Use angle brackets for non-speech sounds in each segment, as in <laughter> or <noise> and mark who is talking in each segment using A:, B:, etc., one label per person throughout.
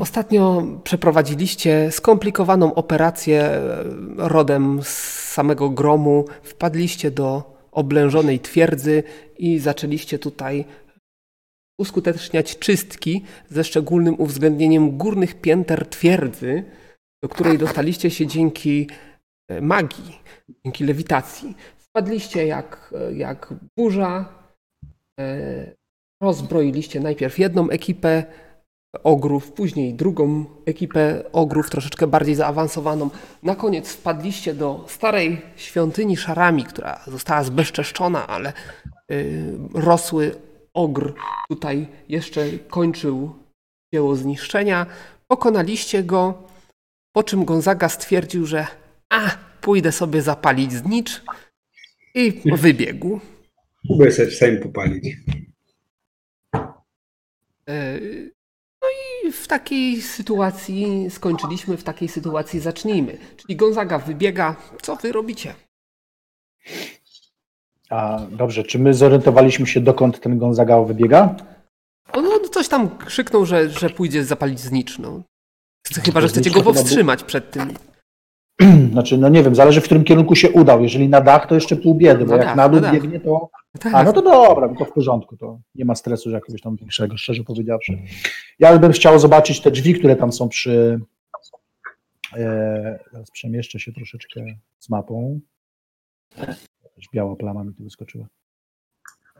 A: Ostatnio przeprowadziliście skomplikowaną operację e, rodem z samego gromu. Wpadliście do oblężonej twierdzy i zaczęliście tutaj uskuteczniać czystki ze szczególnym uwzględnieniem górnych pięter twierdzy, do której dostaliście się dzięki e, magii, dzięki lewitacji. Wpadliście jak, e, jak burza. e, Rozbroiliście najpierw jedną ekipę, ogrów, później drugą ekipę ogrów, troszeczkę bardziej zaawansowaną. Na koniec wpadliście do starej świątyni szarami, która została zbezczeszczona, ale y, rosły ogr tutaj jeszcze kończył dzieło zniszczenia. Pokonaliście go, po czym Gonzaga stwierdził, że a, pójdę sobie zapalić znicz i wybiegł.
B: Próbuję sobie w Sejm popalić.
A: Y, No i w takiej sytuacji skończyliśmy, w takiej sytuacji zacznijmy. Czyli Gonzaga wybiega, co wy robicie?
C: A dobrze, czy my zorientowaliśmy się, dokąd ten Gonzaga wybiega? <clears throat>
A: On on coś tam krzyknął, że, że pójdzie zapalić znicz, no. Chyba, że chcecie go
C: Znicz to chyba był-
A: powstrzymać przed tym.
C: Znaczy, no nie wiem, zależy w którym kierunku się udał. Jeżeli na dach, to jeszcze pół biedy, bo
A: Na
C: jak
A: dach,
C: na dół
A: na dach.
C: biegnie, to. A
A: Tak,
C: no to dobra, to w porządku, to nie ma stresu jakiegoś tam większego, szczerze powiedziawszy. Ja bym chciał zobaczyć te drzwi, które tam są przy. E, teraz przemieszczę się troszeczkę z mapą. Jakaś biała plama mi tu wyskoczyła.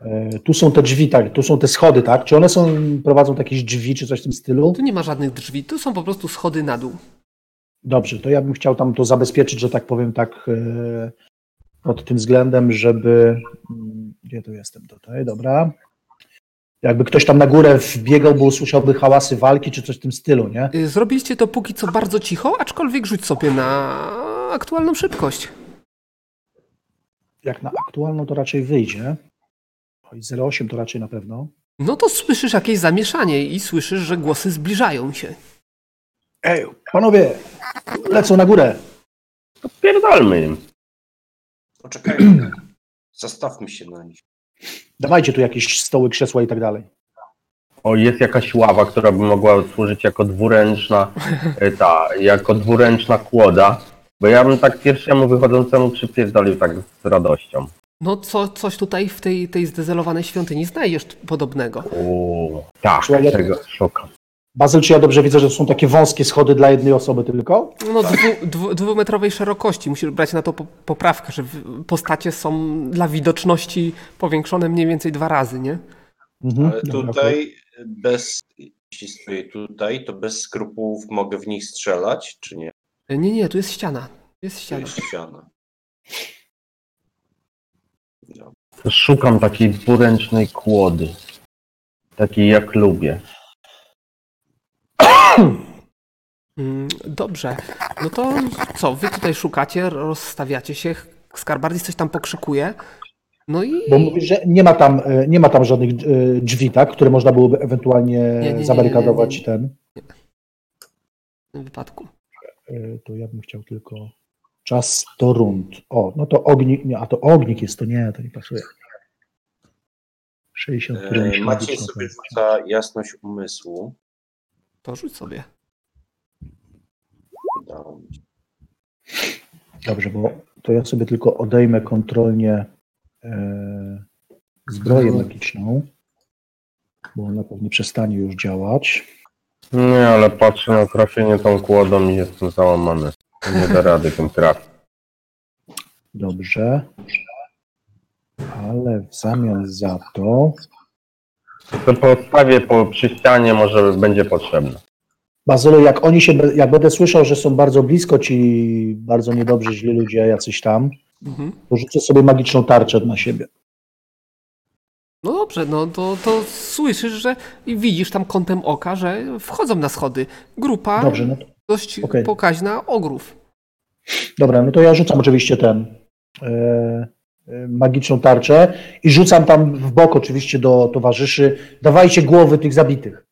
C: E, tu są te drzwi, tak, tu są te schody, tak? Czy one są, prowadzą do jakichś drzwi, czy coś w tym stylu?
A: tu nie ma żadnych drzwi, tu są po prostu schody na dół.
C: Dobrze, to ja bym chciał tam to zabezpieczyć, że tak powiem, tak e, pod tym względem, żeby. mm, Gdzie tu jestem tutaj? Dobra. Jakby ktoś tam na górę wbiegał, bo usłyszałby hałasy walki czy coś w tym stylu, nie?
A: Y, Zrobiliście to póki co bardzo cicho, aczkolwiek rzuć sobie na aktualną szybkość.
C: Jak na aktualną to raczej wyjdzie. Oj, 0,8 to raczej na pewno.
A: No to słyszysz jakieś zamieszanie i słyszysz, że głosy zbliżają się.
C: Ej, panowie, lecą na górę.
D: To pierdolmy im.
E: <clears throat> Poczekajmy. Zastawmy się na nich.
C: Dawajcie tu jakieś stoły, krzesła i tak dalej.
D: O, jest jakaś ława, która by mogła służyć jako dwuręczna, e, ta, jako dwuręczna kłoda. Bo ja bym tak pierwszemu wychodzącemu przypierdolił tak z radością.
A: No co, coś tutaj w tej, tej zdezelowanej świątyni znajdziesz podobnego.
D: Uuu, tak,
C: Słuchaj, ja-
D: tego szukam.
C: Bazyl, czy ja dobrze widzę, że są takie wąskie schody dla jednej osoby tylko?
A: No dwu, dwu, dwumetrowej szerokości. Musisz brać na to po, poprawkę, że w- postacie są dla widoczności powiększone mniej więcej dwa razy, nie?
C: Mhm,
A: Hmm?
E: Ale
C: dobra,
E: tutaj bez, jeśli stoję tutaj, to bez skrupułów mogę w nich strzelać, czy nie?
A: Nie, nie, tu jest ściana. Tu Jest
E: To
A: ściana.
E: jest ściana. No.
D: Szukam takiej dwuręcznej kłody. Takiej jak lubię.
A: Mm, Dobrze. No to co? Wy tutaj szukacie, rozstawiacie się. Skarbardis coś tam pokrzykuje. No i...
C: Bo mówisz, że nie ma tam, e, nie ma tam żadnych e, drzwi, tak, które można byłoby ewentualnie
A: nie, nie,
C: zabarykadować
A: nie, W tym wypadku.
C: ten. E, To ja bym chciał tylko czas to rund. O, no to ognik, nie, a to ognik jest, to nie, to nie pasuje. 60
E: E,
C: któryś
E: Maciej
C: magiczna
E: sobie
C: to-
E: rzuca jasność umysłu.
A: To rzuć sobie.
E: Udało mi się.
C: Dobrze, bo to ja sobie tylko odejmę kontrolnie e, zbroję
A: No.
C: magiczną, bo ona pewnie przestanie już działać.
D: Nie, ale patrzę na trafienie tą kłodą i jestem załamany. Nie da rady tym trafić.
C: Dobrze. Ale w zamian za to
D: To postawię po, przy ścianie, może będzie potrzebne.
C: Bazylu, jak oni się, jak będę słyszał, że są bardzo blisko ci bardzo niedobrzy, źli ludzie jacyś tam,
A: Mhm.
C: to rzucę sobie magiczną tarczę na siebie.
A: No dobrze, no to, to słyszysz, że i widzisz tam kątem oka, że wchodzą na schody. Grupa
C: Dobrze, no to,
A: dość
C: okej.
A: pokaźna ogrów.
C: dobra, no to ja rzucam oczywiście ten e, e, magiczną tarczę i rzucam tam w bok oczywiście do towarzyszy, dawajcie głowy tych zabitych.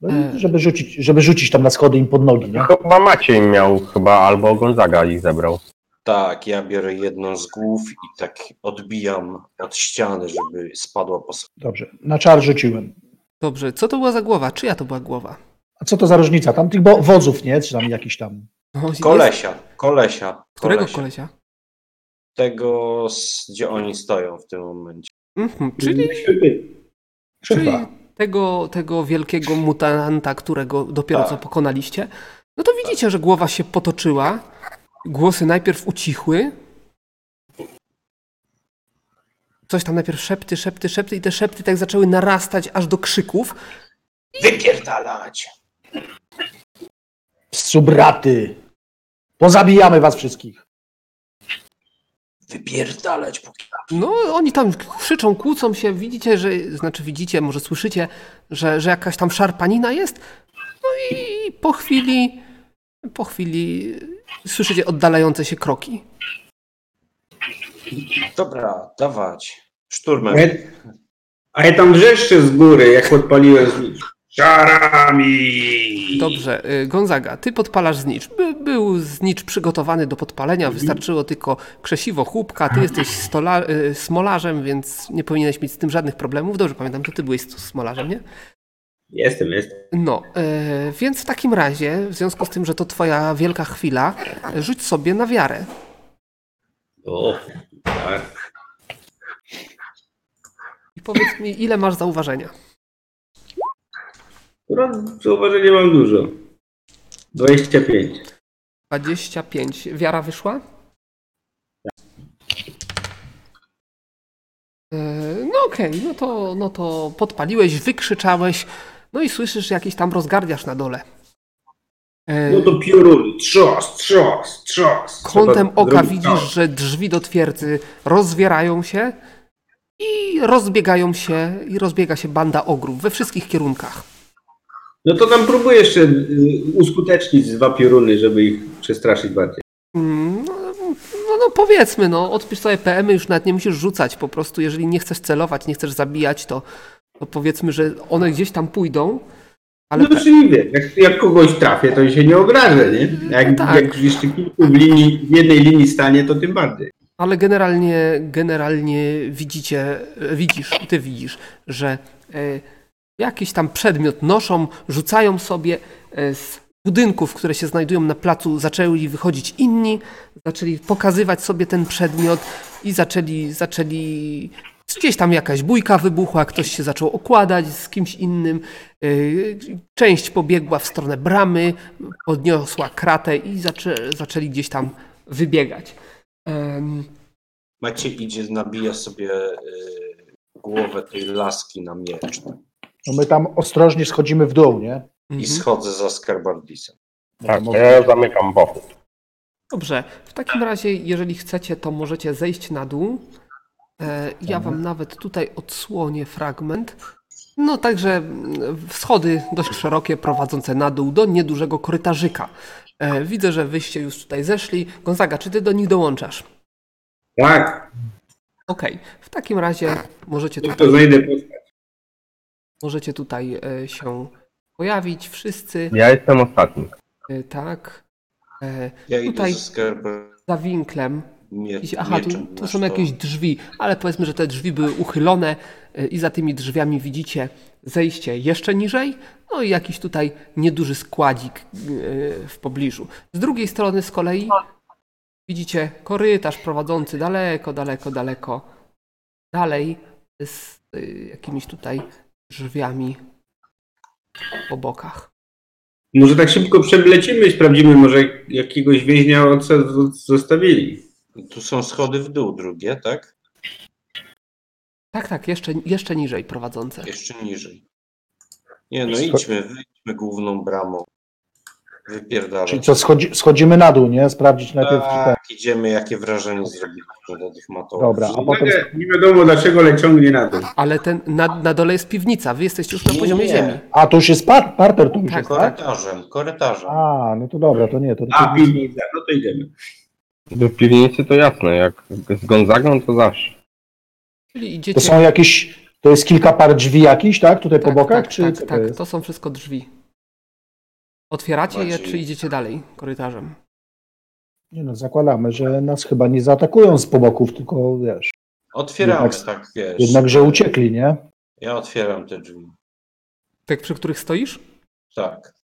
C: No
A: E.
C: i żeby rzucić, żeby rzucić tam na schody im pod nogi, nie?
D: Chyba Maciej miał chyba albo Gonzaga ich zebrał.
E: Tak, ja biorę jedną z głów i tak odbijam od ściany, żeby spadła po
C: Dobrze, na czar rzuciłem.
A: Dobrze, co to była za głowa? Czyja to była głowa?
C: A co to za różnica? Tam tych bo- wodzów, nie? Czy tam jakiś tam.
A: No, jest-
E: Kolesia, kolesia.
A: Którego
E: kolesia.
A: kolesia?
E: Tego, z- gdzie oni stoją w tym momencie.
A: Mhm, czyli czyli
C: Czyli...
A: tego, tego wielkiego mutanta, którego dopiero
E: Tak.
A: co pokonaliście. No to widzicie, że głowa się potoczyła. Głosy najpierw ucichły. Coś tam najpierw szepty, szepty, szepty i te szepty tak zaczęły narastać aż do krzyków.
E: Wypierdalać!
C: Subraty! Pozabijamy was wszystkich.
E: Wypierdalać, póki
A: No, oni tam krzyczą, kłócą się, widzicie, że, znaczy widzicie, może słyszycie, że, że jakaś tam szarpanina jest. No i po chwili, po chwili słyszycie oddalające się kroki.
E: Dobra, dawać. Szturmem.
B: A No ja, a ja tam wrzeszczę z góry, jak odpaliłem z Czarami!
A: Dobrze, y, Gonzaga, ty podpalasz znicz. By, był znicz przygotowany do podpalenia, wystarczyło tylko krzesiwo chłupka, ty jesteś stola- y, smolarzem, więc nie powinieneś mieć z tym żadnych problemów. Dobrze pamiętam, to ty byłeś smolarzem, nie?
B: Jestem, jestem.
A: No, e, więc w takim razie, w związku z tym, że to twoja wielka chwila, rzuć sobie na wiarę.
B: O, tak.
A: I powiedz mi, ile masz zauważenia?
B: Akurat No, Zauważenie mam dużo. 25.
A: 25. Wiara wyszła? E, No okej, no, to, no to podpaliłeś, wykrzyczałeś, no i słyszysz jakiś tam rozgardiasz na dole. E,
B: No to piorun, trzos, trzos, trzos.
A: Kątem
B: Trzeba
A: oka
B: zrobić
A: widzisz,
B: tak.
A: że drzwi do twierdzy rozwierają się i rozbiegają się, i rozbiega się banda ogrów we wszystkich kierunkach.
B: No to tam próbuję jeszcze y, uskutecznić z dwa pioruny, żeby ich przestraszyć bardziej.
A: Mm, No, no, no powiedzmy, no, odpisz sobie PM, już nawet nie musisz rzucać, po prostu jeżeli nie chcesz celować, nie chcesz zabijać, to, to powiedzmy, że one gdzieś tam pójdą, ale
B: no
A: pe-
B: czyli wie, jak, jak kogoś trafię, to się nie obrażę, nie? A Jak,
A: tak.
B: jak jeszcze kilku w, linii, w jednej linii stanie, to tym bardziej.
A: Ale generalnie, generalnie widzicie, e, widzisz, ty widzisz, że e, jakiś tam przedmiot noszą, rzucają sobie e, z budynków, które się znajdują na placu, zaczęli wychodzić inni, zaczęli pokazywać sobie ten przedmiot i zaczęli, zaczęli gdzieś tam jakaś bójka wybuchła, ktoś się zaczął okładać z kimś innym, e, część pobiegła w stronę bramy, podniosła kratę i zaczę, zaczęli gdzieś tam wybiegać. Em,
E: Maciej idzie, nabija sobie y, głowę tej laski na miecz
C: No my tam ostrożnie schodzimy w dół, nie?
E: i
A: mhm.
E: schodzę za skarbardisem.
D: Tak, to ja zamykam pochód.
A: Dobrze, w takim razie, jeżeli chcecie, to możecie zejść na dół. E, Ja wam nawet tutaj odsłonię fragment. No także mm, schody dość szerokie prowadzące na dół do niedużego korytarzyka. E, Widzę, że wyście już tutaj zeszli. Gonzaga, czy ty do nich dołączasz?
B: Tak,
A: Okej, w takim razie możecie
B: jak
A: tutaj,
B: to znajdę postać.
A: możecie tutaj e, się pojawić wszyscy.
D: Ja jestem ostatni.
A: E, Tak. E,
E: Ja idę
A: Tutaj-
E: Tutaj... ze skarbardisem.
A: Za winklem
E: Mie-
A: Jakieś- Aha,
E: mieczem
A: tu, tu są
E: na sztorm.
A: jakieś drzwi, ale powiedzmy, że te drzwi były uchylone y, i za tymi drzwiami widzicie zejście jeszcze niżej, no i jakiś tutaj nieduży składzik y, w pobliżu. Z drugiej strony z kolei widzicie korytarz prowadzący daleko, daleko, daleko dalej z y, jakimiś tutaj drzwiami po bokach.
B: Może tak szybko przeblecimy i sprawdzimy, może jakiegoś więźnia ojca z- zostawili.
E: Tu są schody w dół drugie, tak?
A: Tak, tak, jeszcze, jeszcze niżej prowadzące.
E: Jeszcze niżej. Nie no, idźmy, wyjdźmy główną bramą.
C: Czyli
E: Wypierdalać.
C: co, schodzi, schodzimy na dół, nie? Sprawdzić najpierw, czy ten.
E: Tak, idziemy, jakie wrażenie zrobiliśmy do tych matołów.
C: Dobra, a potem.
B: Nie, nie wiadomo dlaczego, ale ciągnie na to.
A: Ale ten, na, na dole jest piwnica, wy jesteście już na
E: Nie,
A: poziomie
E: nie.
A: ziemi.
C: A tu już jest par- parter, tu już
A: Tak,
C: jest, tak?
E: Korytarzem, korytarzem.
C: A, no to dobra, to nie, to,
B: A,
C: to
B: piwnica, no to idziemy.
D: Do piwnicy to jasne, jak z Gonzagą to zawsze.
A: Czyli idziecie...
C: to są jakieś. To jest kilka par drzwi jakichś, tak? Tutaj po
A: Tak,
C: bokach,
A: tak,
C: czy
A: tak,
C: co to
A: tak,
C: jest?
A: to są wszystko drzwi. Otwieracie je,
E: Maciej.
A: czy idziecie dalej korytarzem?
C: Nie no, zakładamy, że nas chyba nie zaatakują z poboków, tylko wiesz.
E: Otwieramy,
C: Jednak-
E: tak wiesz.
C: Jednakże uciekli, nie?
E: Ja otwieram te drzwi.
A: Tak Tych, przy których stoisz?
E: Tak.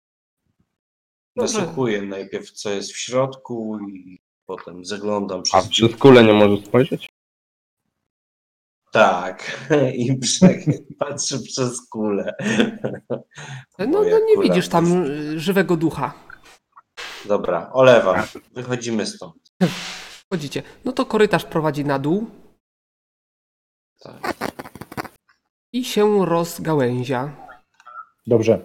E: No,
A: Dobrze.
E: Wyszukuję najpierw, co jest w środku i potem zaglądam
D: A
E: przez...
D: przez kulę nie możesz spojrzeć?
E: Tak. <laughs> I
C: <laughs>
E: prze... patrzę przez kulę.
A: No,
E: Moja
A: no nie
E: kula
A: widzisz tam y, żywego ducha.
E: Dobra, olewam. Wychodzimy stąd.
A: Chodzicie. No to korytarz prowadzi na dół
E: Tak.
A: i się rozgałęzia.
C: Dobrze.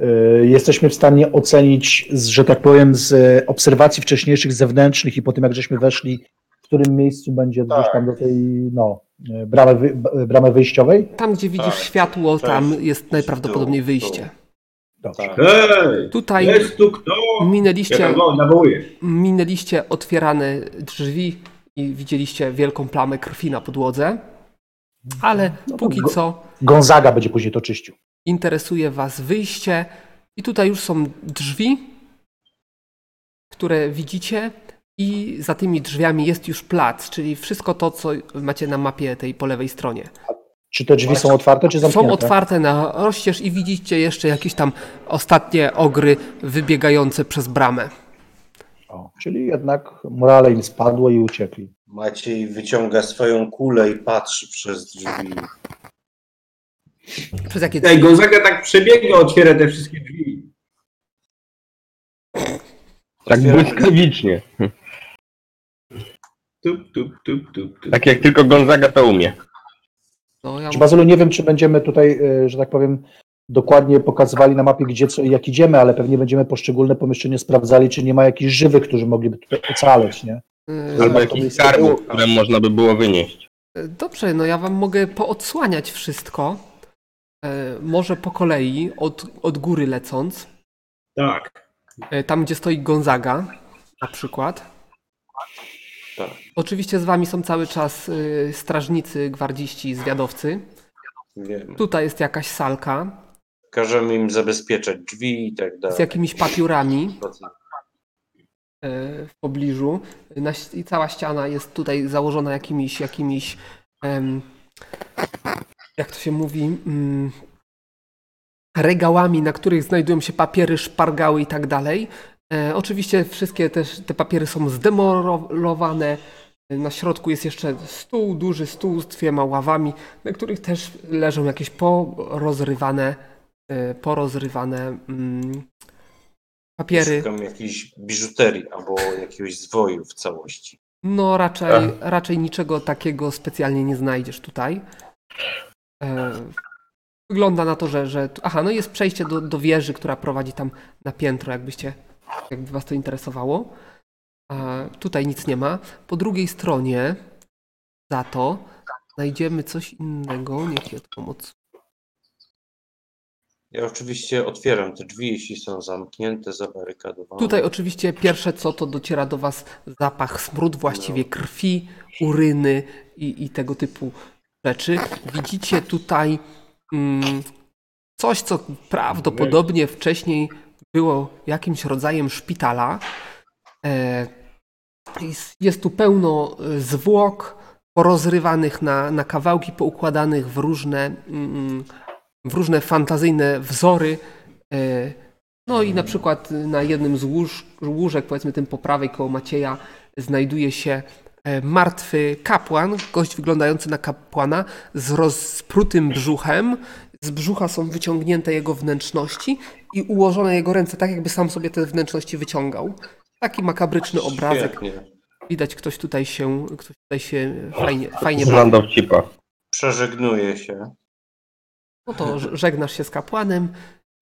C: Y, Jesteśmy w stanie ocenić, z, że tak powiem, z e, obserwacji wcześniejszych, zewnętrznych i po tym, jak żeśmy weszli, w którym miejscu będzie gdzieś tam do tej no, e, bramy, wy, b- bramy wyjściowej.
A: Tam, gdzie widzisz
E: Tak,
A: światło,
E: też
A: tam jest najprawdopodobniej
E: dół,
A: wyjście.
C: Dobrze.
E: Tak.
B: Hej!
A: Tutaj
B: Jest tu kto? Ja
A: minęliście,
B: go nawołuję.
A: minęliście otwierane drzwi i widzieliście wielką plamę krwi na podłodze. Ale
C: No to
A: póki
C: go-
A: co
C: Gonzaga będzie później to czyścił.
A: interesuje Was wyjście. I tutaj już są drzwi, które widzicie, i za tymi drzwiami jest już plac, czyli wszystko to, co macie na mapie tej po lewej stronie.
C: Czy te drzwi są otwarte, czy zamknięte?
A: Są otwarte na rozścież i widzicie jeszcze jakieś tam ostatnie ogry wybiegające przez bramę.
C: O, czyli jednak morale im spadło i uciekli.
E: Maciej wyciąga swoją kulę i patrzy przez drzwi.
A: Przez jakie
B: Ej, Gonzaga tak przebiega, otwiera te wszystkie drzwi.
D: Tak
E: Otwieram-
D: błyskawicznie.
B: Tup, tup, tup, tup, tup.
D: Tak jak tylko Gonzaga to umie.
A: no, ja
C: Czy Bazylu, nie wiem, czy będziemy tutaj, e, że tak powiem, dokładnie pokazywali na mapie, gdzie co i jak idziemy, ale pewnie będziemy poszczególne pomieszczenia sprawdzali, czy nie ma jakichś żywych, którzy mogliby tutaj ocaleć, nie?
A: y,
D: Albo
C: Tak, to
D: jakiś
C: jest-
D: skarb, które można by było wynieść.
A: Dobrze, no ja wam mogę poodsłaniać wszystko. E, Może po kolei, od, od góry lecąc.
B: Tak.
A: E, Tam, gdzie stoi Gonzaga, na przykład.
E: Tak.
A: Oczywiście z wami są cały czas y, strażnicy, gwardziści, zwiadowcy.
E: Wiem.
A: Tutaj jest jakaś salka
E: Każemy im zabezpieczać drzwi i tak dalej.
A: z jakimiś papiurami e, w pobliżu. Na, ś- I cała ściana jest tutaj założona jakimiś, jakimiś em, jak to się mówi, mm, regałami, na których znajdują się papiery, szpargały i tak dalej. E, oczywiście wszystkie też te papiery są zdemolowane. E, Na środku jest jeszcze stół, duży stół z dwiema ławami, na których też leżą jakieś porozrywane, e, porozrywane mm, papiery.
E: Szukam jakiejś biżuterii albo jakiegoś zwoju w całości.
A: No raczej,
D: Tak.
A: raczej niczego takiego specjalnie nie znajdziesz tutaj. E, Wygląda na to, że, że... tu- Aha, no jest przejście do, do wieży, która prowadzi tam na piętro, jakbyście, jakby was to interesowało. E, Tutaj nic nie ma. Po drugiej stronie za to znajdziemy coś innego. Niech ja to moc.
E: Ja oczywiście otwieram te drzwi, jeśli są zamknięte, zabarykadowane.
A: Tutaj oczywiście pierwsze co to dociera do was zapach smród, właściwie krwi, uryny i, i tego typu rzeczy. Widzicie tutaj mm, coś, co prawdopodobnie wcześniej było jakimś rodzajem szpitala. E, jest- jest tu pełno e, zwłok porozrywanych na, na kawałki, poukładanych w różne, mm, w różne fantazyjne wzory. E, no i na przykład na jednym z łóż, łóżek, powiedzmy tym po prawej koło Macieja, znajduje się e, martwy kapłan, gość wyglądający na kapłana z rozprutym brzuchem. Z brzucha są wyciągnięte jego wnętrzności i ułożone jego ręce, tak jakby sam sobie te wnętrzności wyciągał. Taki makabryczny obrazek.
E: Świetnie.
A: Widać, ktoś tutaj się, ktoś tutaj się fajnie, fajnie bawi.
D: Żądał wcipa.
E: Przeżegnuję się.
A: No to ż- żegnasz się z kapłanem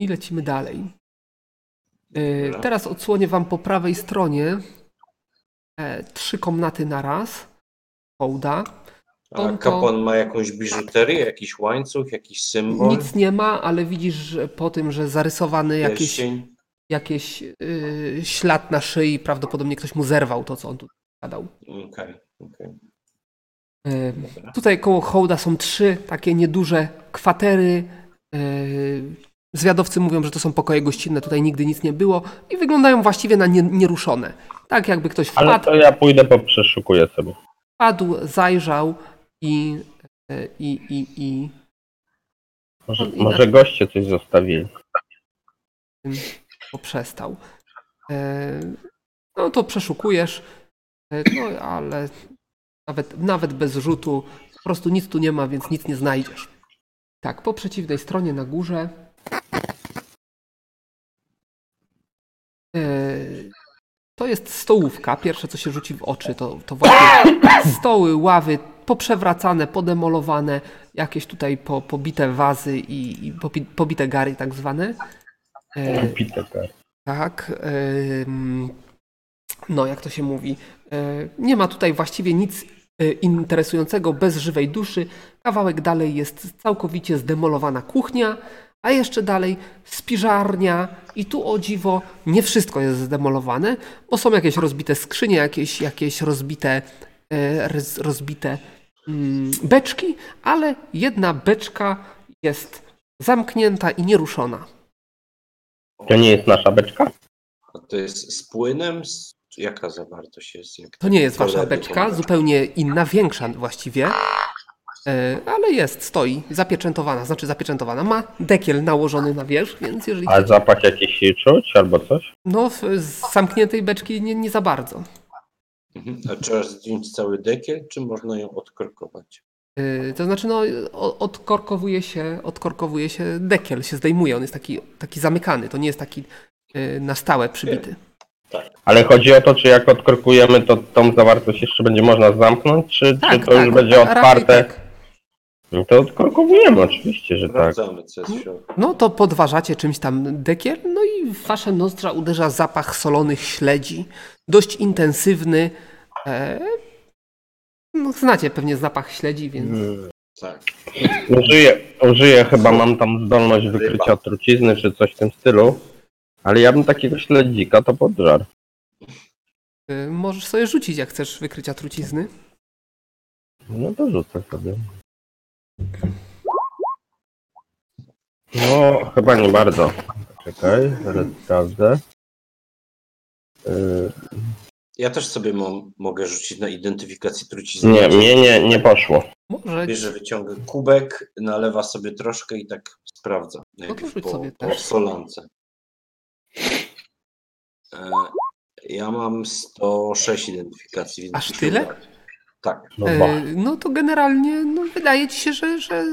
A: i lecimy dalej. Yy,
E: Dobra.
A: Teraz odsłonię wam po prawej stronie e, trzy komnaty na raz. Hołda.
E: A
A: Tonto.
E: kapłan ma jakąś biżuterię, jakiś łańcuch, jakiś symbol,
A: Nic nie ma, ale widzisz że po tym, że zarysowany jakiś,
E: pierścień.
A: jakiś yy, ślad na szyi, prawdopodobnie ktoś mu zerwał to, co on tu gadał.
E: Okej, okej,
A: Yy,
E: dobra.
A: Tutaj koło hołda są trzy takie nieduże kwatery. Yy, Zwiadowcy mówią, że to są pokoje gościnne, tutaj nigdy nic nie było i wyglądają właściwie na nie, nieruszone. Tak jakby ktoś
D: Ale
A: wpadł,
D: to ja pójdę, bo przeszukuję sobie.
A: wpadł zajrzał i, yy, i, i, i
D: Może, może goście coś zostawili.
A: poprzestał. E, No to przeszukujesz, e, no ale nawet, nawet bez rzutu, po prostu nic tu nie ma, więc nic nie znajdziesz. Tak, po przeciwnej stronie na górze e, to jest stołówka. Pierwsze, co się rzuci w oczy, to, to właśnie stoły, ławy poprzewracane, podemolowane, jakieś tutaj po, pobite wazy i, i popi- pobite gary tak zwane. E,
D: Pite, tak.
A: tak. ym, No, jak to się mówi. y, Nie ma tutaj właściwie nic y, interesującego bez żywej duszy. Kawałek dalej jest całkowicie zdemolowana kuchnia, a jeszcze dalej spiżarnia. I tu o dziwo nie wszystko jest zdemolowane, bo są jakieś rozbite skrzynie, jakieś, jakieś rozbite, y, roz- rozbite mm, beczki, ale jedna beczka jest zamknięta i nieruszona.
D: To nie jest nasza beczka?
E: A to jest z płynem? Z... Jaka zawartość jest? Jak...
A: To nie jest wasza
E: Cholerny
A: beczka,
E: pomysł.
A: zupełnie inna, większa właściwie. E, Ale jest, stoi, zapieczętowana, znaczy zapieczętowana. Ma dekiel nałożony na wierzch, więc jeżeli.
D: A zapach jakiś czuć albo coś?
A: No, w- z zamkniętej beczki nie, nie za bardzo.
E: Mhm. A trzeba zdjąć cały dekiel, czy można ją odkorkować?
A: E, To znaczy, no, o- odkorkowuje się, odkorkowuje się dekiel, się zdejmuje. On jest taki, taki zamykany, to nie jest taki e, na stałe przybity.
D: Ale chodzi o to, czy jak odkorkujemy, to tą zawartość jeszcze będzie można zamknąć, czy, czy Tak, to już będzie
A: ra- Tak, raczej
D: otwarte?
A: tak.
D: No To odkorkowujemy oczywiście, że tak.
E: Sprawdzamy, co jest w środku.
A: No to podważacie czymś tam dekiel, no i w wasze nozdrza uderza zapach solonych śledzi. Dość intensywny. E, no, znacie pewnie zapach śledzi, więc
E: Tak.
D: Użyję, użyję chyba, mam tam zdolność wykrycia trucizny czy coś w tym stylu. Ale ja bym takiego śledzika to podżar.
A: e, możesz sobie rzucić, jak chcesz wykrycia trucizny.
D: No to rzucę sobie. No, chyba nie bardzo. Czekaj, zaraz sprawdzę. Yy,
E: Ja też sobie mo- mogę rzucić na identyfikację trucizny.
D: nie, mnie nie, nie poszło.
A: Może.
E: Wiesz, że wyciąga kubek, nalewa sobie troszkę i tak sprawdza. Najpierw
A: rzuć
E: po,
A: sobie
E: po
A: też.
E: solance. E, ja mam 106 identyfikacji. więc
A: Aż
E: mi się
A: tyle?
E: udało. Tak.
D: No,
A: E,
D: ba.
A: no to generalnie no, wydaje ci się, że, że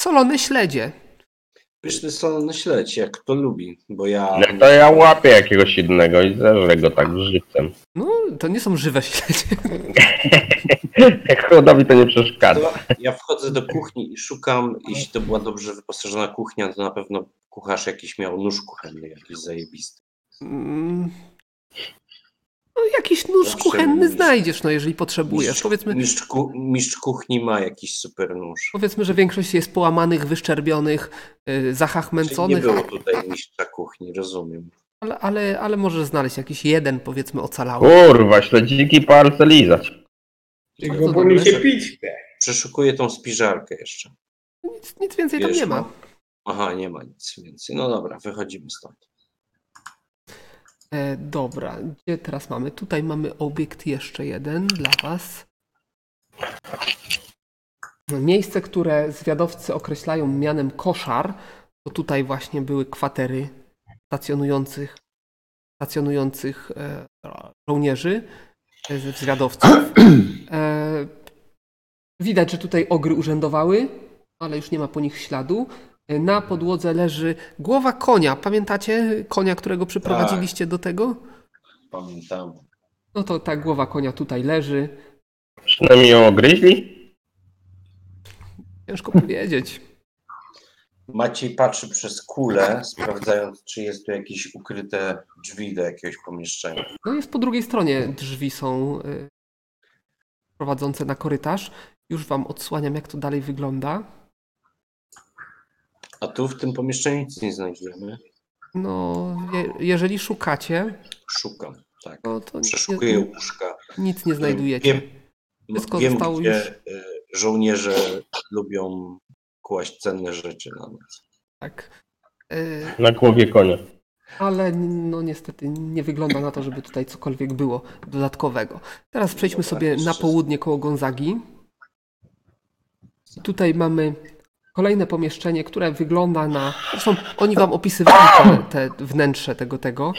A: solone śledzie.
E: Pyszny solny śledź, jak kto lubi, bo ja...
D: No to ja łapię jakiegoś innego i zeżrę go tak <laughs> żywcem.
A: No to nie są żywe śledzie.
D: Chłodowi to nie przeszkadza.
E: To ja wchodzę do kuchni i szukam, jeśli to była dobrze wyposażona kuchnia, to na pewno kucharz jakiś miał nóż kuchenny jakiś zajebisty.
A: Mm. No, jakiś nóż
E: Zawsze
A: kuchenny
E: mówisz.
A: znajdziesz, no jeżeli potrzebujesz. Powiedzmy,
E: Mistrz, ku, mistrz kuchni ma jakiś super nóż.
A: Powiedzmy, że większość jest połamanych, wyszczerbionych, yy,
E: Czyli nie
A: zachachmęconych,
E: było tutaj mistrza kuchni, rozumiem.
A: ale, ale, ale możesz znaleźć jakiś jeden, powiedzmy, ocalały.
D: Kurwa, śledziki parcelizać.
A: Bardzo
B: Tylko po nim
A: dobre.
B: się pić chce.
E: Przeszukuję tą spiżarkę jeszcze.
A: Nic, nic więcej tam
E: Wiesz,
A: nie ma.
E: no. Aha, nie ma nic więcej. No dobra, wychodzimy stąd.
A: E, dobra, gdzie teraz mamy? Tutaj mamy obiekt jeszcze jeden dla Was. Miejsce, które zwiadowcy określają mianem koszar, to tutaj właśnie były kwatery stacjonujących, stacjonujących e, żołnierzy, e, z- zwiadowców. E, widać, że tutaj ogry urzędowały, ale już nie ma po nich śladu. E, Na podłodze leży głowa konia. Pamiętacie konia, którego przyprowadziliście do tego?
E: Pamiętam.
A: No to ta głowa konia tutaj leży.
D: Przynajmniej ją ogryźli?
A: Ciężko powiedzieć.
E: Maciej patrzy przez kulę, sprawdzając, czy jest tu jakieś ukryte drzwi do jakiegoś pomieszczenia.
A: No jest po drugiej stronie. Drzwi są y, prowadzące na korytarz. Już wam odsłaniam, jak to dalej wygląda.
E: A tu w tym pomieszczeniu nic nie znajdziemy.
A: No, je, jeżeli szukacie,
E: Szukam, tak.
A: no to nie,
E: Przeszukuję łóżka.
A: nic nie
E: Wiem,
A: znajdujecie. Wszystko
E: wiem
A: zostało
E: gdzie
A: już-
E: y, żołnierze lubią kłaść cenne rzeczy na nas.
A: Tak. Y,
D: Na głowie konia.
A: ale no niestety nie wygląda na to, żeby tutaj cokolwiek było dodatkowego. Teraz przejdźmy
E: Dobra,
A: sobie na
E: jeszcze-
A: południe koło Gonzagi. I Tutaj mamy kolejne pomieszczenie, które wygląda na... Zresztą oni wam opisywali te, te wnętrze tego, tego.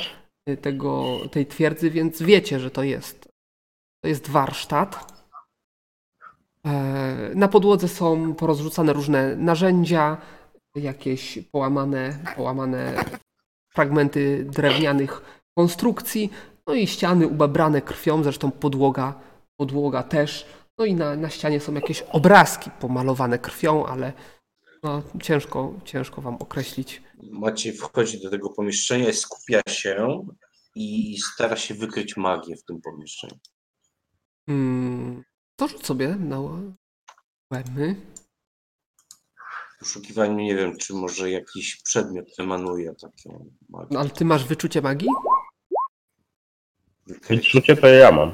A: y, tego, tej twierdzy, więc wiecie, że to jest. To jest warsztat. E, Na podłodze są porozrzucane różne narzędzia, jakieś połamane, połamane fragmenty drewnianych konstrukcji, no i ściany ubabrane krwią, zresztą podłoga, podłoga też. No i na, na ścianie są jakieś obrazki pomalowane krwią, ale no, ciężko, ciężko wam określić.
E: Maciej wchodzi do tego pomieszczenia, skupia się i stara się wykryć magię w tym pomieszczeniu.
A: Mm, to rzuć sobie na łemy.
E: W poszukiwaniu nie wiem, czy może jakiś przedmiot emanuje taką magię.
A: No, ale ty masz wyczucie magii?
E: Wykryć.
D: Wyczucie to ja mam.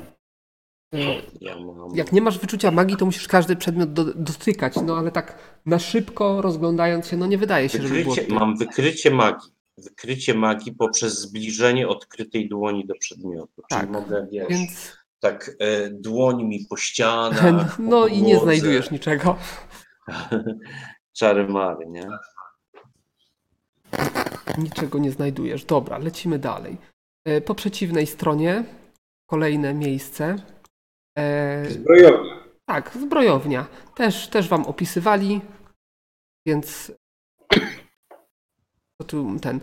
A: Y,
E: Ja mam...
A: Jak nie masz wyczucia magii, to musisz każdy przedmiot do, dotykać, no ale tak na szybko rozglądając się, no nie wydaje się, żeby było...
E: Wykrycie, mam wykrycie magii. Wykrycie magii poprzez zbliżenie odkrytej dłoni do przedmiotu. Czyli
A: Tak,
E: mogę, wiesz,
A: Więc
E: tak e, dłoń mi po ścianach, po
A: <laughs> no i nie
E: podłodze.
A: znajdujesz niczego.
E: Czary mary, nie?
A: Niczego nie znajdujesz. Dobra, lecimy dalej. E, Po przeciwnej stronie kolejne miejsce. E,
B: Zbrojownia.
A: tak, zbrojownia. Też, też wam opisywali, więc <clears throat> to tu ten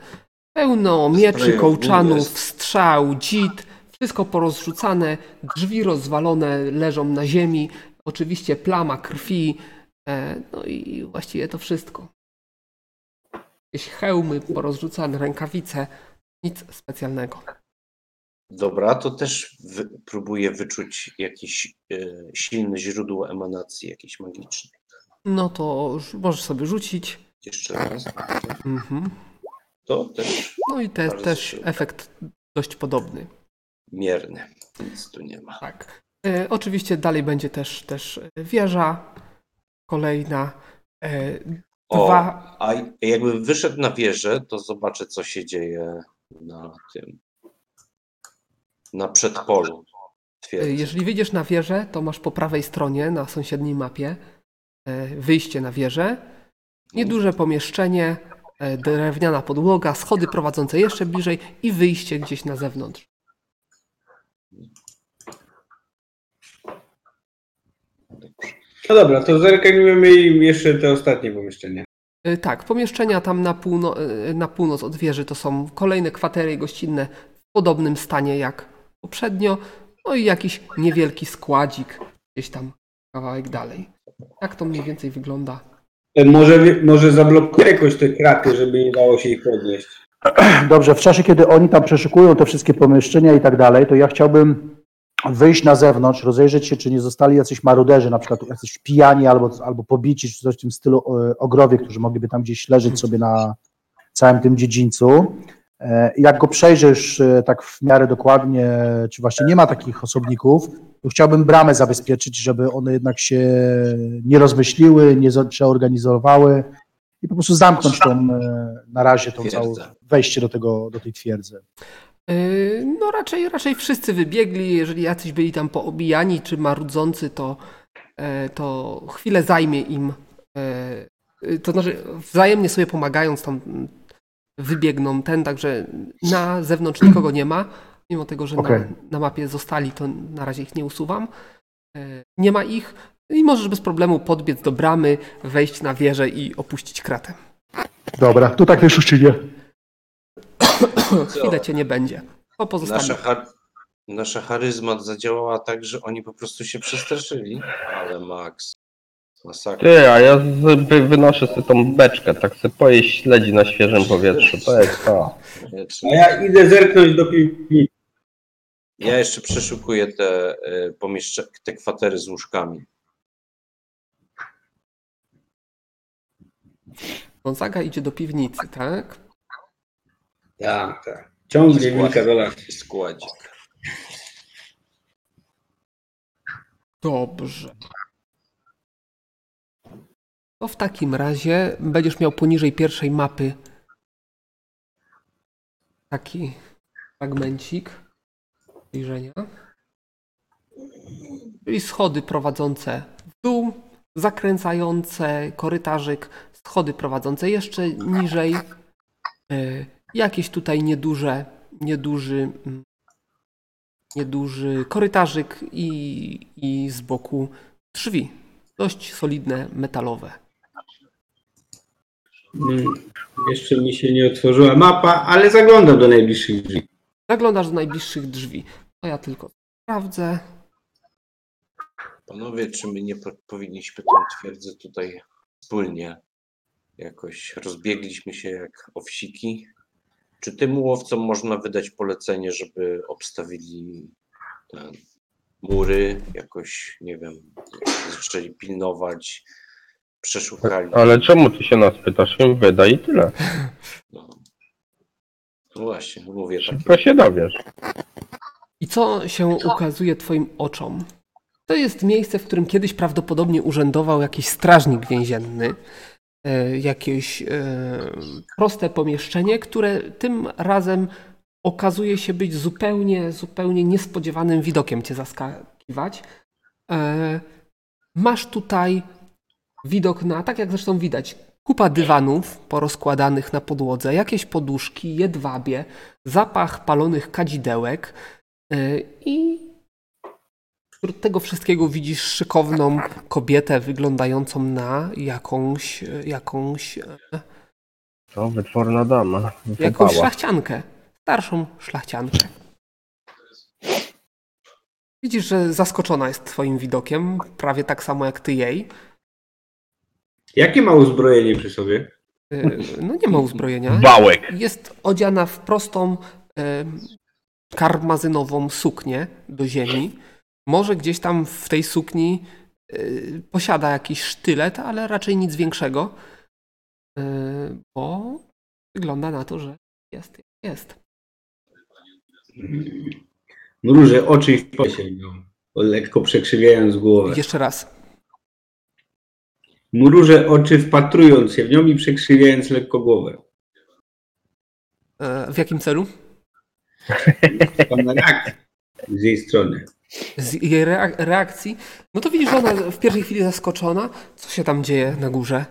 A: pełno mieczy,
E: Zbrojownia
A: kołczanów,
E: jest.
A: strzał, dzid, wszystko porozrzucane, drzwi rozwalone leżą na ziemi, oczywiście plama krwi, e, no i właściwie to wszystko. Jakieś hełmy porozrzucane, rękawice, nic specjalnego.
E: Dobra, to też wy, próbuję wyczuć jakieś e, silne źródło emanacji jakiejś magicznej.
A: No to ż- możesz sobie rzucić.
E: Jeszcze raz.
A: Mhm.
E: To też
A: No i te,
E: Bardzo
A: też
E: szybko.
A: efekt dość podobny.
E: mierne. Nic tu nie ma.
A: Tak. E, oczywiście dalej będzie też, też e, wieża. Kolejna. E,
E: O,
A: dwa.
E: a jakby wyszedł na wieżę, to zobaczę, co się dzieje na tym. Na przedpolu.
A: E,
E: Twierdzy.
A: jeżeli wyjdziesz na wieżę, to masz po prawej stronie na sąsiedniej mapie e, wyjście na wieżę. Nieduże pomieszczenie, e, drewniana podłoga, schody prowadzące jeszcze bliżej i wyjście gdzieś na zewnątrz.
B: No dobra, to zerknijmy im jeszcze te ostatnie pomieszczenie.
A: E, Tak, pomieszczenia tam na, półno, e, na północ od wieży to są kolejne kwatery gościnne w podobnym stanie jak poprzednio, no i jakiś niewielki składzik gdzieś tam kawałek dalej. Tak to mniej więcej wygląda.
B: E, Może, wi- może zablokuje jakoś te kraty, żeby nie dało się ich podnieść.
C: Dobrze, w czasie, kiedy oni tam przeszukują te wszystkie pomieszczenia i tak dalej, to ja chciałbym wyjść na zewnątrz, rozejrzeć się, czy nie zostali jacyś maruderzy, na przykład jacyś pijani albo, albo pobici, czy coś w tym stylu e, ogrowie, którzy mogliby tam gdzieś leżeć sobie na całym tym dziedzińcu. E, Jak go przejrzysz e, tak w miarę dokładnie, czy właśnie nie ma takich osobników, to chciałbym bramę zabezpieczyć, żeby one jednak się nie rozmyśliły, nie za- przeorganizowały i po prostu zamknąć tą e, na razie tą całą
E: Twierdzę.
C: wejście do, tego, do tej twierdzy.
A: Yy, No raczej, raczej wszyscy wybiegli, jeżeli jacyś byli tam poobijani czy marudzący, to, e, to chwilę zajmie im. e, e, To znaczy wzajemnie sobie pomagając tam mm, wybiegną ten, także na zewnątrz nikogo nie ma, mimo tego, że
C: Okej.
A: na, na mapie zostali, to na razie ich nie usuwam. E, Nie ma ich i możesz bez problemu podbiec do bramy, wejść na wieżę i opuścić kratę.
C: Dobra, tu tak wiesz czy nie.
A: Chwilę cię nie będzie. To pozostanie.
E: Nasza, char- nasza charyzma zadziałała tak, że oni po prostu się przestraszyli. Ale Max, masakra.
D: Ty, a ja z, wy, wynoszę sobie tą beczkę, tak sobie pojeść śledzi na świeżym powietrzu, to jest to.
E: wieczna.
B: A ja idę zerknąć do piwnicy.
E: Ja jeszcze przeszukuję te y, pomieszcze- te kwatery z łóżkami.
A: Gonzaga idzie do piwnicy, tak?
B: Tak, tak. Ciągnie wilka do lasu.
E: Składzik.
A: Dobrze. To w takim razie będziesz miał poniżej pierwszej mapy taki fragmencik zbliżenia. Czyli schody prowadzące w dół, zakręcające korytarzyk, schody prowadzące jeszcze niżej. Y, Jakieś tutaj nieduże, nieduży, mm, nieduży korytarzyk i, i z boku drzwi. Dość solidne, metalowe.
B: Mm, Jeszcze mi się nie otworzyła mapa, ale zaglądam do najbliższych drzwi.
A: Zaglądasz do najbliższych drzwi. To ja tylko sprawdzę.
E: Panowie, czy my nie po- powinniśmy tę twierdzę tutaj wspólnie jakoś rozbiegliśmy się jak owsiki? Czy tym łowcom można wydać polecenie, żeby obstawili te mury, jakoś, nie wiem, zaczęli pilnować, przeszukali?
D: Ale czemu ty się nas pytasz? Im wyda i tyle.
E: No, no właśnie, mówię tak.
D: Szybko się dowiesz.
A: I co się ukazuje Twoim oczom? To jest miejsce, w którym kiedyś prawdopodobnie urzędował jakiś strażnik więzienny. E, Jakieś e, proste pomieszczenie, które tym razem okazuje się być zupełnie, zupełnie niespodziewanym widokiem Cię zaskakiwać. E, Masz tutaj widok na, tak jak zresztą widać, kupa dywanów porozkładanych na podłodze, jakieś poduszki, jedwabie, zapach palonych kadzidełek. Yy, I wśród tego wszystkiego widzisz szykowną kobietę wyglądającą na jakąś, jakąś, e,
D: To wytworna dama.
A: jakąś
D: Wypała.
A: szlachciankę. Starszą szlachciankę. Widzisz, że zaskoczona jest twoim widokiem, prawie tak samo jak ty jej.
B: Jakie ma uzbrojenie przy sobie?
A: Yy, No nie ma uzbrojenia.
D: Wałek.
A: Jest odziana w prostą em, karmazynową suknię do ziemi. Może gdzieś tam w tej sukni y, posiada jakiś sztylet, ale raczej nic większego, y, bo wygląda na to, że jest. jest.
B: Mrużę oczy i w pocie idą, lekko przekrzywiając głowę.
A: Jeszcze raz.
B: Mrużę oczy wpatrując się w nią i przekrzywiając lekko głowę.
A: E, W jakim celu?
B: Pan na reakcję z jej strony.
A: Z jej reak- reakcji. No to widzisz, że ona w pierwszej chwili zaskoczona. Co się tam dzieje na górze?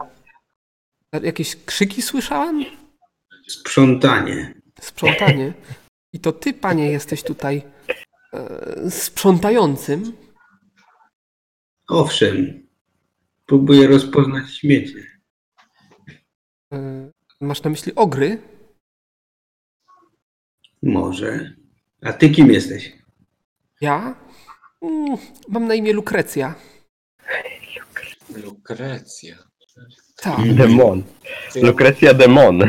A: E, Jakieś krzyki słyszałem?
B: Sprzątanie.
A: Sprzątanie. I to ty, panie, jesteś tutaj e, sprzątającym.
B: Owszem, próbuję rozpoznać śmiecie.
A: E, masz na myśli ogry?
B: Może. A ty kim jesteś?
A: Ja? Mm, mam na imię Lukrecja.
E: Lukrecja.
A: Tak.
D: Demon.
E: Ty
D: Lukrecja demon.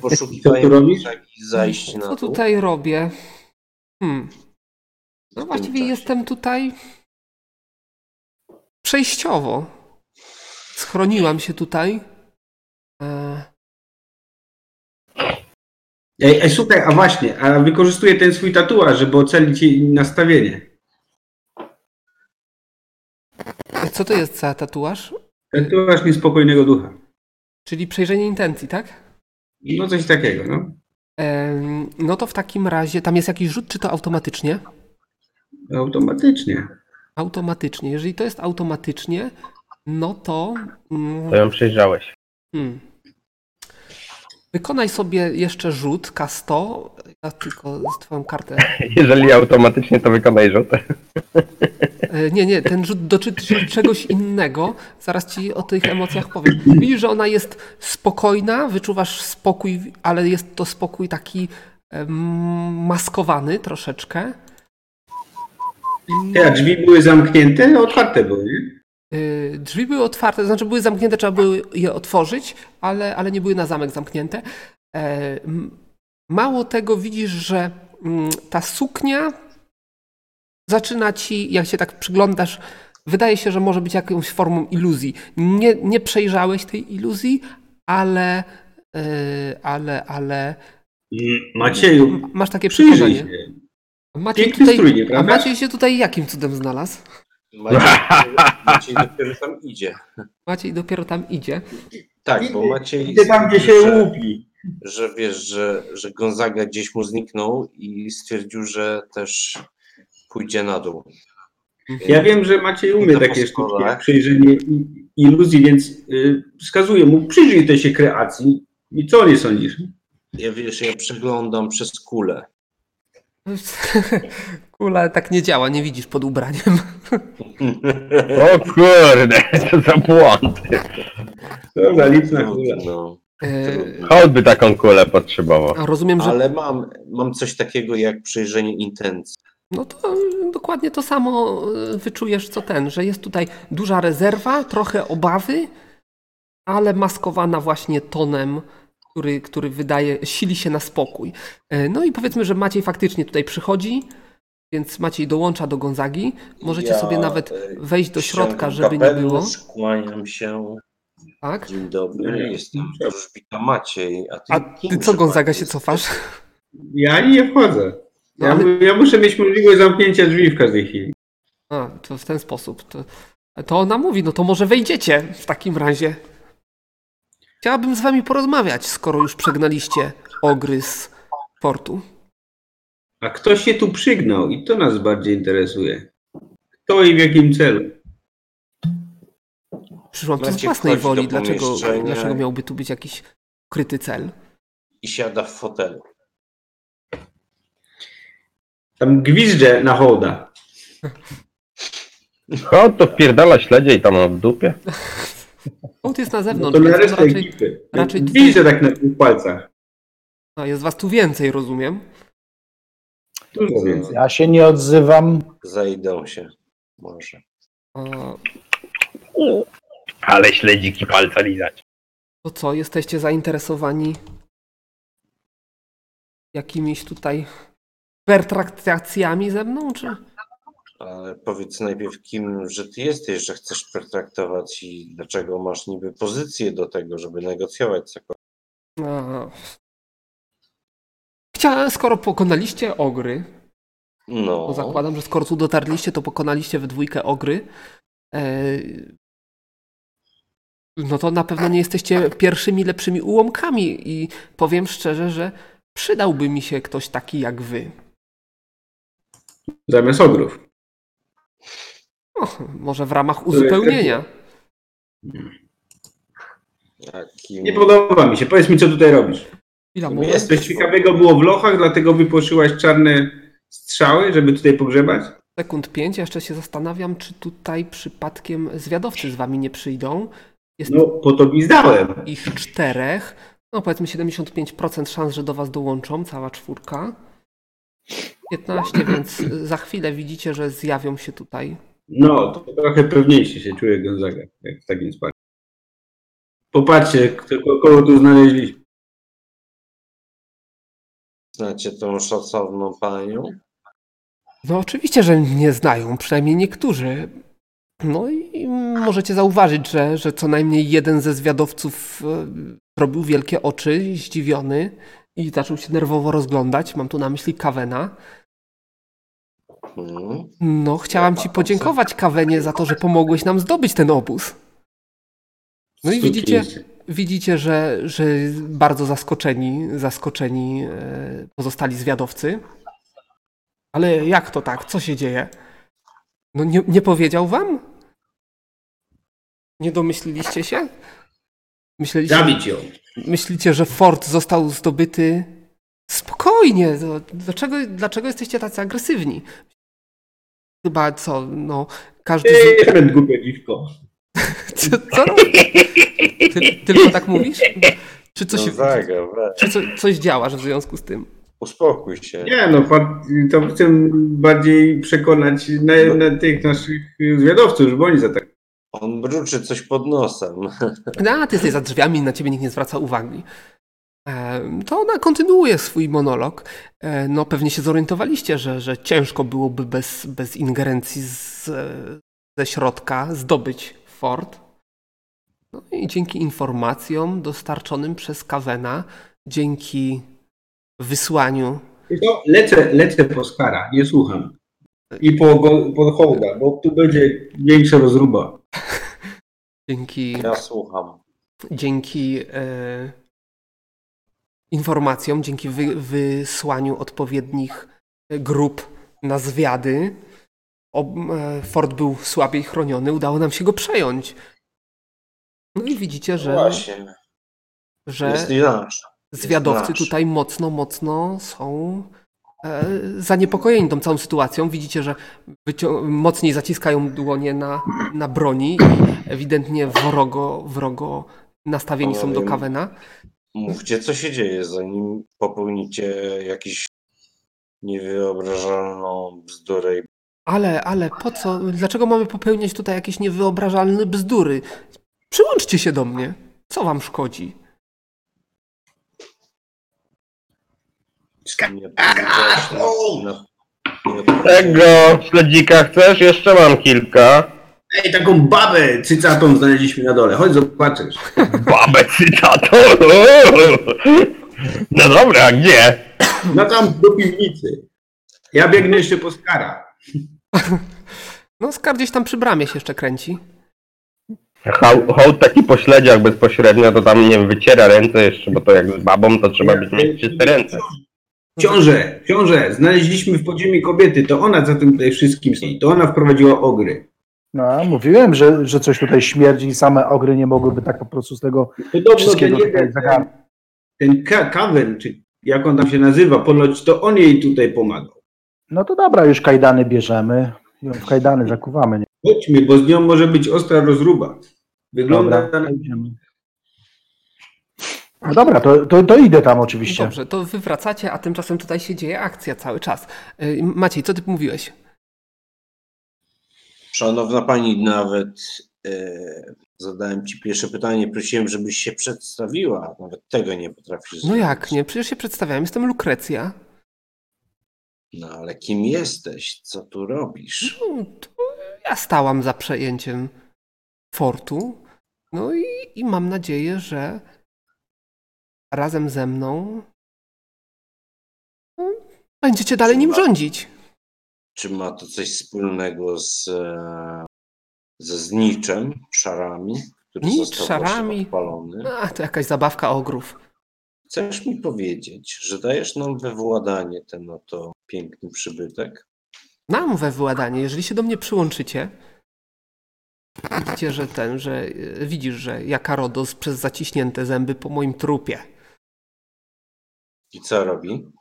B: Co tu robisz?
E: poszukiwałem i zajść na
A: Co
E: dół.
A: tutaj robię? Hmm.
E: w
A: No
E: tym
A: właściwie
E: czasie.
A: jestem tutaj przejściowo. Schroniłam się tutaj. E,
B: Ej, ej, słuchaj, a właśnie, a wykorzystuję ten swój tatuaż, żeby ocalić jej nastawienie.
A: co to jest za tatuaż?
B: Tatuaż niespokojnego ducha.
A: Czyli przejrzenie intencji, tak?
B: No coś takiego, no.
A: Em, no to w takim razie, tam jest jakiś rzut, czy to automatycznie?
B: Automatycznie.
A: Automatycznie. Jeżeli to jest automatycznie, no to. Mm,
D: To ją przejrzałeś.
A: hmm. Wykonaj sobie jeszcze rzut K100. Ja tylko z twoją kartę.
D: <laughs> Jeżeli automatycznie to wykonaj rzut.
A: E, Nie, nie, ten rzut dotyczy się czegoś innego. Zaraz ci o tych emocjach powiem. Widzisz, że ona jest spokojna, wyczuwasz spokój, ale jest to spokój taki em, maskowany troszeczkę. I-
B: Te a drzwi były zamknięte, otwarte były, nie?
A: Y, Drzwi były otwarte, to znaczy były zamknięte, trzeba było je otworzyć, ale, ale nie były na zamek zamknięte. E, m- Mało tego widzisz, że mm, ta suknia zaczyna ci, jak się tak przyglądasz, wydaje się, że może być jakąś formą iluzji. Nie, nie przejrzałeś tej iluzji, ale, y, ale, ale
B: Mm, Macieju,
A: m- masz takie
B: przyjrzyj
A: przekonanie.
B: się.
A: Maciej
B: Piękny
A: tutaj,
B: strój,
A: a
B: nieprawda?
A: Maciej się tutaj jakim cudem znalazł?
E: Maciej, Maciej dopiero tam idzie.
A: Maciej dopiero tam idzie.
E: Tak, bo Maciej...
B: Idę tam, gdzie się
E: że-
B: łupi.
E: że wiesz, że, że Gonzaga gdzieś mu zniknął i stwierdził, że też pójdzie na dół.
B: Ja wiem, że Maciej umie
E: Idę po
B: takie sztuki
E: schodach.
B: jak przyjrzenie i- iluzji, więc y, wskazuję mu, przyjrzyj tej się kreacji i co o niej sądzisz?
E: Ja wiesz, ja przeglądam przez kulę
A: <laughs> Kula tak nie działa, nie widzisz pod ubraniem.
D: O kurde, <laughs> co za błąd.
B: Dobra, lipna kula.
E: No,
A: E,
B: Eee,
D: Hołd by taką kulę potrzebował.
A: a rozumiem, że
E: ale mam, mam coś takiego jak przejrzenie intencji.
A: No to y, dokładnie to samo y, wyczujesz co ten, że jest tutaj duża rezerwa, trochę obawy, ale maskowana właśnie tonem, który, który wydaje, sili się na spokój. Y, No i powiedzmy, że Maciej faktycznie tutaj przychodzi, więc Maciej dołącza do Gonzagi. Możecie
E: Ja,
A: sobie nawet
E: e,
A: wejść do środka,
E: ściągam
A: żeby nie
E: kapelusz,
A: było.
E: Kłaniam się.
A: Tak?
E: Dzień dobry,
B: Nie.
E: jestem wróżbita Maciej. A ty,
A: A
E: kim,
A: ty co,
E: przepraszam,
A: Gonzaga, się
E: jesteś?
A: cofasz?
B: Ja nie wchodzę.
A: No,
B: Ja,
A: ale-
B: mu- ja muszę mieć możliwość zamknięcia drzwi w każdej chwili.
A: A, to w ten sposób. To, to ona mówi, no to może wejdziecie w takim razie. Chciałabym z wami porozmawiać, skoro już przegnaliście ogrys portu.
B: A kto się tu przygnał i to nas bardziej interesuje. Kto i w jakim celu?
A: Przyszłam tu z
E: Macie
A: własnej
E: wchodzi do
A: woli, dlaczego,
E: pomieszczenia.
A: dlaczego miałby tu być jakiś ukryty cel?
E: I siada w fotelu.
B: Tam gwizdże na hołda.
D: Hołd to wpierdala śledzie i tam ma w dupie.
A: Hołd jest na
B: No
A: zewnątrz,
B: to na
A: więc
B: resztę
A: raczej,
B: ekipy.
A: raczej tutaj-
B: Gwizdże tak na dwóch palcach.
A: a jest was tu więcej, rozumiem.
B: Dużo więcej.
C: Ja się nie odzywam.
E: Zajdą się. Może.
A: A,
D: Ale śledziki palca lizać.
A: to co, jesteście zainteresowani jakimiś tutaj pertraktacjami ze mną, czy?
E: Ale powiedz najpierw, kim, że ty jesteś, że chcesz pertraktować i dlaczego masz niby pozycję do tego, żeby negocjować cokolwiek.
A: A. No. Chcia, skoro pokonaliście ogry, bo
E: No,
A: zakładam, że skoro tu dotarliście, to pokonaliście we dwójkę ogry. E, no to na pewno nie jesteście pierwszymi lepszymi ułomkami i powiem szczerze, że przydałby mi się ktoś taki jak wy.
B: Zamiast ogrów.
A: O, może w ramach uzupełnienia.
E: a kim...
B: Nie podoba mi się. Powiedz mi, co tutaj robisz.
A: Chwila,
E: Nie
A: moment.
E: jest-
B: Coś ciekawego było w lochach, dlatego wypłoszyłaś czarne strzały, żeby tutaj pogrzebać?
A: sekund pięć. Jeszcze się zastanawiam, czy tutaj przypadkiem zwiadowcy z wami nie przyjdą. Jest
B: No, po to gwizdałem.
A: ich czterech. No powiedzmy 75% szans, że do was dołączą, cała czwórka. 15, więc y, za chwilę widzicie, że zjawią się tutaj.
B: No, to trochę pewniejszy się czuje Gonzaga, jak w takim spadku. Popatrzcie, kto, kogo tu znaleźliśmy.
E: Znacie tą szacowną panią?
A: No oczywiście, że nie znają, przynajmniej niektórzy. No i możecie zauważyć, że, że co najmniej jeden ze zwiadowców y, robił wielkie oczy, zdziwiony i zaczął się nerwowo rozglądać. Mam tu na myśli Kawena.
E: Hmm?
A: No, chciałam ci podziękować, Kawenie, za to, że pomogłeś nam zdobyć ten obóz. No i widzicie, widzicie że, że bardzo zaskoczeni, zaskoczeni e, pozostali zwiadowcy. Ale jak to tak? Co się dzieje? No nie, nie powiedział wam? Nie domyśliliście się? Myśleliście,
B: Zabić ją.
A: Myślicie, że fort został zdobyty? Spokojnie, no, dlaczego, dlaczego jesteście tacy agresywni? Chyba co, no, każdy z...
B: Eee, ten głupie dziwko.
A: <laughs> Co, co robisz? Ty, tylko tak mówisz? Czy
E: No
A: coś,
E: Gonzaga, weź.
A: czy co, coś działasz w związku z tym?
E: Uspokój się.
B: Nie no, pan- to chcę bardziej przekonać na, na tych naszych zwiadowców, żeby oni zaatakowali.
E: On bruczy coś pod nosem. <laughs>
A: No, A, ty jesteś za drzwiami, na ciebie nikt nie zwraca uwagi. Em, To ona kontynuuje swój monolog. E, No pewnie się zorientowaliście, że, że ciężko byłoby bez, bez ingerencji z, ze środka zdobyć fort. No i dzięki informacjom dostarczonym przez Kawena, dzięki wysłaniu
B: Wiesz co, No, Lecę, lecę po Skara, nie słucham. I po, go- po Hołda, bo tu będzie większa rozruba.
A: dzięki
E: Ja słucham.
A: dzięki e, informacjom, dzięki wy, wysłaniu odpowiednich e, grup na zwiady, ob, e, fort był słabiej chroniony, udało nam się go przejąć. No i widzicie, że,
E: Właśnie,
A: że
E: jest inaczej.
A: zwiadowcy
E: nasz.
A: tutaj mocno, mocno są e, zaniepokojeni tą całą sytuacją. Widzicie, że wycią- mocniej zaciskają dłonie na, na broni i ewidentnie wrogo, wrogo nastawieni są do Kawena.
E: Mówcie, co się dzieje, zanim popełnicie jakiś niewyobrażalną bzdurę. i-
A: Ale, ale po co? Dlaczego mamy popełniać tutaj jakieś niewyobrażalne bzdury? Przyłączcie się do mnie. Co wam szkodzi?
E: Nie odpowiedziałeś na, na, nie odpowiedziałeś
D: Tego śledzika chcesz? Jeszcze mam kilka.
B: Ej, taką babę cycatą znaleźliśmy na dole. Chodź, zobaczysz.
D: Babę <laughs> cytatu! No dobra, gdzie?
B: No tam do piwnicy. Ja biegnę jeszcze po skara.
A: No, Skar gdzieś tam przy bramie się jeszcze kręci.
D: Ho- Hołd taki po śledziach bezpośrednio, to tam nie wiem, wyciera ręce jeszcze, bo to jak z babą, to trzeba być mieć czyste ręce.
B: Książę, książę, znaleźliśmy w podziemi kobiety. To ona za tym tutaj wszystkim stoi. To ona wprowadziła ogry.
C: No, mówiłem, że, że coś tutaj śmierdzi i same ogry nie mogłyby tak po prostu z tego
B: Podobno No ten
C: wszystkiego tutaj
B: jeden, ten,
C: zagarnąć.
B: ten Ka- Kawen, czy jak on tam się nazywa, ponoć to on jej tutaj pomagał.
C: No to dobra, już kajdany bierzemy. Ją w kajdany zakuwamy. Nie?
B: Chodźmy, bo z nią może być ostra rozruba. Wygląda
C: Dobra,
B: Dobra. na...
C: to idziemy. No dobra, to, to, to idę tam oczywiście.
A: Dobrze, to wy wracacie, a tymczasem tutaj się dzieje akcja cały czas. Y, Maciej, co ty mówiłeś?
E: Szanowna Pani, nawet e, zadałem Ci pierwsze pytanie, prosiłem, żebyś się przedstawiła. Nawet tego nie potrafisz
A: No
E: zrobić.
A: jak nie? Przecież się przedstawiałem, jestem Lukrecja.
E: No ale kim jesteś? Co tu robisz?
A: No, to ja stałam za przejęciem fortu. No i, i mam nadzieję, że razem ze mną no, będziecie dalej nim rządzić.
E: Czy ma to coś wspólnego z, e, ze zniczem, szarami, który
A: Znicz,
E: został właśnie
A: szarami.
E: odpalony?
A: A, to jakaś zabawka ogrów.
E: Chcesz mi powiedzieć, że dajesz nam we władanie ten oto piękny przybytek?
A: Nam we władanie, jeżeli się do mnie przyłączycie, widzicie, że ten, że y, widzisz, że Jakarodos przez zaciśnięte zęby po moim trupie.
E: I co robi?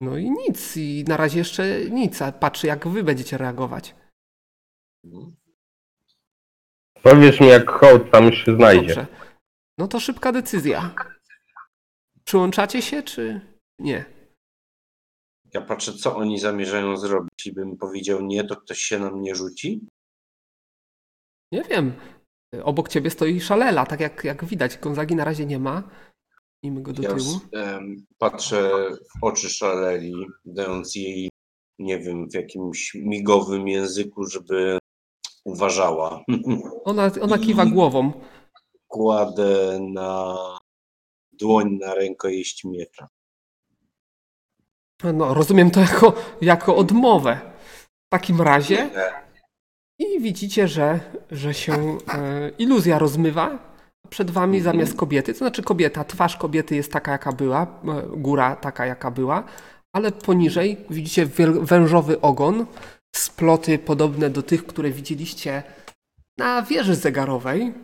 A: No i nic, i na razie jeszcze nic, a patrzy jak wy będziecie reagować.
D: Powiesz mi, jak hołd tam się znajdzie.
A: Dobrze. No to szybka decyzja. Przyłączacie się, czy nie?
E: Ja patrzę, co oni zamierzają zrobić. I bym powiedział nie, to ktoś się na mnie rzuci?
A: Nie wiem. Obok ciebie stoi szalela, tak jak, jak widać. Gonzagi na razie nie ma. Nim go do
E: Ja
A: tyłu.
E: em, patrzę w oczy szaleli, dając jej, nie wiem, w jakimś migowym języku, żeby uważała. <laughs>
A: Ona, ona kiwa głową.
E: Kładę na dłoń na rękojeść miecza.
A: No, rozumiem to jako, jako odmowę. W takim razie. I widzicie, że, że się e, iluzja rozmywa. Przed wami
E: Mhm.
A: zamiast kobiety, to znaczy kobieta, twarz kobiety jest taka, jaka była, e, góra taka, jaka była, ale poniżej widzicie wiel- wężowy ogon, sploty podobne do tych, które widzieliście na wieży zegarowej. E,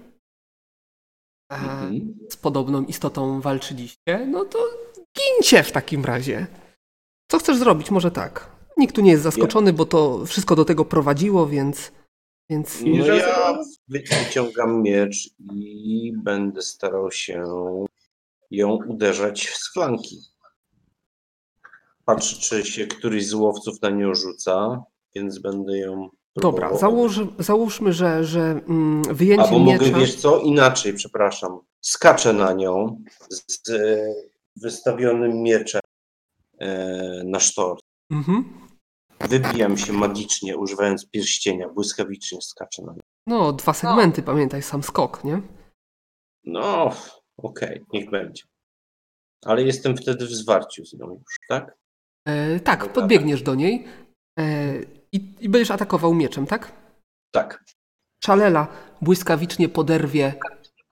E: Mhm.
A: z podobną istotą walczyliście, no to gincie w takim razie. Co chcesz zrobić? Może tak. Nikt tu nie jest zaskoczony, bo to wszystko do tego prowadziło, więc. więc
E: No
B: Że-
E: ja wy- wyciągam miecz i będę starał się ją uderzać z flanki. Patrzę, czy się któryś z łowców na nią rzuca, więc będę ją.
A: Dobra,
E: próbował.
A: założ, załóżmy, że, że mm, wyjęcie
E: Albo
A: miecza.
E: mogę, wiesz co, inaczej, przepraszam. Skaczę na nią z e, wystawionym mieczem e, na sztor.
A: Mhm.
E: Wybijam się magicznie, używając pierścienia, błyskawicznie skaczę na nią.
A: No, dwa segmenty, pamiętaj, sam skok, nie?
E: No, okej, niech będzie. Ale jestem wtedy w zwarciu z nią już, tak?
A: E, tak,
E: Dobra.
A: podbiegniesz do niej e, i, i będziesz atakował mieczem, tak?
E: Tak.
A: Szalela błyskawicznie poderwie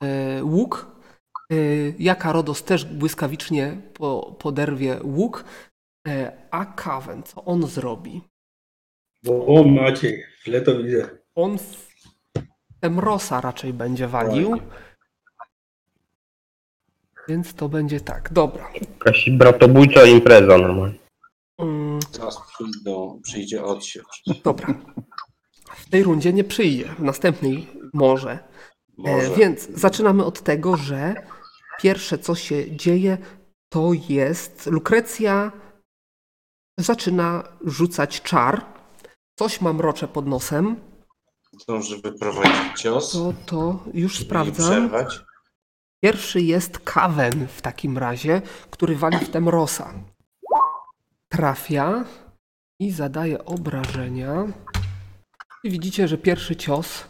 A: e, łuk. E, Jaka Rodos też błyskawicznie po, poderwie łuk. E, a Kawen, co on zrobi?
B: Bo o Maciej, źle to widzę.
A: On w Emrosa raczej będzie walił. Więc to będzie tak, dobra.
D: Jakaś bratobójcza impreza normalnie.
A: Mm,
E: Zaraz przyjdą, przyjdzie odsiew.
A: Dobra. W tej rundzie nie przyjdzie, w następnej może. E,
E: Może.
A: Więc zaczynamy od tego, że pierwsze co się dzieje to jest Lukrecja zaczyna rzucać czar. Coś ma mrocze pod nosem.
E: Zdąży wyprowadzić cios
A: To to już
E: i
A: sprawdzam.
E: przerwać.
A: Pierwszy jest Kawen w takim razie, który wali w Temrosa. Trafia i zadaje obrażenia. I widzicie, że pierwszy cios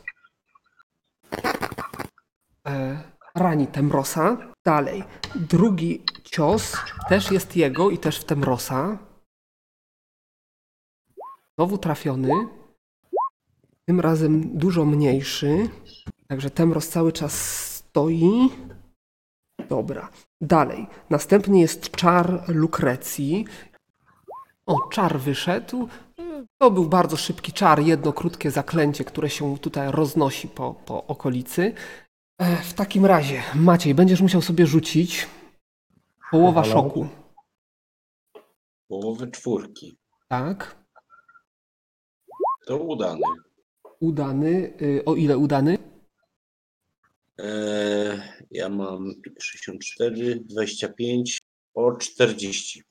A: e, rani Temrosa. Dalej. Drugi cios też jest jego i też w Temrosa. Znowu trafiony. Tym razem dużo mniejszy. Także Temros cały czas stoi. Dobra. Dalej. Następny jest czar Lukrecji. O, czar wyszedł. To był bardzo szybki czar, jedno krótkie zaklęcie, które się tutaj roznosi po, po okolicy. E, W takim razie, Maciej, będziesz musiał sobie rzucić połowa
C: Powala.
A: szoku.
E: Połowy czwórki.
A: Tak.
E: To udany.
A: Udany. y, O ile udany?
E: Eee, ja mam 64, 25, o 40.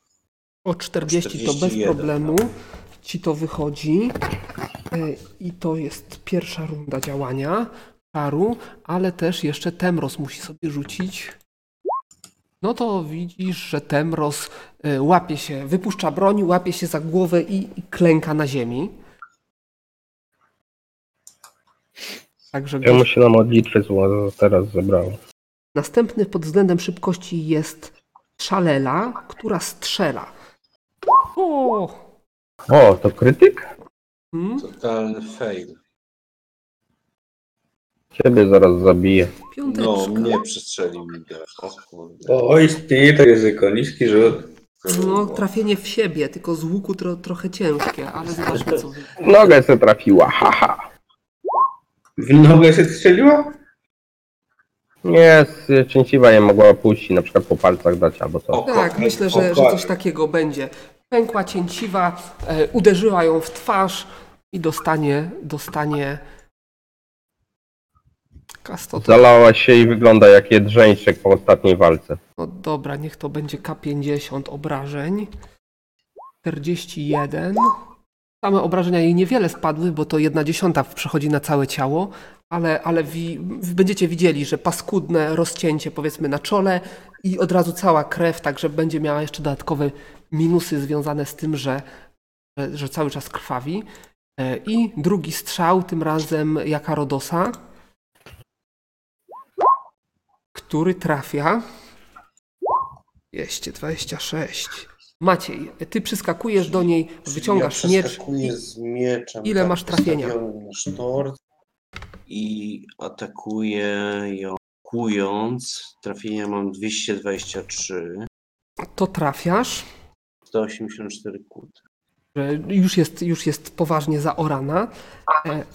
A: O 40 to bez
E: 41,
A: problemu. Ci to wychodzi. E, I to jest pierwsza runda działania czaru, ale też jeszcze Temros musi sobie rzucić. No to widzisz, że Temros e, łapie się, wypuszcza broń, łapie się za głowę i, i klęka na ziemi. Także go
D: Czemu się na modlitwę zło teraz zebrało?
A: Następny pod względem szybkości jest szalela, która strzela. O!
D: O, to krytyk?
A: Hmm?
E: Totalny fail.
D: Ciebie zaraz zabiję.
A: Piąteczka. Tak,
E: No, mnie przestrzelił mi go. O kurde.
B: O, istnieje to ryzyko, niski rzut.
A: No, trafienie w siebie, tylko z łuku tro, trochę ciężkie, ale zobaczmy
E: <laughs>
A: co wy.
D: Nogę se trafiła, haha.
B: W nogę się strzeliła?
D: Nie, z- szczęśliwa je mogła pójść i na przykład po palcach dać albo co.
E: O,
A: Tak,
E: kochaj,
A: myślę, że, że
B: kochaj.
A: coś takiego będzie. Pękła cięciwa, e, uderzyła ją w twarz i dostanie, dostanie... Kasto,
D: Zalała się i wygląda jak jedrzeńczyk po ostatniej walce.
A: No dobra, niech to będzie K50 obrażeń. 41. Same obrażenia jej niewiele spadły, bo to jedna dziesiąta przechodzi na całe ciało, ale, ale wi, będziecie widzieli, że paskudne rozcięcie powiedzmy na czole i od razu cała krew, także będzie miała jeszcze dodatkowe minusy związane z tym, że, że, że cały czas krwawi. E, I drugi strzał, tym razem jaka Rodosa, który trafia. 226. Maciej, ty przyskakujesz do niej, wyciągasz
E: ja
A: miecz.
E: przeskakuję
A: i-
E: z mieczem.
A: Ile masz trafienia?
E: wstawiony na sztort I atakuję ją kując. Trafienia mam 223.
A: To trafiasz.
E: 184 kut.
A: że już jest, już jest poważnie zaorana. E,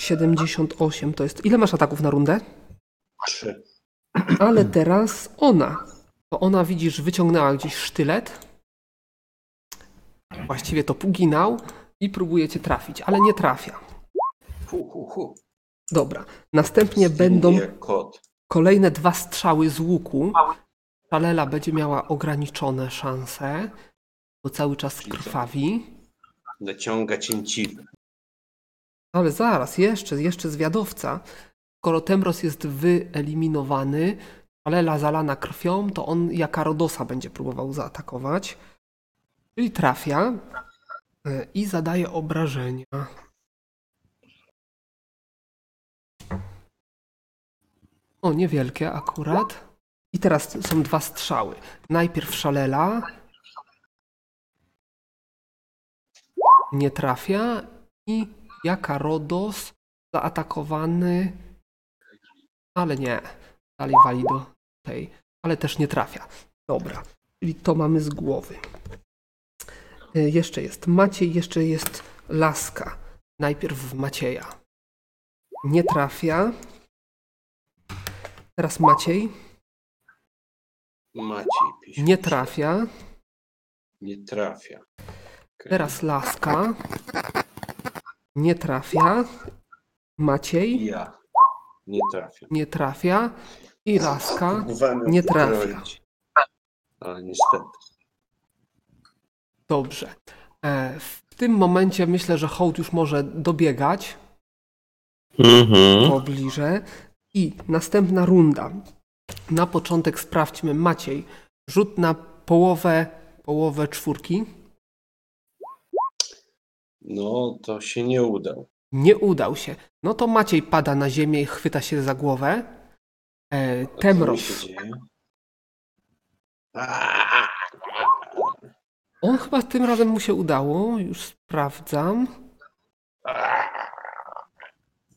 A: 78 to jest. Ile masz ataków na rundę?
E: 3.
A: Ale teraz ona. Bo ona widzisz, wyciągnęła gdzieś sztylet. Właściwie to puginał i próbuje cię trafić, ale nie trafia.
E: Hu, hu, hu.
A: Dobra. Następnie
E: Zginie
A: będą
E: jak kot.
A: kolejne dwa strzały z łuku. Talela będzie miała ograniczone szanse, bo cały czas krwawi.
E: Naciąga cięciwę.
A: Ale zaraz, jeszcze, jeszcze zwiadowca. Skoro Temros jest wyeliminowany, Alela zalana krwią, to on jaka Rodosa będzie próbował zaatakować. Czyli trafia y, i zadaje obrażenia. O, niewielkie akurat. I teraz są dwa strzały. Najpierw Szalela. Nie trafia i jaka Rodos zaatakowany, ale nie, dalej wali do tej, ale też nie trafia. Dobra, czyli to mamy z głowy. Y, Jeszcze jest Maciej, jeszcze jest Laska. Najpierw w Macieja. Nie trafia. Teraz Maciej.
E: Maciej pisze.
A: Nie trafia.
E: Nie trafia.
A: Teraz laska. Nie trafia. Maciej
E: Ja. Nie trafię.
A: nie trafia. I laska.
E: Próbowałem ją
A: nie trafia.
E: pokroić, Ale niestety.
A: Dobrze. E, W tym momencie myślę, że hołd już może dobiegać.
D: Mhm.
A: pobliżej. I następna runda. Na początek sprawdźmy. Maciej, rzut na połowę, połowę czwórki.
E: No, to się nie udał.
A: Nie udał się. No to Maciej pada na ziemię i chwyta się za głowę. E,
E: A co mi się
A: Temrow.
E: dzieje? Aaa!
A: On chyba tym razem mu się udało. Już sprawdzam.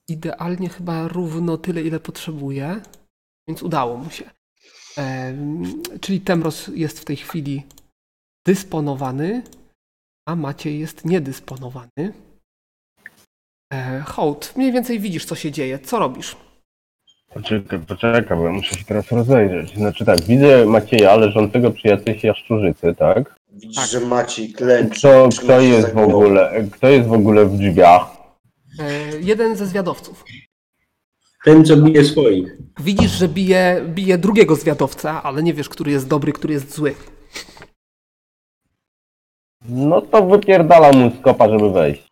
A: Idealnie chyba równo tyle, ile potrzebuje. Więc udało mu się. Em, czyli Temros jest w tej chwili dysponowany, a Maciej jest niedysponowany. E, Hołd, mniej więcej widzisz, co się dzieje. Co robisz?
D: Poczekaj, poczekaj, bo ja muszę się teraz rozejrzeć. Znaczy tak, widzę Macieja leżącego przy jakiejś jaszczurzycy, tak?
E: Widzisz,
A: Tak.
E: że Maciej klęczy.
D: Kto,
E: trzyma
D: kto
E: się
D: jest
E: za
D: w
E: głowę.
D: ogóle, kto jest w ogóle w drzwiach?
A: E, jeden ze zwiadowców.
B: Ten, co bije swoich.
A: Widzisz, że bije, bije drugiego zwiadowca, ale nie wiesz, który jest dobry, który jest zły.
D: No to wypierdala mu z kopa, żeby wejść.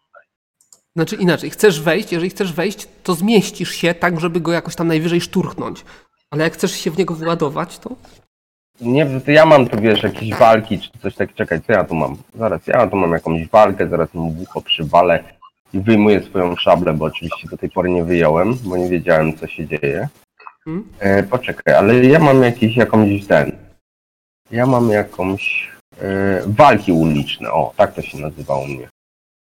A: Znaczy inaczej, chcesz wejść, jeżeli chcesz wejść, to zmieścisz się tak, żeby go jakoś tam najwyżej szturchnąć. Ale jak chcesz się w niego wyładować, to
D: Nie, to ja mam tu, wiesz, jakieś walki czy coś tak. Czekaj, co ja tu mam? Zaraz, ja tu mam jakąś walkę, zaraz mu w ucho przywalę i wyjmuję swoją szablę, bo oczywiście do tej pory nie wyjąłem, bo nie wiedziałem, co się dzieje.
A: Hmm?
D: E, poczekaj, ale ja mam jakiś, jakąś ten... Ja mam jakąś... E, walki uliczne, o, tak to się nazywa u mnie.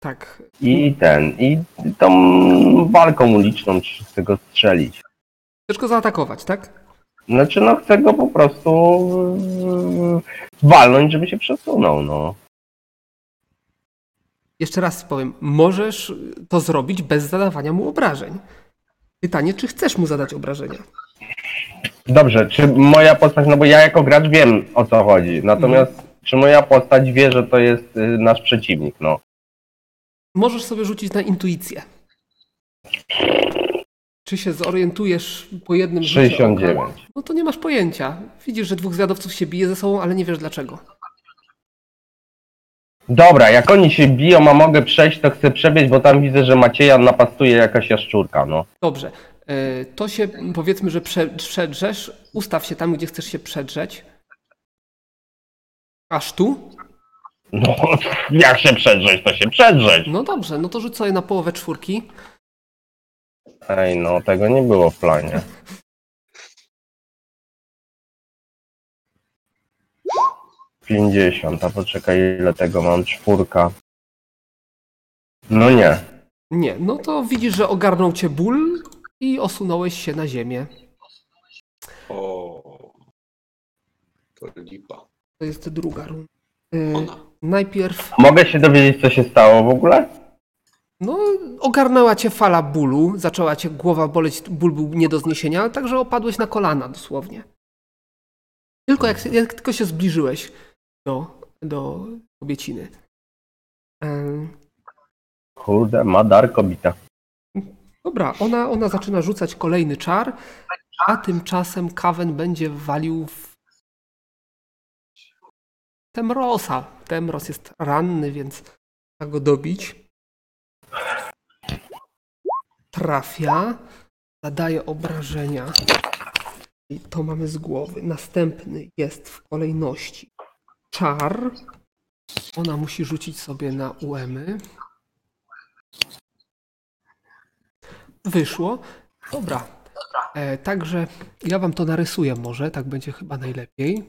A: tak.
D: I ten, i tą walką uliczną czy chcę go strzelić.
A: Chcesz go zaatakować, tak?
D: Znaczy no chcę go po prostu mm, walnąć, żeby się przesunął, no.
A: Jeszcze raz powiem, możesz to zrobić bez zadawania mu obrażeń. Pytanie, czy chcesz mu zadać obrażenia?
D: Dobrze, czy moja postać, no bo ja jako gracz wiem o co chodzi, natomiast czy moja postać wie, że to jest y, nasz przeciwnik, no.
A: Możesz sobie rzucić na intuicję. Czy się zorientujesz po jednym rzucie oka?
D: 69.
A: No to nie masz pojęcia. Widzisz, że dwóch zwiadowców się bije ze sobą, ale nie wiesz dlaczego.
D: Dobra, jak oni się biją, a mogę przejść, to chcę przebiec, bo tam widzę, że Macieja napastuje jakaś jaszczurka, no.
A: Dobrze. E, To się powiedzmy, że prze, przedrzesz. Ustaw się tam, gdzie chcesz się przedrzeć. Aż tu?
D: No, <laughs> jak się przedrzeć, to się przedrzeć.
A: No dobrze, no to rzuć sobie na połowę czwórki.
D: Ej, no, tego nie było w planie. Pięćdziesiąt, a poczekaj, ile tego mam? Czwórka. No nie.
A: Nie, no to widzisz, że ogarnął cię ból i osunąłeś się na ziemię.
E: O. To lipa.
A: To jest druga runda. E,
E: Ona.
A: Najpierw,
D: Mogę się dowiedzieć, co się stało w ogóle?
A: no, ogarnęła cię fala bólu, zaczęła cię głowa boleć, ból był nie do zniesienia, ale także opadłeś na kolana dosłownie. Tylko jak, jak tylko się zbliżyłeś do, do kobieciny. E,
D: Kurde, ma dar kobita.
A: Dobra, ona, ona zaczyna rzucać kolejny czar, a tymczasem Kawen będzie walił w Temrosa. Temros jest ranny, więc trzeba go dobić. Trafia, zadaje obrażenia. I to mamy z głowy. Następny jest w kolejności czar. Ona musi rzucić sobie na uemy. Wyszło. Dobra. E, także ja wam to narysuję może, tak będzie chyba najlepiej.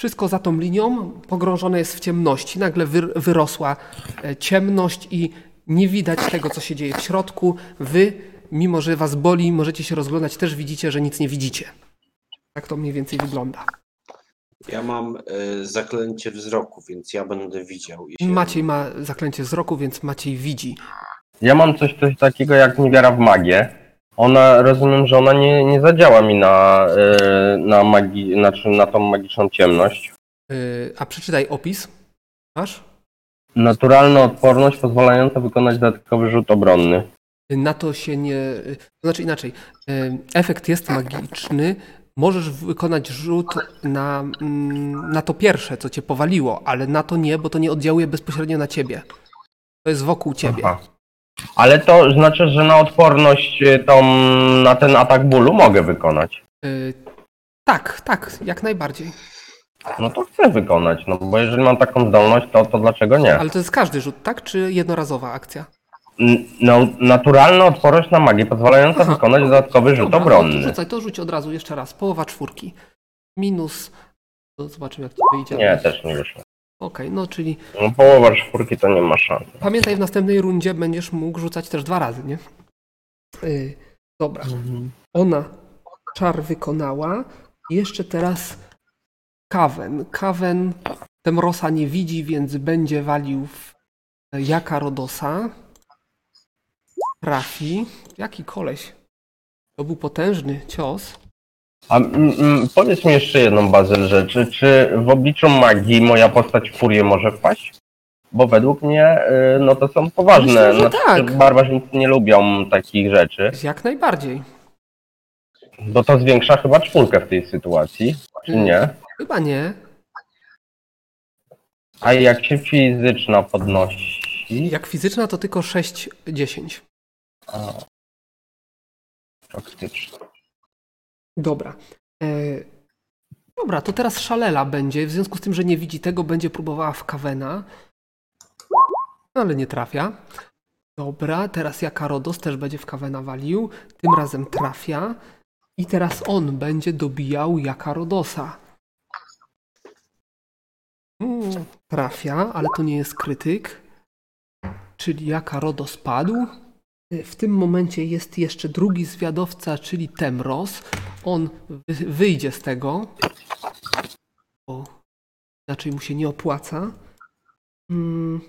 A: Wszystko za tą linią pogrążone jest w ciemności. Nagle wy, wyrosła e, ciemność i nie widać tego, co się dzieje w środku. Wy, mimo że was boli, możecie się rozglądać, też widzicie, że nic nie widzicie. Tak to mniej więcej wygląda.
E: Ja mam y, zaklęcie wzroku, więc ja będę widział. jeśli-
A: Maciej ma zaklęcie wzroku, więc Maciej widzi.
D: Ja mam coś, coś takiego jak niewiara w magię. Ona, rozumiem, że ona nie, nie zadziała mi na, yy, na, magi,
A: E,
D: znaczy na tą magiczną ciemność.
A: Y, a przeczytaj opis. Masz?
D: Naturalna odporność pozwalająca wykonać dodatkowy rzut obronny.
A: Na to się nie. To znaczy inaczej. y, Efekt jest magiczny. Możesz wykonać rzut na, mm, na to pierwsze, co cię powaliło, ale na to nie, bo to nie oddziałuje bezpośrednio na ciebie. To jest wokół ciebie.
D: Aha. Ale to znaczy, że na odporność y, tą, na ten atak bólu mogę wykonać.
A: Y, tak, tak, jak najbardziej.
D: No to chcę wykonać, no bo jeżeli mam taką zdolność, to, to dlaczego nie?
A: Ale to jest każdy rzut, tak? Czy jednorazowa akcja?
D: N- No, naturalna odporność na magię pozwalająca
A: Aha.
D: wykonać dodatkowy rzut
A: Dobra, no to
D: obronny.
A: rzucaj, to rzuć od razu jeszcze raz. Połowa czwórki. Minus. No, zobaczymy, jak to wyjdzie.
D: Nie, też nie wyszło.
A: Okej, no czyli
D: No, połowa czwórki to nie ma szans.
A: pamiętaj, w następnej rundzie będziesz mógł rzucać też dwa razy, nie? Y, dobra. Ona czar wykonała. Jeszcze teraz Kawen. Kawen Temrosa nie widzi, więc będzie walił w e, Jaka Rodosa. Trafi. Jaki koleś. To był potężny cios.
D: A mm, mm, powiedz mi jeszcze jedną bazę rzeczy. Czy w obliczu magii moja postać w furię może wpaść? Bo według mnie, y, no to są poważne.
A: Myślę, że
D: znaczy,
A: tak.
D: Barbarzyńcy nie lubią takich rzeczy.
A: Jak najbardziej.
D: Bo to zwiększa chyba czwórkę w tej sytuacji, czy
A: Mm.
D: nie?
A: Chyba nie.
D: A jak się fizyczna podnosi?
A: Jak fizyczna to tylko 6-10.
D: A. Faktyczna.
A: Dobra. E, dobra, to teraz szalela będzie. W związku z tym, że nie widzi tego, będzie próbowała w kawena. Ale nie trafia. Dobra, teraz jaka Rodos też będzie w kawena walił. Tym razem trafia. I teraz on będzie dobijał jaka Rodosa. Mm, Trafia, ale to nie jest krytyk. Czyli jaka Rodos padł. E, W tym momencie jest jeszcze drugi zwiadowca, czyli Temros. On wy- wyjdzie z tego, bo inaczej mu się nie opłaca. Mm.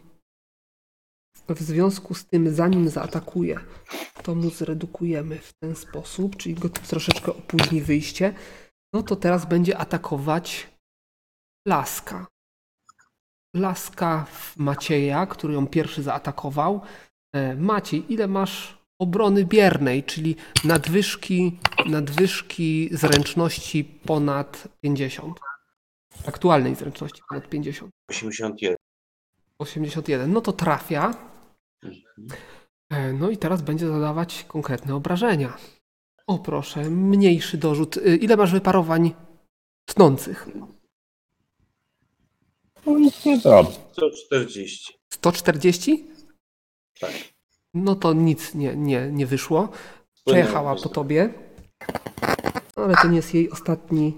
A: W związku z tym, zanim zaatakuje, to mu zredukujemy w ten sposób, czyli go troszeczkę opóźni wyjście. No to teraz będzie atakować Laska. Laska w Macieja, który ją pierwszy zaatakował. E, Maciej, ile masz obrony biernej, czyli nadwyżki, nadwyżki zręczności ponad 50? Aktualnej zręczności ponad 50.
E: 81.
A: 81. No to trafia. E, No i teraz będzie zadawać konkretne obrażenia. O proszę, mniejszy dorzut. Y, Ile masz wyparowań tnących?
D: No nic nie zrobi.
E: 140.
A: 140?
E: Tak.
A: No to nic nie, nie, nie wyszło.
E: Płynęło
A: Przejechała po
E: prostu.
A: tobie. Ale to nie jest jej ostatni,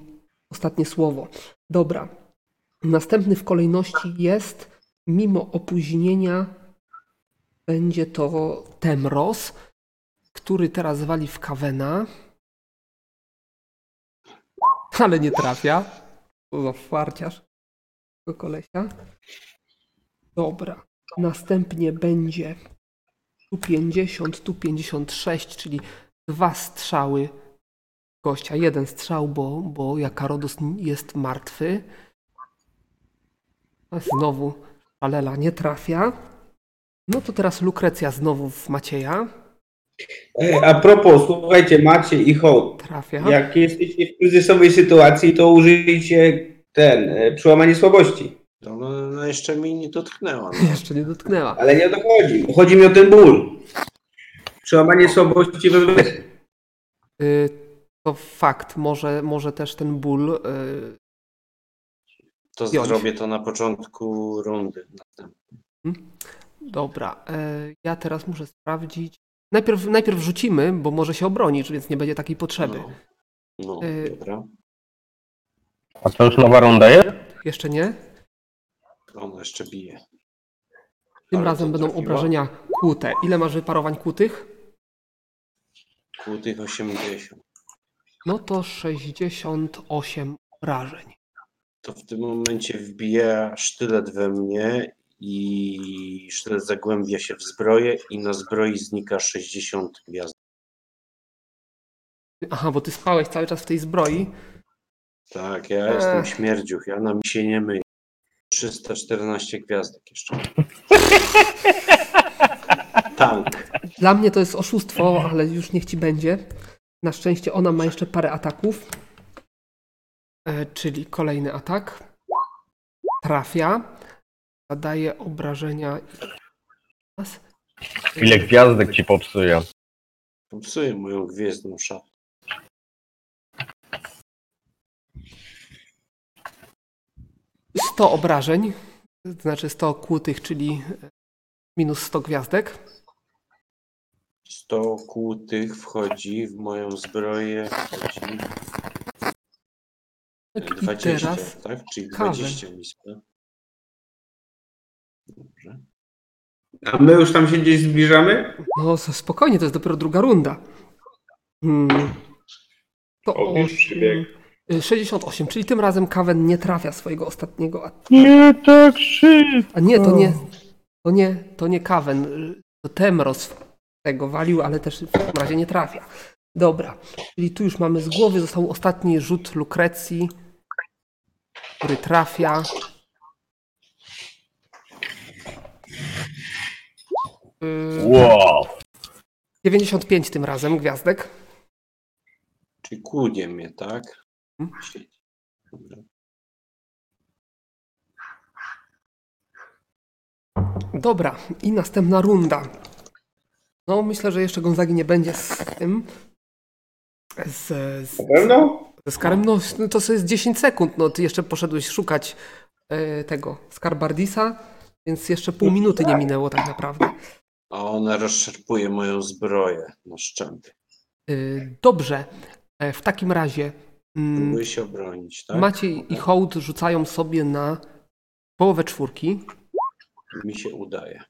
A: ostatnie słowo. Dobra. Następny w kolejności jest, mimo opóźnienia, będzie to Temros, który teraz wali w Kawena. Ale nie trafia. Co za farciarz. Tego kolesia. Dobra. Następnie będzie tu 50, tu 56, czyli dwa strzały gościa. Jeden strzał, bo, bo Jakarodos jest martwy. A Znowu Alela nie trafia. No to teraz Lukrecja znowu w Macieja.
B: Ej, A propos, słuchajcie, macie i hołd.
A: Trafia.
B: Jak jesteście w kryzysowej sytuacji, to użyjcie ten, e, przełamanie słabości.
E: No, no, no jeszcze mi nie dotknęła. No.
A: <laughs> Jeszcze nie dotknęła.
B: Ale nie o to chodzi. Chodzi mi o ten ból. Przełamanie słabości we wreszcie.
A: Y, to fakt, może, może też ten ból. Y,
E: To
A: Piąć.
E: zrobię to na początku rundy.
A: dobra, y, ja teraz muszę sprawdzić. Najpierw, najpierw rzucimy, bo może się obronisz, więc nie będzie takiej potrzeby.
E: No, no
A: Y,
E: dobra.
D: A to już nowa runda jest?
A: Jeszcze nie?
E: Ona jeszcze bije.
A: Tym
E: Ale
A: razem
E: to
A: będą
E: trafiła.
A: obrażenia kłute. Ile masz wyparowań kłutych?
E: Kół tych 80.
A: No to 68 obrażeń.
E: To w tym momencie wbija sztylet we mnie i sztylet zagłębia się w zbroję i na zbroi znika 60 gwiazd.
A: Aha, bo ty spałeś cały czas w tej zbroi.
E: Tak, ja jestem
A: Ech.
E: śmierdziuch, ja na mi się nie myję. 314 gwiazdek jeszcze.
A: <laughs>
E: Tank.
A: Dla mnie to jest oszustwo, ale już niech ci będzie. Na szczęście ona ma jeszcze parę ataków. E, czyli kolejny atak. Trafia. Zadaje obrażenia. Raz.
D: Chwilę gwiazdek ci popsuje.
E: Popsuję moją gwiezdną szatę.
A: Y, 100 obrażeń. Znaczy 100 kłutych, czyli e, minus 100 gwiazdek.
E: 100 kłutych wchodzi w moją zbroję. Wchodzi
A: Tak, I
E: 20,
A: teraz
E: tak? Czyli
A: kawę.
E: 20 mi spada. Dobrze.
B: A my już tam się gdzieś zbliżamy?
A: No s- spokojnie, to jest dopiero druga runda. Hmm. To
B: Obierz
A: osiem-
B: przybieg.
A: y, 68, czyli tym razem Kawen nie trafia swojego ostatniego. A,
D: Nie tak szybko.
A: a nie, to nie, to nie, to nie Kawen. y, To Temros tego walił, ale też w takim razie nie trafia. Dobra, czyli tu już mamy z głowy, został ostatni rzut Lukrecji, który trafia. Y,
D: Wow.
A: 95 tym razem gwiazdek.
E: Czyli kłódnie mnie, tak?
A: Mhm.
E: Siedzi. Dobra.
A: Dobra, i następna runda. No, myślę, że jeszcze Gonzagi nie będzie z tym. Z, z,
B: Na pewno?
A: ze skarbem. No, no to jest 10 sekund. No, ty jeszcze poszedłeś szukać e, tego skarbardisa, więc jeszcze
E: No,
A: pół minuty nie minęło tak naprawdę.
E: A ona rozszarpuje moją zbroję na szczępy.
A: Y, dobrze, e, w takim razie mm,
E: Próbuje się obronić, tak?
A: Maciej i Hołd rzucają sobie na połowę czwórki.
E: Mi się udaje.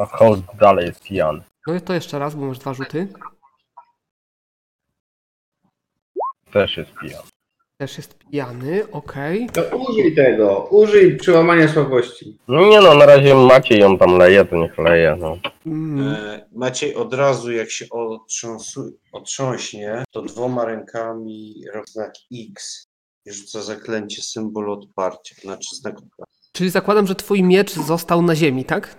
D: A host No dalej jest pijany.
A: No i to jeszcze raz, bo masz dwa rzuty.
D: Też jest pijany.
A: Też jest pijany, okej.
B: To użyj tego, użyj przełamania słabości.
D: Nie no, na razie macie ją tam leje, to niech leje, no.
A: Mm.
E: E, Maciej od razu jak się otrząsu, otrząśnie, to dwoma rękami robi znak X i rzuca zaklęcie symbol odparcia. Znaczy znak odparcia.
A: Czyli zakładam, że twój miecz został na ziemi, tak?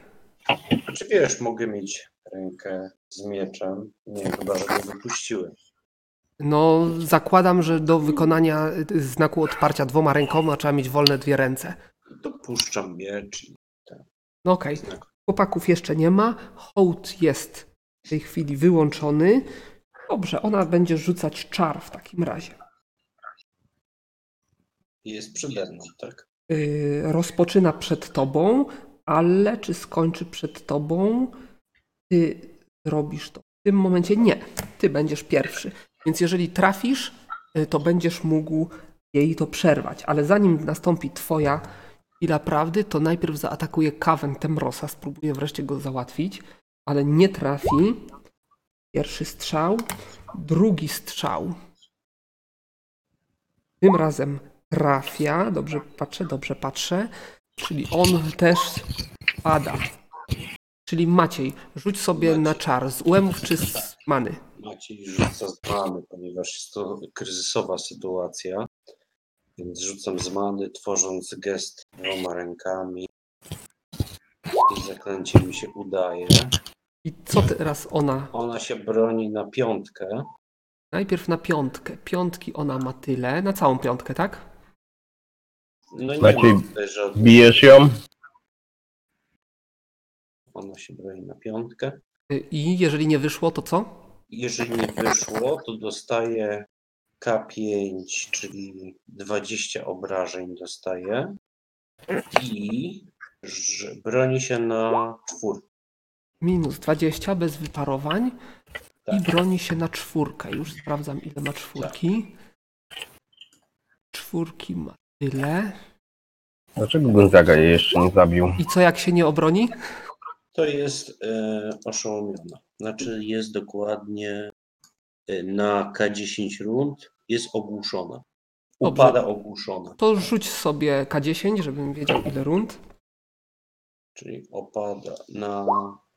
E: Czy wiesz, mogę mieć rękę z mieczem? Nie wiem, chyba, że go wypuściłem.
A: No, zakładam, że do wykonania y, znaku odparcia dwoma rękoma trzeba mieć wolne dwie ręce.
E: Dopuszczam miecz i
A: No okej.
E: znak.
A: Chłopaków jeszcze nie ma. Hołd jest w tej chwili wyłączony. Dobrze, ona będzie rzucać czar w takim razie.
E: Jest przede mną, tak?
A: Yy, rozpoczyna przed tobą, ale czy skończy przed tobą? Ty robisz to. W tym momencie nie. Ty będziesz pierwszy. Więc jeżeli trafisz, yy, to będziesz mógł jej to przerwać. Ale zanim nastąpi twoja chwila prawdy, to najpierw zaatakuje Kawen Temrosa. Spróbuje wreszcie go załatwić, ale nie trafi. Pierwszy strzał. Drugi strzał. Tym razem trafia. Dobrze patrzę, dobrze patrzę. Czyli on też pada. Czyli Maciej, rzuć sobie
E: Maciej.
A: na czar z ułemów czy z many.
E: Maciej rzuca z many, ponieważ jest to kryzysowa sytuacja. Więc rzucam z many, tworząc gest dwoma rękami. I zaklęcie mi się udaje.
A: I co teraz ona?
E: Ona się broni na piątkę.
A: Najpierw na piątkę. Piątki ona ma tyle. Na całą piątkę, tak?
E: No nie
D: Maciej,
E: ma tutaj żadnej.
D: Bijesz ją?
E: Ona się broni na piątkę.
A: Y, I jeżeli nie wyszło, to co?
E: Jeżeli nie wyszło, to dostaje K5, czyli 20 obrażeń dostaje. I że broni się na czwórkę.
A: Minus 20 bez wyparowań.
E: Tak.
A: I broni się na czwórkę. Już sprawdzam, ile ma czwórki. Czwórki ma tyle.
D: Dlaczego Gonzaga jej jeszcze nie zabił?
A: I co, jak się nie obroni?
E: To jest e, oszołomiona. Znaczy jest dokładnie e, na K10 rund jest ogłuszona.
A: Dobrze.
E: Upada ogłuszona.
A: To rzuć sobie K10, żebym wiedział, ile rund.
E: Czyli opada na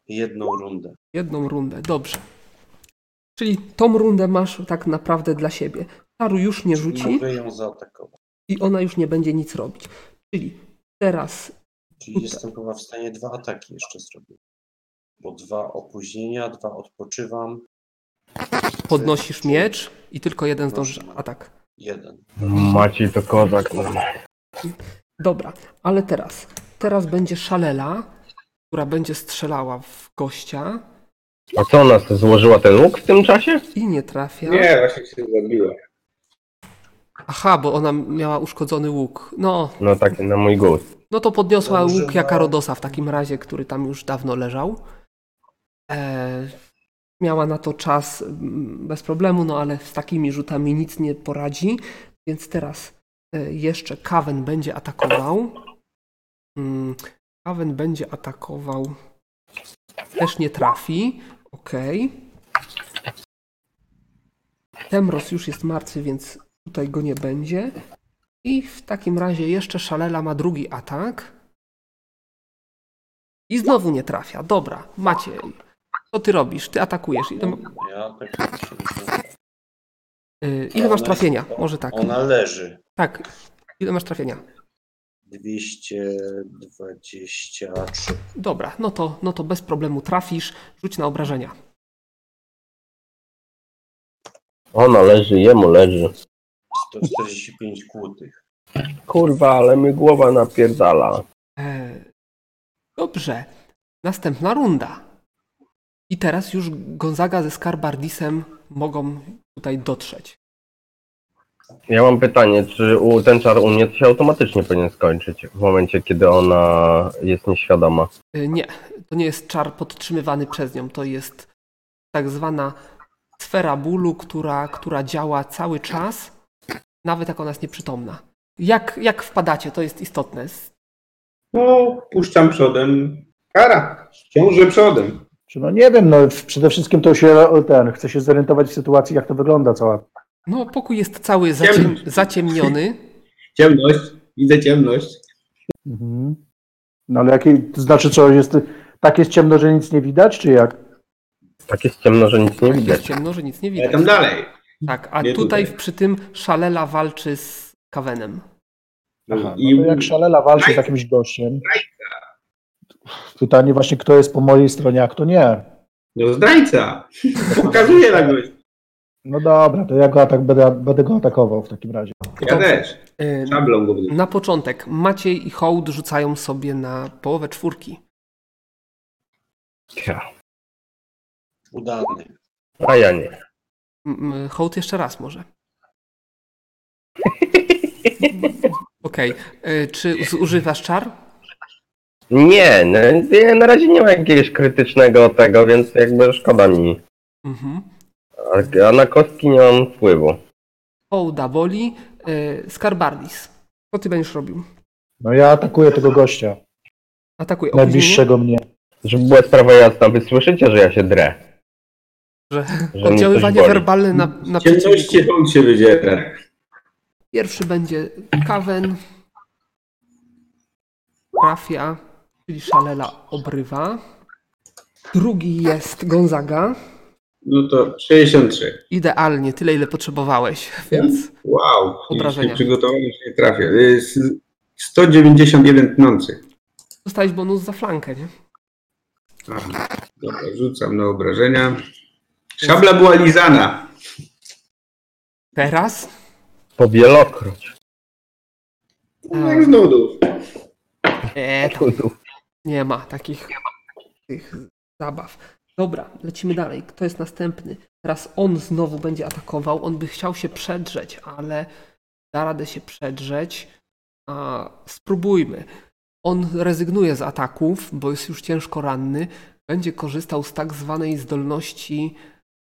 E: jedną rundę.
A: Jedną rundę, dobrze. Czyli tą rundę masz tak naprawdę dla siebie. Taru już nie rzuci
E: Mogę ją zaatakować.
A: i ona już nie będzie nic robić. Czyli Teraz
E: Czyli jestem chyba w stanie dwa ataki jeszcze zrobić. Bo dwa opóźnienia, dwa odpoczywam,
A: podnosisz miecz i tylko jeden zdążysz
E: Proszę.
A: atak.
E: jeden.
D: Maciej to kozak. no.
A: Dobra, ale teraz. Teraz będzie szalela, która będzie strzelała w gościa
D: A co ona to złożyła ten łuk w tym czasie?
A: i nie
C: No.
A: trafia.
B: Nie, właśnie się zabiła.
A: Aha, bo ona miała uszkodzony łuk. No,
D: No tak na mój głos.
A: no to podniosła
E: Dobrze,
A: łuk jaka
E: no.
A: Rodosa w takim razie, który tam już dawno leżał. E, miała na to czas mm, bez problemu, no ale z takimi rzutami nic nie poradzi. Więc teraz e, jeszcze Kawen będzie atakował. Mm, Kawen będzie atakował. Też nie trafi. Okej. Temros już jest martwy, więc tutaj go nie będzie. I w takim razie jeszcze Szalela ma drugi atak. I znowu nie trafia. Dobra, Maciej. Co ty robisz? Ty atakujesz. Ile, ma-
E: Ja tak
A: y, ile masz trafienia? Może tak.
E: Ona leży.
A: Tak. Ile masz trafienia?
E: 223.
A: Dobra, no to, no to bez problemu trafisz. Rzuć na obrażenia.
D: Ona leży, jemu leży.
E: 145 kłutych.
D: Kurwa, ale mi głowa napierdala.
A: E, Dobrze. Następna runda. I teraz już Gonzaga ze Skarbardisem mogą tutaj dotrzeć.
D: Ja mam pytanie, czy u, ten czar u mnie to się automatycznie powinien skończyć w momencie, kiedy ona jest nieświadoma?
A: Y, Nie, to nie jest czar podtrzymywany przez nią. To jest tak zwana sfera bólu, która, która działa cały czas, nawet jak ona jest nieprzytomna. Jak, jak wpadacie, to jest istotne. Z-
B: No, puszczam przodem. Kara, ciąży przodem.
C: Czy no nie wiem, no w- przede wszystkim to się o, ten, chcę się zorientować w sytuacji, jak to wygląda cała.
A: No, pokój jest cały zaciem, zaciemniony.
B: Ciemność, widzę ciemność.
C: Mhm. No ale jakie, to znaczy co, jest, tak jest ciemno, że nic nie widać, czy jak?
D: Tak jest ciemno, że nic nie
A: Tak jest
D: widać.
A: ciemno, że nic nie
B: Ja
A: widać.
B: tam dalej.
A: Tak, a
B: Nie
A: tutaj
B: tutaj.
A: przy tym Szalela walczy z Kawenem.
C: Aha,
B: I
C: no to jak szalela walczy z jakimś gościem. Pytanie właśnie, kto jest po mojej stronie, a kto nie.
B: no zdrajca. Pokazuje na gość.
C: No dobra, to ja go atak, będę, będę go atakował w takim razie.
B: Ja też.
A: Y,
B: Szablą go będę.
A: Na początek Maciej i Hołd rzucają sobie na połowę czwórki.
D: Ja.
E: Udany.
D: A ja nie.
A: M- m, Hołd jeszcze raz może. Okej. Y, Czy używasz czar?
D: Nie, no, ja na razie nie ma jakiegoś krytycznego tego, więc jakby szkoda mi.
A: Mhm.
D: A- A na kostki nie mam wpływu.
A: Hołda boli. Y, Skarbardis. Co ty będziesz robił?
C: No ja atakuję tego gościa,
A: Atakuje opóźnienie.
C: najbliższego mnie.
D: Żeby była sprawa jasna, wy słyszycie, że ja się drę.
A: Że
D: Że mnie coś
A: Oddziaływanie
D: boli.
A: werbalne na, na przeciwniku.
B: Ciemności on się wydziera.
A: Pierwszy będzie Kawen. Trafia, czyli Szalela obrywa. Drugi jest Gonzaga.
B: No to 63.
A: Idealnie, tyle ile potrzebowałeś, więc
B: Wow.
A: Obrażenia.
B: Jeśli przygotowałem się nie trafię. Y, s- 191 tnących.
A: dostałeś bonus za flankę, nie?
B: Aha, Dobra, rzucam na obrażenia. Szabla była lizana.
A: Teraz
D: Po wielokroć.
B: No
A: Tak.
B: Jak z nudów.
A: e, tam nie ma takich tych zabaw. Dobra, lecimy dalej. Kto jest następny? Teraz on znowu będzie atakował. On by chciał się przedrzeć, ale da radę się przedrzeć. A spróbujmy. On rezygnuje z ataków, bo jest już ciężko ranny. Będzie korzystał z tak zwanej zdolności,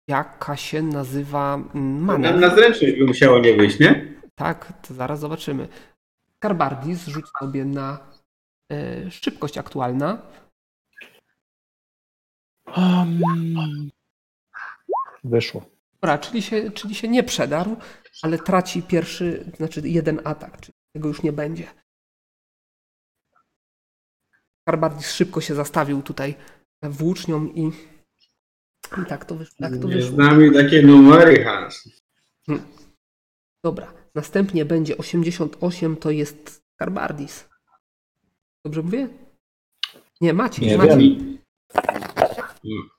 A: jaka się nazywa mm,
B: Nam
A: manewr.
B: na zręczność by musiało nie wyjść, nie?
A: Tak, to zaraz zobaczymy. Karbardis rzuć sobie na e, szybkość aktualna.
C: Wyszło.
A: Dobra, czyli się, czyli się nie przedarł, ale traci pierwszy, znaczy jeden atak, czyli tego już nie będzie. Karbardis szybko się zastawił tutaj włócznią i, i tak to wyszło. Tak to
B: Nie z
A: wyszło.
B: nami takie numery, Hans.
A: Dobra, następnie będzie 88, to jest Karbardis. Dobrze mówię? Nie, Maciej.
B: Nie
A: Maciej.
B: wiem. Hmm.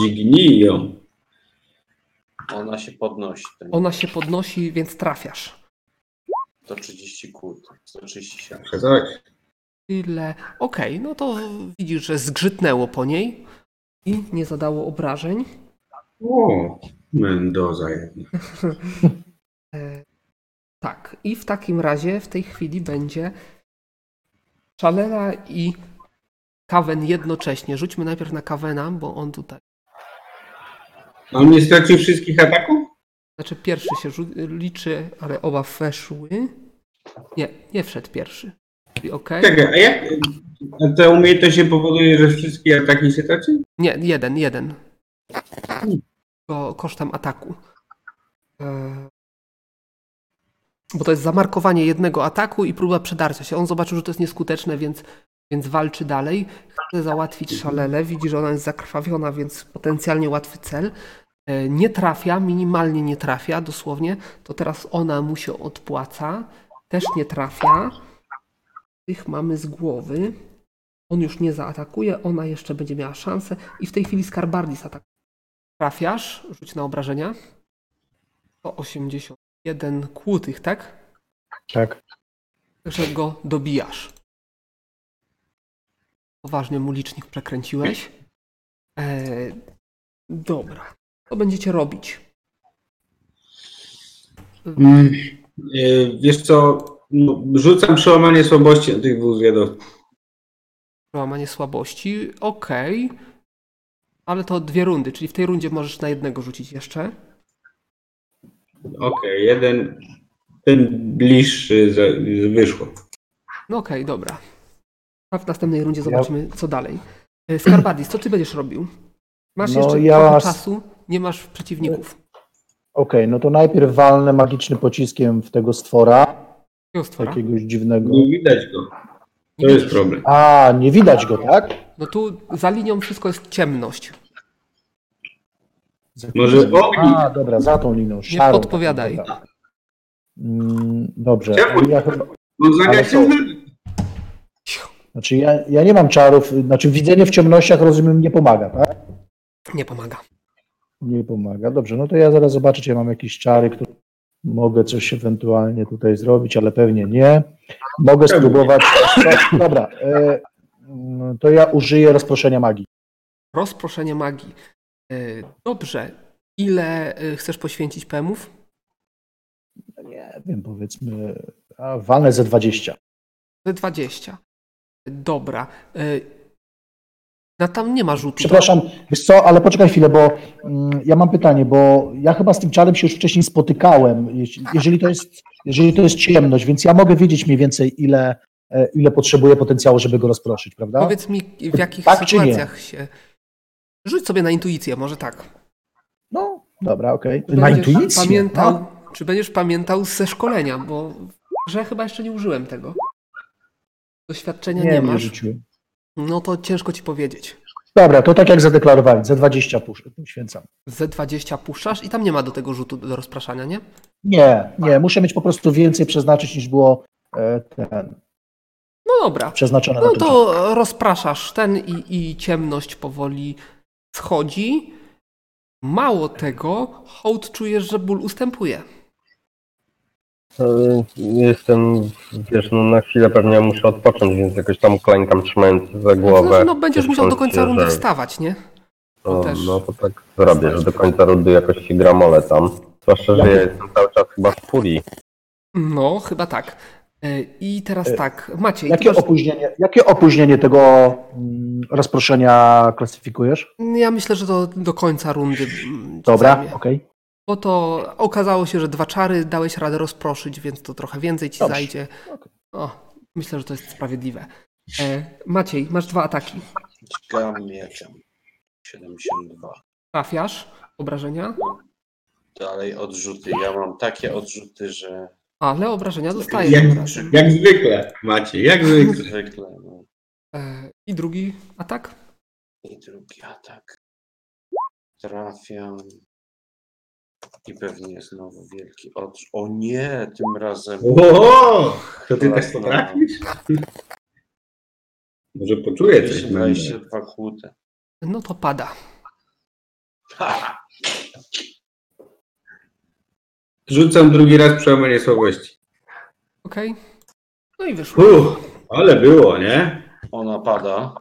B: Dźgnij ją.
E: Ona się podnosi. Ten,
A: Ona się podnosi, więc trafiasz.
E: 130 kłód, 137.
B: Kazałeś.
A: Tyle. Okej, no to widzisz, że zgrzytnęło po niej i nie zadało obrażeń.
B: O, Mendoza jednak.
A: E, tak, i w takim razie w tej chwili będzie Szalena i Kawen jednocześnie. Rzućmy najpierw na Kawena, bo on tutaj.
B: A on nie stracił wszystkich ataków?
A: Znaczy pierwszy się rzu- liczy, ale oba weszły. Nie, nie wszedł pierwszy. Czyli Okej.
B: Czekaj, a jak a ta umiejętność się powoduje, że wszystkie ataki się traci?
A: Nie, jeden, jeden. Tylko kosztem ataku. E, Bo to jest zamarkowanie jednego ataku i próba przedarcia się. On zobaczył, że to jest nieskuteczne, więc, więc walczy dalej. Chce załatwić szalele. Widzi, że ona jest zakrwawiona, więc potencjalnie łatwy cel. E, Nie trafia, minimalnie nie trafia, dosłownie. To teraz ona mu się odpłaca. Też nie trafia. Tych mamy z głowy. On już nie zaatakuje, ona jeszcze będzie miała szansę. I w tej chwili Skarbardis atakuje. Trafiasz, rzuć na obrażenia. 181 kłutych, tak?
C: Tak.
A: Że go dobijasz. Poważnie mu licznik przekręciłeś. Eee, dobra. Co będziecie robić?
B: Mm, e, Wiesz co, no, rzucam przełamanie słabości na tych dwóch zwiadowców.
A: Przełamanie słabości, okej. Ale to dwie rundy, czyli w tej rundzie możesz na jednego rzucić jeszcze.
B: Okej, jeden, ten bliższy za, wyszło.
A: No okej, dobra. A w następnej rundzie zobaczymy, co dalej. E, Skarbadis, co ty będziesz robił? Masz
C: No,
A: jeszcze
C: ja
A: trochę
C: s-
A: czasu, nie masz przeciwników.
C: Okej, no to najpierw walnę magicznym pociskiem w tego stwora,
A: Jakiego stwora?
C: jakiegoś dziwnego.
B: Nie widać go.
A: Nie
B: To jest
A: widzisz.
B: problem.
C: A, nie widać go, tak?
A: No tu za linią wszystko jest ciemność.
B: Może ognik?
C: A, dobra, za tą liną, szarą. taką,
A: podpowiadaj.
C: tak. Mm, Dobrze,
B: Czemu?
C: ja chyba,
B: No zagadź
C: Ale
B: się
C: są.
B: znaleźć.
C: znaczy ja, ja nie mam czarów, znaczy widzenie w ciemnościach rozumiem nie pomaga, tak?
A: Nie pomaga.
C: Nie pomaga. Dobrze, no to ja zaraz zobaczę, czy ja mam jakieś czary, które mogę coś ewentualnie tutaj zrobić, ale pewnie nie. Mogę
B: Pewnie.
C: spróbować. Dobra, e, mm, to ja użyję rozproszenia magii.
A: Rozproszenie magii. E, Dobrze. Ile e, chcesz poświęcić PMów?
C: Nie wiem, powiedzmy, a walnę ze 20.
A: Ze 20. Dobra. E, Na tam nie ma rzutu.
C: Przepraszam, wiesz co, ale poczekaj chwilę, bo mm, ja mam pytanie, bo ja chyba z tym czarem się już wcześniej spotykałem, jeśli- jeżeli to jest, jeżeli to jest ciemność, więc ja mogę wiedzieć mniej więcej, ile, e, ile potrzebuję potencjału, żeby go rozproszyć, prawda?
A: Powiedz mi, w jakich
C: Tak czy nie?
A: sytuacjach się... Rzuć sobie na intuicję, może tak.
C: No, dobra, okej.
A: Czy
C: Na
A: będziesz
C: intuicję.
A: Pamiętał,
C: no.
A: Czy będziesz pamiętał ze szkolenia, bo że chyba jeszcze nie użyłem tego. Doświadczenia nie, masz,
C: rzuciłem.
A: no to ciężko ci powiedzieć.
C: Dobra, to tak jak zadeklarowałem, za No, 20 pusz, poświęcam.
A: Z20 puszczasz i tam nie ma do tego rzutu do rozpraszania, nie?
C: Nie,
A: Tak.
C: nie, muszę mieć po prostu więcej przeznaczyć niż było e, ten,
A: No dobra.
C: przeznaczone
A: No
C: na ten czas.
A: to rozpraszasz ten i, i ciemność powoli schodzi. Mało tego, hołd czujesz, że ból ustępuje. Tak,
D: E, Jestem, wiesz, no na chwilę pewnie muszę odpocząć, więc jakoś tam klękam trzymając za głowę.
A: Znaczy, no będziesz musiał do
D: Ciesząc
A: końca
D: się,
A: rundy
D: że-
A: wstawać, nie?
D: No,
A: też.
D: no to tak zrobię, że do końca rundy jakoś się gramole tam. Zwłaszcza, że ja jestem cały czas chyba w puli.
A: No, chyba tak. E, I teraz
C: E,
A: tak, Maciej, ty
C: Jakie
A: masz...
C: opóźnienie, jakie opóźnienie tego mm, rozproszenia klasyfikujesz?
A: ja myślę, że to do końca rundy. mm, ci
C: Dobra,
A: zajmie.
C: okej.
A: Bo to okazało się, że dwa czary dałeś radę rozproszyć, więc to trochę więcej ci
C: Dobrze.
A: zajdzie.
C: Okej.
A: O, myślę, że to jest sprawiedliwe. E, Maciej, masz dwa ataki.
E: Dźgam mieczem. 72.
A: Trafiasz, obrażenia,
E: Dalej odrzuty. Ja mam takie odrzuty, że
A: ale obrażenia dostajesz.
B: Jak,
A: tym razem.
B: jak zwykle, Maciej, jak zwykle.
E: zwykle. No.
A: E, I drugi atak.
E: I drugi atak. Trafiam. I pewnie znowu wielki odrzut. <laughs> O nie, tym razem.
B: tak O, to ty też potrafisz? Może poczuję coś. będę.
E: 22 kłute.
A: No to pada.
B: Rzucam drugi raz przełamanie słabości.
A: Okej? No i wyszło.
B: Uff, ale było, nie?
E: Ona pada.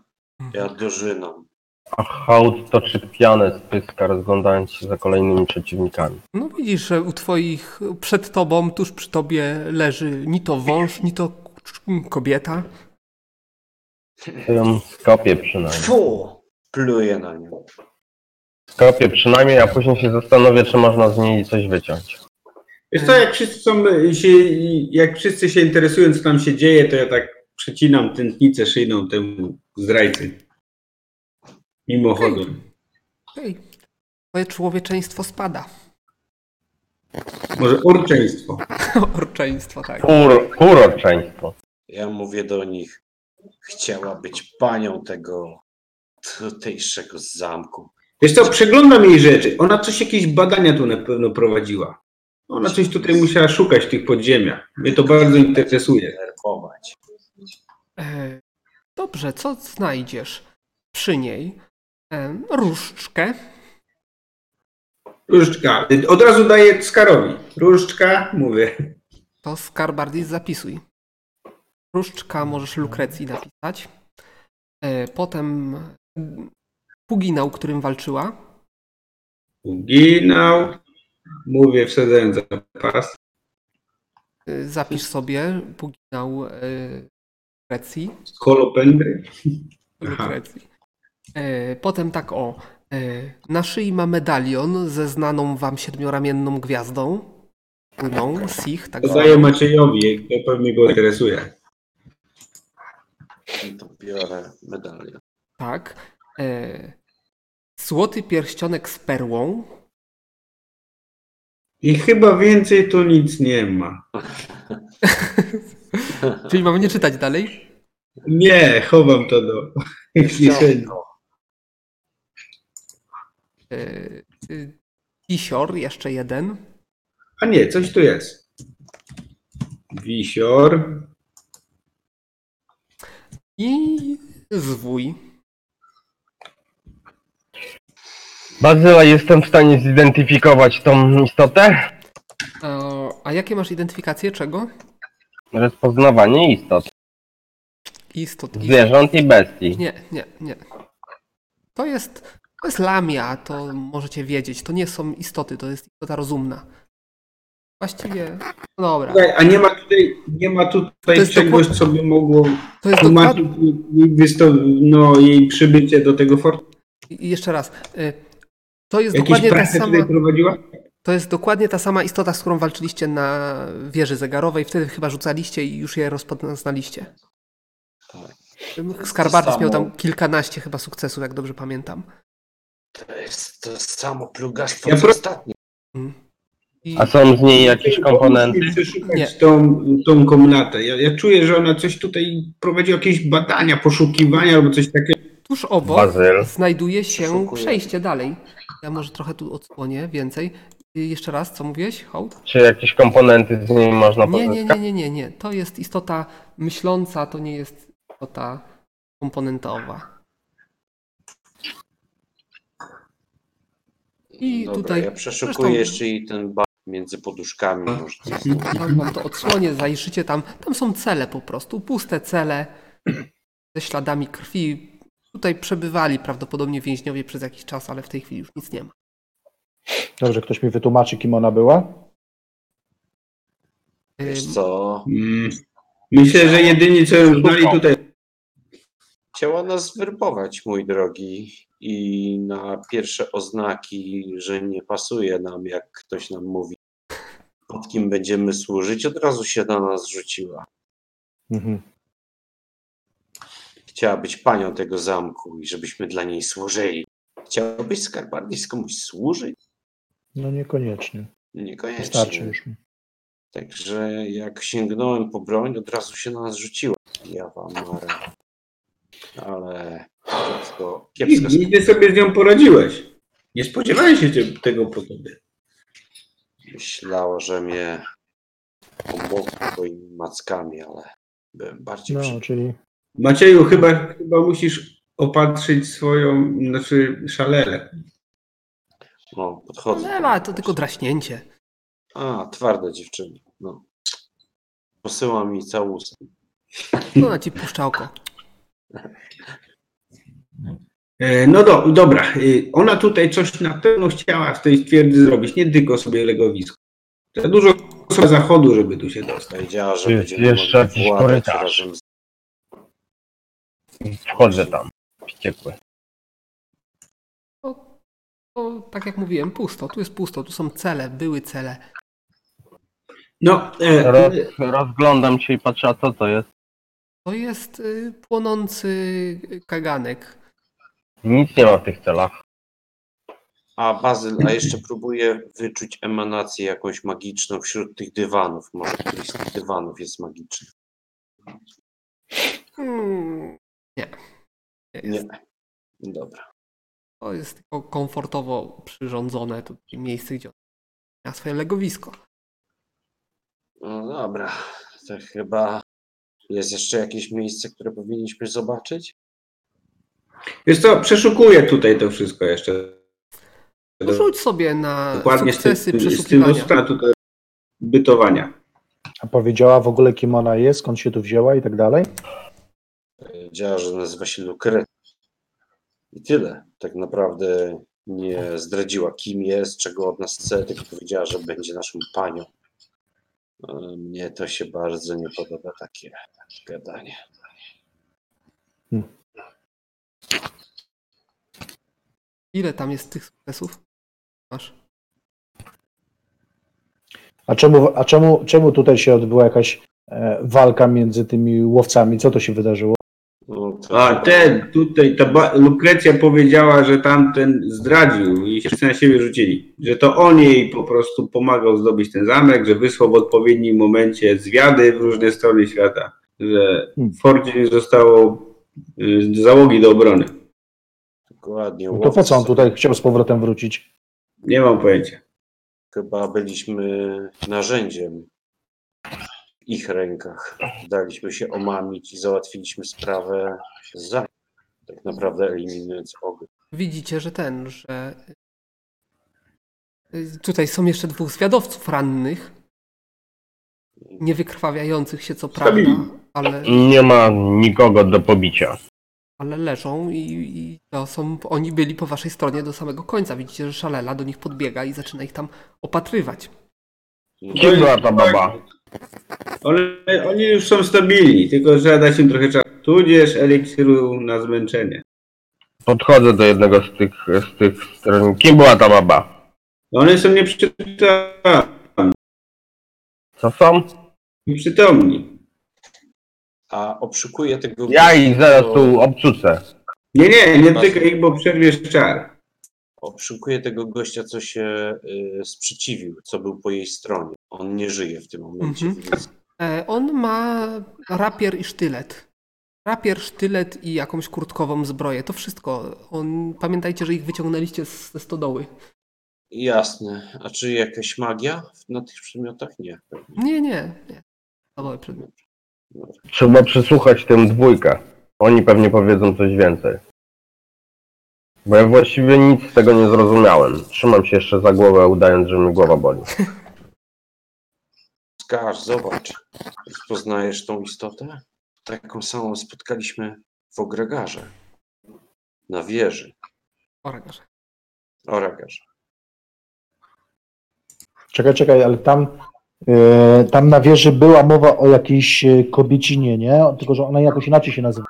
E: Ja dożynam.
D: A hołd toczy pianę z pyska, rozglądając się za kolejnymi przeciwnikami.
A: No widzisz, że u twoich, przed tobą, tuż przy tobie leży ni to wąż, ni to kobieta.
D: To ją skopię przynajmniej.
E: Fu! Pluję na nią.
D: Skopię przynajmniej, a później się zastanowię, czy można z niej coś wyciąć.
B: Wiesz co, jak wszyscy, są, się, jak wszyscy się interesują, co tam się dzieje, to ja tak przecinam tętnicę szyjną temu zdrajcy. Mimochodem.
A: Okej. Twoje człowieczeństwo spada.
B: Może orczeństwo.
A: <laughs> Orczeństwo, tak.
D: Ur, uroczeństwo.
E: Ja mówię do nich. Chciała być panią tego tutejszego zamku.
B: Wiesz co, przeglądam jej rzeczy. Ona coś, jakieś badania tu na pewno prowadziła. Ona coś tutaj musiała szukać w tych podziemiach. Mnie to bardzo interesuje.
E: Nerwować.
A: E, Dobrze, co znajdziesz przy niej? E, Różdżkę.
B: Różdżka. Od razu daję Skarowi. Różdżka, mówię.
A: To Skarbardis zapisuj. Różdżka możesz Lukrecji napisać. E, Potem mm, Puginał, którym walczyła.
B: Uginał. Mówię, wsadzając zapas.
A: E, Zapisz sobie Puginał e, Lukrecji.
B: Kolopendry. Aha.
A: Lukrecji. E, Potem tak o. e, Na szyi ma medalion ze znaną wam siedmioramienną gwiazdą. Płyną, Sich, tak
B: Zadaję Maciejowi, to pewnie go interesuje.
E: I to biorę medalię.
A: Tak. E, złoty pierścionek z perłą.
B: I chyba więcej tu nic nie ma.
A: Czyli mamy nie czytać dalej.
B: Nie, chowam to do <laughs> kieszeni.
A: E, e, Kisior, jeszcze jeden.
B: A nie, coś tu jest. Wisior.
A: I zwój.
D: Bazyla, jestem w stanie zidentyfikować tą istotę?
A: E, a jakie masz identyfikacje czego?
D: Rozpoznawanie istot,
A: Istot. istot.
D: zwierząt i bestii.
A: Nie, nie, nie. To jest, to jest lamia, to możecie wiedzieć. To nie są istoty, to jest istota rozumna. Właściwie, no dobra.
B: Słuchaj, A nie ma tutaj, nie ma
A: To
B: tutaj
A: jest
B: czegoś,
A: dokład-
B: co by mogło
A: To jest dokładnie.
B: tłumaczyć jej wysto- no, jej przybycie do tego fortu?
A: I jeszcze raz. e, To jest
B: Jakieś
A: dokładnie ta
B: prace
A: sama.
B: tutaj prowadziła?
A: To jest dokładnie ta sama istota, z którą walczyliście na wieży zegarowej. Wtedy chyba rzucaliście i już je rozpoznaliście.
E: Tak.
A: Skarbardis
E: Samo-
A: miał tam kilkanaście chyba sukcesów, jak dobrze pamiętam.
E: To jest to samo plugastwo
B: Ja
E: co
B: pro-
E: ostatnio.
A: I
D: A są z niej jakieś komponenty?
B: Musimy przeszukać
A: Nie.
B: Tą, tą komnatę. Ja, ja czuję, że ona coś tutaj prowadzi jakieś badania, poszukiwania albo coś takiego.
A: tuż obok
D: Bazyl.
A: znajduje się
E: Przeszukuję.
A: przejście dalej. Ja może trochę tu odsłonię więcej. I jeszcze raz, co mówiłeś? Hołd?
D: Czy jakieś komponenty z niej można
E: No,
A: Nie, nie,
D: pozyskać?
A: nie, nie, nie, nie. To jest istota myśląca, to nie jest istota komponentowa. I
E: Dobra,
A: tutaj
E: ja przeszukuję
A: zresztą-
E: jeszcze i ten bar między poduszkami.
B: No.
E: Może coś znajdę.
A: Tam wam to odsłonię, zajrzycie tam. Tam są cele po prostu, puste cele ze śladami krwi. Tutaj przebywali prawdopodobnie więźniowie przez jakiś czas, ale w tej chwili już nic nie ma.
C: Dobrze, ktoś mi wytłumaczy, kim ona była.
E: Wiesz
A: Ym,
E: co?
B: Mm. Myślę, że jedyni co ją znali tutaj
E: Chciała nas werbować, mój drogi, i na pierwsze oznaki, że nie pasuje nam, jak ktoś nam mówi, pod kim będziemy służyć, od razu się na nas rzuciła.
C: Mhm.
E: Chciała być panią tego zamku i żebyśmy dla niej służyli. Chciałabyś skarbardis komuś służyć?
C: No niekoniecznie. Wystarczy
E: Niekoniecznie.
C: już mi.
E: Także jak sięgnąłem po broń, od razu się na nas rzuciła. Ja wam marę. Ale kiepsko, kiepsko
B: I ty sobie z nią poradziłeś. Nie spodziewałem się cię- tego po tobie.
E: Myślała, że mnie obok twoimi mackami, ale byłem bardziej
C: No,
E: przy...
C: czyli
B: Macieju, chyba, chyba musisz opatrzyć swoją, znaczy szalelę.
E: No, podchodzę.
A: Nie ma, to tylko draśnięcie.
E: A, twarda dziewczyna. No. Posyła mi całus.
B: Hmm.
A: Ona ci puszcza oko.
B: E, No do, dobra, y, ona tutaj coś na pewno chciała z tej twierdzy zrobić, nie tylko sobie legowisko. Za dużo osoba zachodu, żeby tu się dostać.
E: Powiedziała, że
D: Jest
E: będziemy
D: jeszcze
E: mogli
D: jakiś
E: władać
D: korytarz.
E: razem z...
D: Wchodzę tam, wściekły.
A: O, tak jak mówiłem, pusto. Tu jest pusto, tu są cele, były cele.
B: No, e,
D: Roz, rozglądam się i patrzę, a co to jest?
A: To jest y, płonący kaganek.
D: Nic nie ma w tych celach.
E: A Bazyl, a jeszcze próbuję wyczuć emanację jakąś magiczną wśród tych dywanów. Może któryś z tych dywanów jest magiczny.
A: Hmm, nie. Nie jest.
E: Nie. Dobra.
A: To jest tylko komfortowo przyrządzone tutaj miejsce, gdzie on ma swoje legowisko.
E: No dobra. To chyba jest jeszcze jakieś miejsce, które powinniśmy zobaczyć?
B: wiesz co, przeszukuję tutaj to wszystko jeszcze.
A: No Rzuć sobie na
B: Yy, Dokładnie z tym,
A: sukcesy
B: z tym
A: przeszukiwania.
B: dostała tutaj bytowania.
C: A powiedziała w ogóle, kim ona jest, skąd się tu wzięła i tak dalej.
E: Powiedziała, że nazywa się Lukret. I tyle. Tak naprawdę nie zdradziła, kim jest, czego od nas chce, tylko powiedziała, że będzie naszą panią. E, Mnie to się bardzo nie podoba, takie gadanie.
A: Ile tam jest tych sukcesów? Masz.
C: A czemu, a czemu, czemu tutaj się odbyła jakaś e, walka między tymi łowcami? Co to się wydarzyło?
E: No, to
B: A ten, tutaj, ta ba- Lukrecja powiedziała, że tamten zdradził i się wszyscy na siebie rzucili. Że to on jej po prostu pomagał zdobyć ten zamek, że wysłał w odpowiednim momencie zwiady w różne strony świata. Że
C: Hmm.
B: w Fordzie nie zostało y, załogi do obrony.
E: Dokładnie.
C: No to po co on
E: łowcy.
C: tutaj chciał z powrotem wrócić?
B: Nie mam pojęcia.
E: Chyba byliśmy narzędziem w ich rękach. Daliśmy się omamić i załatwiliśmy sprawę za. Tak naprawdę eliminując ogień.
A: Widzicie, że ten, że. y, Tutaj są jeszcze dwóch zwiadowców rannych. Nie wykrwawiających się, co prawda, ale,
D: Nie ma nikogo do pobicia.
A: ale leżą i, i to są, oni byli po waszej stronie do samego końca. Widzicie, że szalela do nich podbiega i zaczyna ich tam opatrywać.
D: Gdzie
B: No
D: była ta baba?
B: One, oni już są stabilni, tylko trzeba dać im trochę czasu. Tudzież eliksiru na zmęczenie.
D: Podchodzę do jednego z tych, z tych stron. Kim była ta baba?
B: No One są nieprzytomni.
D: Co są?
B: nieprzytomni.
E: A obszukuję tego.
D: Ja ich zaraz tu obcucę.
B: Nie, nie, nie tylko ich, bo przerwiesz czar.
E: Obszukuję tego gościa, co się y, sprzeciwił, co był po jej stronie. On nie żyje w tym momencie.
A: Mhm.
E: Więc
A: E, On ma rapier i sztylet. Rapier, sztylet i jakąś kurtkową zbroję. To wszystko. On, pamiętajcie, że ich wyciągnęliście z- ze stodoły.
E: jasne. A czy jakaś magia na tych przedmiotach? Nie.
A: Nie, nie, nie. Stodoły przedmiot.
D: Trzeba przesłuchać tę dwójkę. Oni pewnie powiedzą coś więcej. Bo ja właściwie nic z tego nie zrozumiałem. Trzymam się jeszcze za głowę, udając, że mi głowa boli.
E: Skarż, zobacz. Rozpoznajesz tą istotę? Taką samą spotkaliśmy w Ogregarze. Na wieży.
A: Oragarze.
E: Oragarze.
C: Czekaj, czekaj, ale tam, e, tam na wieży była mowa o jakiejś e, kobiecinie, nie? Tylko, że ona jakoś inaczej się nazywa.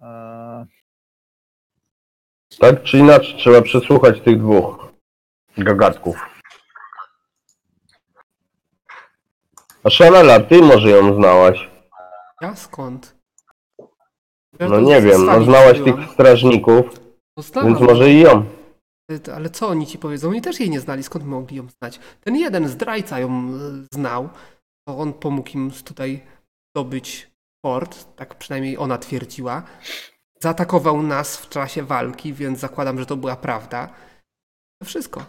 C: E,
D: Tak czy inaczej, trzeba przesłuchać tych dwóch gagatków. A Szalela, ty może ją znałaś?
A: Ja skąd? Ja
D: No
A: to
D: nie
A: z
D: wiem, no
A: sali
D: znałaś
A: przybyłam.
D: tych strażników,
A: No znałam,
D: więc może i ją.
A: ale- ale co oni ci powiedzą? Oni też jej nie znali, skąd mogli ją znać? Ten jeden zdrajca ją e, znał, to on pomógł im tutaj zdobyć port, tak przynajmniej ona twierdziła. Zaatakował nas w czasie walki, więc zakładam, że to była prawda. To wszystko.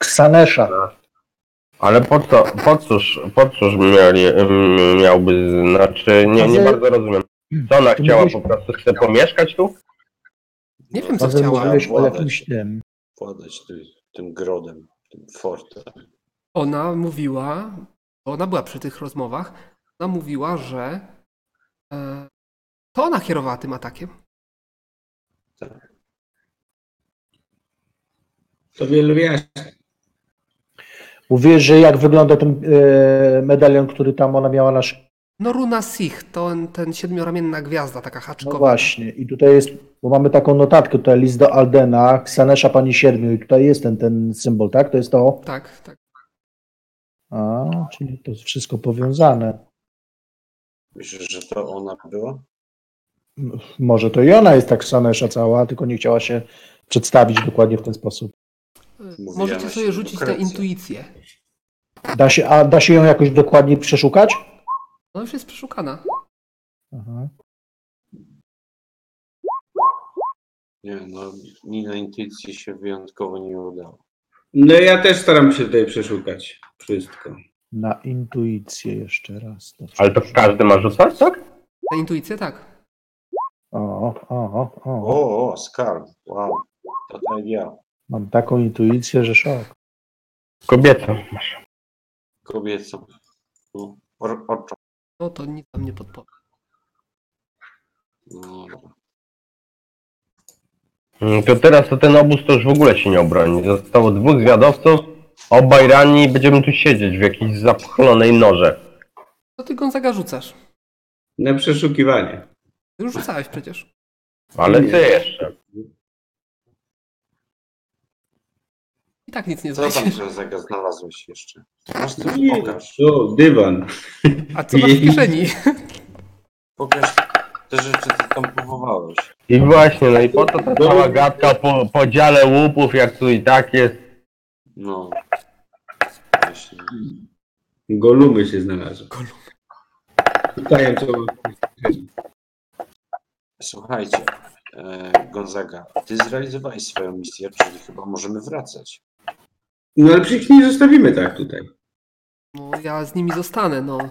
C: Ksanesza.
D: Ale po co, po cóż, po cóż mieli, mm, miałby znaczy, nie, nie
C: Ale-
D: bardzo rozumiem. Co ona
C: Ty
D: chciała,
C: mówisz-
D: po prostu chce pomieszkać tu?
A: Nie wiem, co
C: Potem
A: chciała.
C: mówiłeś o
E: No, władać.
C: jakimś tym.
E: Władać ty, tym grodem, tym fortem.
A: Ona mówiła, bo ona była przy tych rozmowach, ona mówiła, że e, to ona kierowała tym atakiem.
B: To wielu wyjaśnia.
C: Mówiłeś, że jak wygląda ten e, medalion, który tam ona miała na szyi.
A: No Runa Sich, to ten siedmioramienna gwiazda, taka haczkowa.
C: No właśnie. I tutaj jest, bo mamy taką notatkę, tutaj list do Aldena, Ksanesza Pani Siedmiu i tutaj jest ten, ten symbol, tak? To jest to.
A: Tak, tak.
C: A, czyli to jest wszystko powiązane.
E: Myślisz, że to ona była?
C: Może to i ona jest tak Ksanesza cała, tylko nie chciała się przedstawić dokładnie w ten sposób.
E: Mówiła
A: Możecie
E: na
A: sobie
E: siebie
A: rzucić tę
E: lukrecję.
A: intuicję.
C: Da się, a da się ją jakoś dokładnie przeszukać?
A: No już jest przeszukana.
C: Aha.
E: Nie, no mi na intuicję się wyjątkowo nie udało.
B: No ja też staram się tutaj przeszukać wszystko.
C: Na intuicję jeszcze raz. Dobrze.
D: Ale to każdy ma rzucać, tak?
A: Na intuicję tak.
C: O, o, o, o.
E: O, o, skarb, wow. To tak ja,
C: Mam taką intuicję, że szok.
D: Kobieta.
E: kobiecą. No, or, orczą.
A: No to nic tam nie podpowie.
E: No,
D: Mm, To teraz to ten obóz to już w ogóle się nie obroni. Zostało dwóch zwiadowców, obaj ranni i będziemy tu siedzieć w jakiejś zapchlonej noże.
A: Co ty Gonzaga rzucasz?
B: Na przeszukiwanie.
A: Ty już rzucałeś przecież.
D: Ale
B: Nie.
D: ty jeszcze.
A: I tak nic nie
E: co tam
A: znajdziesz.
E: Grzezaga znalazłeś jeszcze? Masz coś,
B: Nie,
E: pokaż.
B: O, dywan.
A: A co masz w kieszeni?
E: Pokaż te rzeczy, co tam pochowałeś.
D: I właśnie, no i po co ta cała gadka po podziale łupów, jak tu i tak jest.
E: No. Właśnie.
B: Golumy się znalazły.
A: Golumy.
B: Pytają, co...
E: Słuchajcie, e, Gonzaga, ty zrealizowałeś swoją misję, czyli chyba możemy wracać.
B: No ale przecież nie zostawimy tak tutaj.
A: No ja z nimi zostanę, no.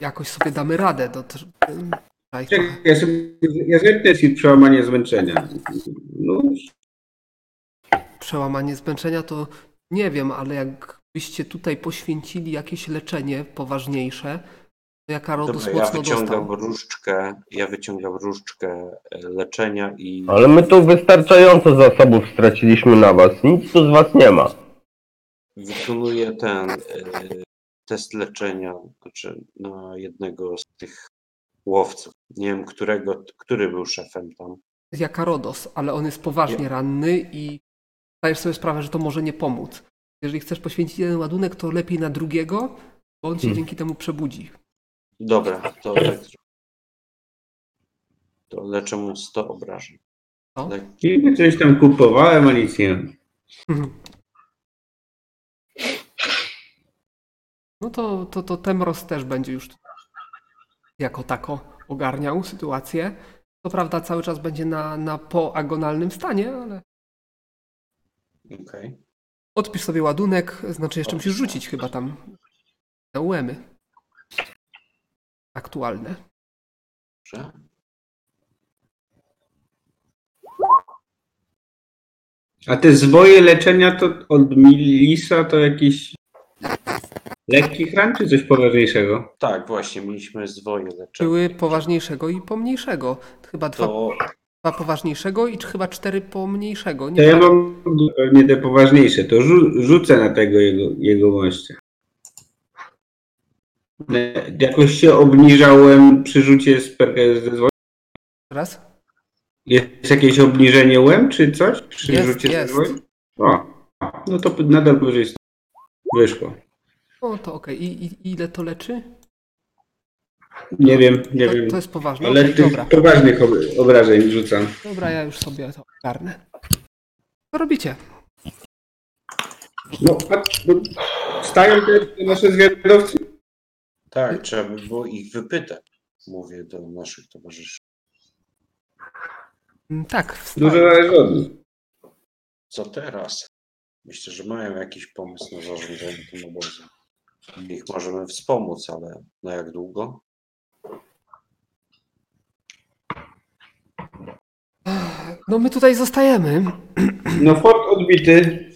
A: Jakoś sobie damy radę. no, Do... Daj trochę.
B: Czekaj, ja sobie... Ja zepnę ci przełamanie zmęczenia. No,
A: przełamanie zmęczenia, to nie wiem, ale jakbyście tutaj poświęcili jakieś leczenie poważniejsze, to jaka rodus
E: Dobra, ja
A: mocno
E: wyciągam
A: dostał.
E: różdżkę, ja wyciągam różdżkę e, leczenia i
D: Ale my tu wystarczająco zasobów straciliśmy na was. Nic tu z was nie ma.
E: wykonuję ten e, test leczenia znaczy na jednego z tych łowców. Nie wiem, którego, który był szefem tam.
A: Jaka rodos, ale on jest poważnie ranny i zdajesz sobie sprawę, że to może nie pomóc. Jeżeli chcesz poświęcić jeden ładunek, to lepiej na drugiego, bo on cię
D: Hmm.
A: dzięki temu przebudzi.
E: Dobra, to tak. To leczę mu 100 obrażeń.
A: Co?
E: Tak,
B: niby coś tam kupowałem, a nic nie mam.
A: No to, to, to Temros też będzie już jako tako ogarniał sytuację. Co prawda cały czas będzie na, na poagonalnym stanie, ale
E: okej.
A: odpisz sobie ładunek, znaczy jeszcze musisz rzucić chyba tam na uemy. Aktualne.
E: Dobrze.
B: A te zwoje leczenia to od Milisa to jakiś lekki chran czy coś poważniejszego?
E: Tak, właśnie, mieliśmy zwoje leczenia.
A: Były poważniejszego i pomniejszego. Chyba dwa,
E: To
A: dwa poważniejszego i chyba cztery pomniejszego.
B: To
A: Nie
B: ja
A: wiem.
B: mam pewnie te poważniejsze, to rzu- rzucę na tego jego, jego mościa. Ne- Jakoś się obniżałem przy rzucie z perka ze zwoju.
A: Raz.
B: Jest jakieś obniżenie łem czy coś przy
A: Jest,
B: rzucie
A: jest.
B: ze zwoju? O, no to nadal powyżej stu. wyszło.
A: No to okej. I, i ile to leczy?
B: Nie wiem, nie
A: to,
B: wiem.
A: to jest poważne.
B: Ale
A: Okej,
B: tych
A: dobra.
B: poważnych ob- obrażeń rzucam.
A: Dobra, ja już sobie to ogarnę. Co robicie?
B: No, patrz, no, stają te, te nasze zwiadowcy.
E: tak, trzeba by było ich wypytać, mówię do naszych towarzyszy.
A: Mm, Tak,
B: Dużo
A: Mm, wstaję.
B: zależy od nich.
E: Co teraz? Myślę, że mają jakiś pomysł na zarządzanie tym obozem. Ich możemy wspomóc, ale na jak długo?
A: No my tutaj zostajemy.
B: No fort odbity,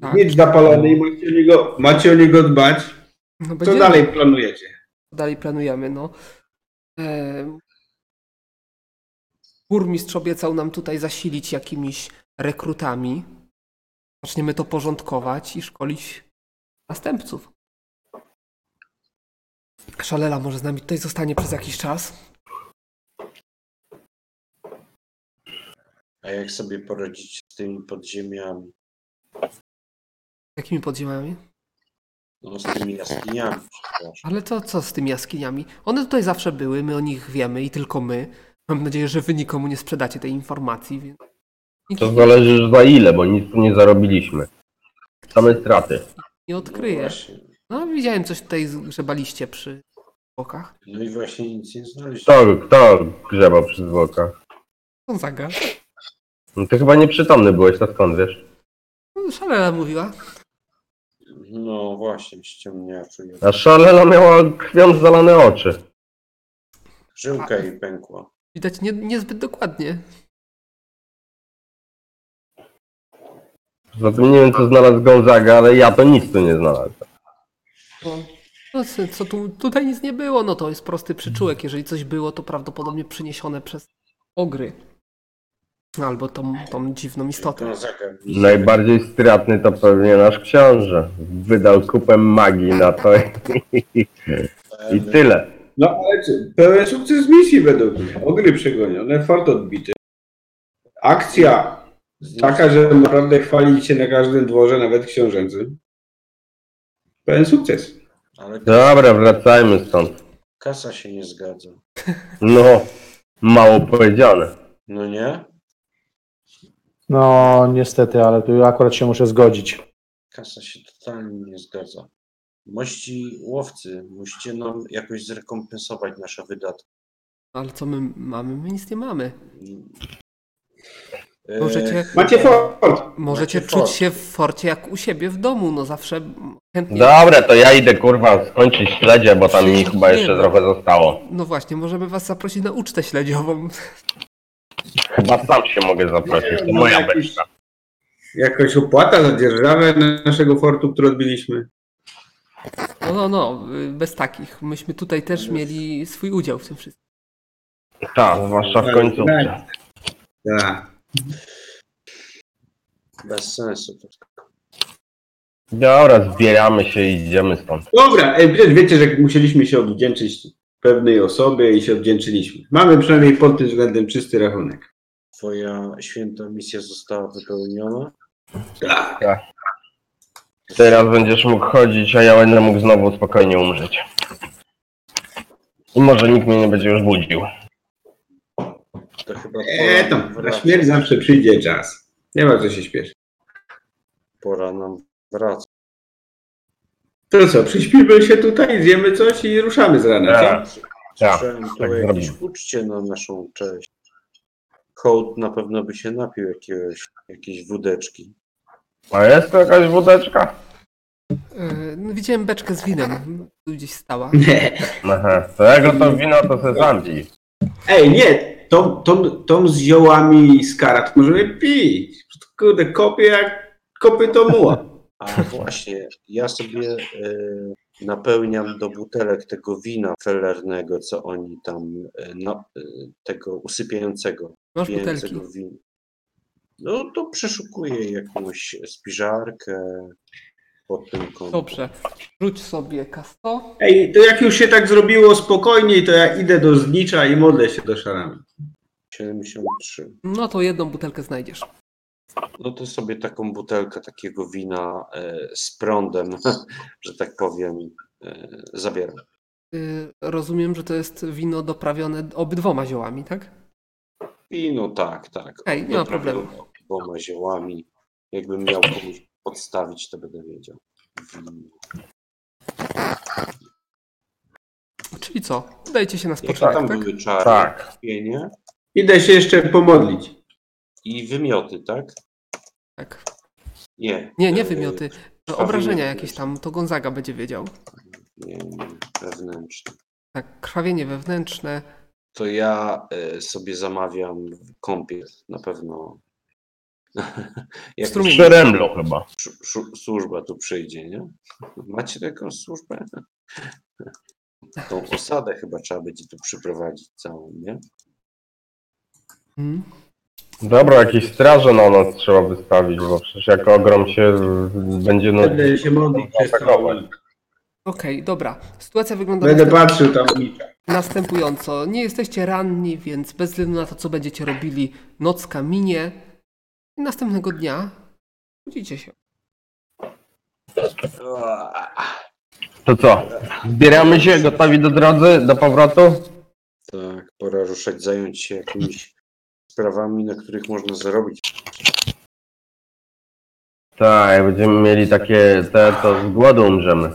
A: Tak.
B: nic zapalony i macie o niego, macie o niego dbać.
A: No
B: Co
A: będziemy-
B: dalej planujecie?
A: dalej planujemy, no. Em, Burmistrz obiecał nam tutaj zasilić jakimiś rekrutami. Zaczniemy to porządkować i szkolić następców. Szalela może z nami tutaj zostanie przez jakiś czas.
E: A jak sobie poradzić z tymi podziemiami,
A: Jakimi podziemiami?
E: no, z tymi jaskiniami? No przepraszam.
A: Ale to co z tymi jaskiniami? One tutaj zawsze były, my o nich wiemy i tylko my. Mam nadzieję, że wy nikomu nie sprzedacie tej informacji, więc
D: To zależy że za ile, bo nic tu nie zarobiliśmy. Same straty.
A: nie
E: No,
A: odkryjesz.
E: właśnie.
A: No, widziałem coś tutaj, grzebaliście przy bokach.
E: no i właśnie nic nie znaleźliśmy.
D: Kto, kto grzebał przy zwłokach?
A: Gonzaga.
D: No ty chyba nieprzytomny byłeś, to skąd wiesz?
A: No, Szalela mówiła.
E: No właśnie, ściemniaczu.
D: A szalela miała krwią zalane oczy.
E: Żyłka jej pękła.
A: Widać nie, niezbyt dokładnie.
D: Zatem nie wiem, co znalazł Gonzaga, ale ja to nic tu nie znalazłem.
A: No, no co- co tu, tutaj nic nie było, no to jest prosty przyczółek. Jeżeli coś było, to prawdopodobnie przyniesione przez ogry. Albo tą, tą dziwną
E: No,
A: istotę.
E: Gonzaga w liście.
D: Najbardziej stratny to pewnie nasz książę. Wydał kupę magii na to i, i tyle.
B: No ale czy- pełen sukces misji według mnie. Ogry przegonione, fort odbity. Akcja taka, że naprawdę chwalić się na każdym dworze, nawet książęcym. Pełen sukces.
E: Ale
D: Dobra, wracajmy stąd.
E: kasa się nie zgadza.
D: No, mało powiedziane.
E: No nie?
C: No niestety, ale tu akurat się muszę zgodzić.
E: Kasa się totalnie nie zgadza. Mości łowcy, musicie nam jakoś zrekompensować nasze wydatki.
A: Ale co my mamy? My nic nie mamy.
E: E,
A: Możecie,
B: Macie fort!
A: możecie
E: macie
A: czuć
E: fort.
A: się w forcie jak u siebie w domu. No zawsze chętnie.
D: Dobra, to ja idę kurwa skończyć śledzie, bo tam mi chyba jeszcze trochę zostało.
A: No właśnie, możemy was zaprosić na ucztę śledziową.
D: Chyba sam się mogę zaprosić, to moja beczka.
B: Jakaś opłata za dzierżawę naszego fortu, który odbiliśmy.
A: No, no, no, y, bez takich. Myśmy tutaj też mieli swój udział w tym wszystkim.
D: Tak, zwłaszcza w końcówce.
B: Tak.
E: Bez sensu. to wszystko.
D: Dobra, zbieramy się i idziemy stąd.
B: Dobra, e, przecież wiecie, że musieliśmy się odwdzięczyć pewnej osobie i się odwdzięczyliśmy. Mamy przynajmniej pod tym względem czysty rachunek.
E: Twoja święta misja została wypełniona.
B: Tak.
D: Teraz będziesz mógł chodzić, a ja będę mógł znowu spokojnie umrzeć. I może nikt mnie nie będzie już budził.
E: To chyba
B: E,
E: pora,
B: tam,
E: nam
B: na
E: wracać.
B: śmierć zawsze przyjdzie czas. Nie ma co się śpieszyć.
E: pora nam wracać.
B: To co, przyśpimy się tutaj, zjemy coś i ruszamy z rana,
D: Tak.
B: co?
D: Tak,
E: Słyszałem tu
D: tak
E: o jakieś
D: zrobimy.
E: uczcie na naszą cześć. Hołd na pewno by się napił jakiegoś, jakiejś wódeczki.
D: A jest to jakaś wódeczka?
A: E, no, Widziałem beczkę z winem, tu gdzieś stała.
D: Aha, to jak to wino, to se sam pij.
B: <laughs> Ej, nie, tą, tą, tą z ziołami i z karat możemy pić. Kurde, kopię jak kopy to muła.
D: <laughs>
E: A właśnie, ja sobie e, napełniam do butelek tego wina felernego, co oni tam, e, na, e, tego usypiającego,
A: Masz butelki.
E: pijącego wina. No to przeszukuję jakąś spiżarkę pod tym kątem.
A: Dobrze, rzuć sobie kasto.
B: Ej, to jak już się tak zrobiło spokojniej, to ja idę do znicza i modlę się do szarami.
E: 73.
A: No to jedną butelkę znajdziesz.
E: No to sobie taką butelkę takiego wina e, z prądem, <laughs> że tak powiem, e, zabieram.
A: Y, Rozumiem, że to jest wino doprawione obydwoma ziołami, tak?
E: I no tak, tak.
A: Ej, nie ma problemu.
E: Doprawione Oboma ziołami. Jakbym miał komuś podstawić, to będę wiedział. Mm,
A: Czyli co? Dajcie się na
E: Jakie
A: spoczynek,
E: tam
A: tak?
E: były czary,
D: Tak.
E: pienie
B: Idę się jeszcze pomodlić.
E: i wymioty, tak?
A: Tak.
E: Nie.
A: Nie, nie
E: e,
A: wymioty.
E: krwawienie
A: Obrażenia
E: wewnętrzne.
A: jakieś tam, to Gonzaga będzie wiedział.
E: Nie, nie, wewnętrzne.
A: Tak, krwawienie wewnętrzne.
E: To ja e, sobie zamawiam kąpiel. Na pewno. <laughs> Jak
A: strumieniu.
D: Przeremlo chyba.
E: Szu- szu- służba tu przyjdzie, nie? Macie taką służbę? Tą osadę chyba trzeba będzie tu przyprowadzić całą, nie?
A: Mm.
D: Dobra, jakieś straże na noc trzeba wystawić, bo przecież jak ogrom się z- będzie no... tak,
B: Będę się modlić przez całą
D: atakować.
B: noc.
A: Okej, dobra. Sytuacja wygląda
B: Będę
A: następ-
B: patrzył tam ulicę.
A: następująco. Nie jesteście ranni, więc bez względu na to, co będziecie robili, nocka minie. I następnego dnia budzicie się.
E: Tak,
D: To co? Zbieramy się, gotowi do drodzy, do powrotu?
E: Tak, pora ruszać, zająć się jakimiś sprawami, na których można zarobić.
D: Tak, jak będziemy mieli takie te, to z głodu umrzemy.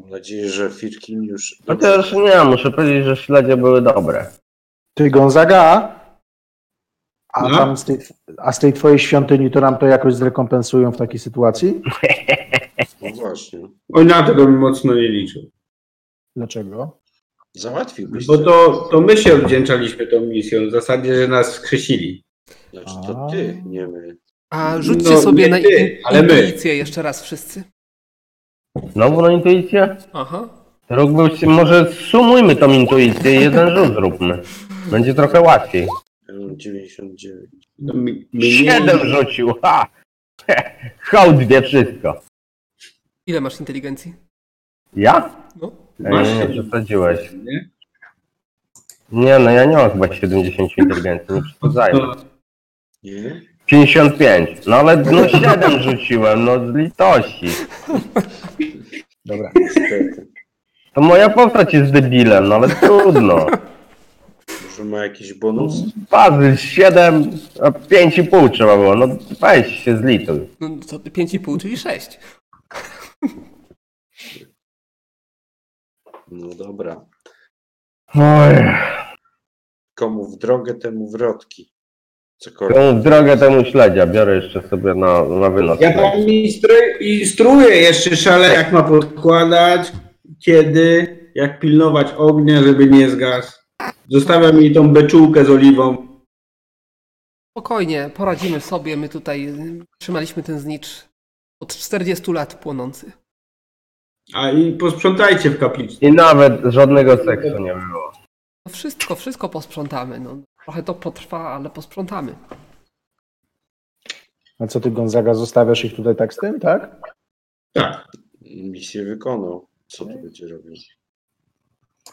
E: Mam nadzieję, że Firkin już...
B: No
D: Chociaż nie, muszę powiedzieć, że śledzie były dobre.
C: Ty Gonzaga, a,
B: No.
C: tam z tej, a z tej twojej świątyni to nam to jakoś zrekompensują w takiej sytuacji?
E: No właśnie.
B: Oj, na to bym mocno nie liczył.
C: Dlaczego?
E: Załatwiłbyś
B: No Bo to, to my się odwdzięczaliśmy tą misją, w zasadzie, że nas wskrzesili.
E: Znaczy to ty, nie my.
A: A rzućcie
B: No,
A: sobie
B: nie
A: na
B: ty,
A: in-
B: ale my.
A: intuicję jeszcze raz wszyscy.
D: Znowu na intuicję?
A: Aha.
D: Róbmy, może sumujmy tą intuicję i jeden rzut zróbmy. Będzie trochę łatwiej.
E: Ja mam 99.
B: No, mi, mi
D: Siedem rzucił, ha! <laughs> Hołd wie wszystko.
A: Ile masz inteligencji?
D: Ja?
A: No.
B: Masz
D: Ej, nie,
B: siedem.
D: przesadziłeś.
B: Nie?
D: Nie, no ja nie mam chyba 70 inteligencji, nie przesadzaję.
B: To,
E: Nie?
D: 55, no ale
B: <laughs>
D: no 7 rzuciłem, no z litości.
C: Dobra.
E: Niestety.
D: To moja postać jest debilem, no ale trudno.
E: Może ma jakiś bonus?
D: Bazyl 7, a 5,5 trzeba było, no weź się zlituj.
A: No to 5,5, czyli 6.
E: No dobra.
D: Oj,
E: Komu w drogę, temu wrotki. Cokolwiek.
D: temu w drogę temu śledzia, biorę jeszcze sobie na, na wynos.
B: ja tam instru- instruuję jeszcze szale, jak ma podkładać, kiedy, jak pilnować ognia, żeby nie zgasł. Zostawiam jej tą beczułkę z oliwą.
A: Spokojnie, poradzimy sobie. My tutaj y, trzymaliśmy ten znicz od 40 lat płonący.
B: A i posprzątajcie w kapliczce.
D: I nawet żadnego seksu nie było.
A: No wszystko, wszystko posprzątamy. No, trochę to potrwa, ale posprzątamy.
C: A co ty Gonzaga, zostawiasz ich tutaj tak z tym, tak?
B: Tak.
E: Misję wykonał. Co tu będzie robił?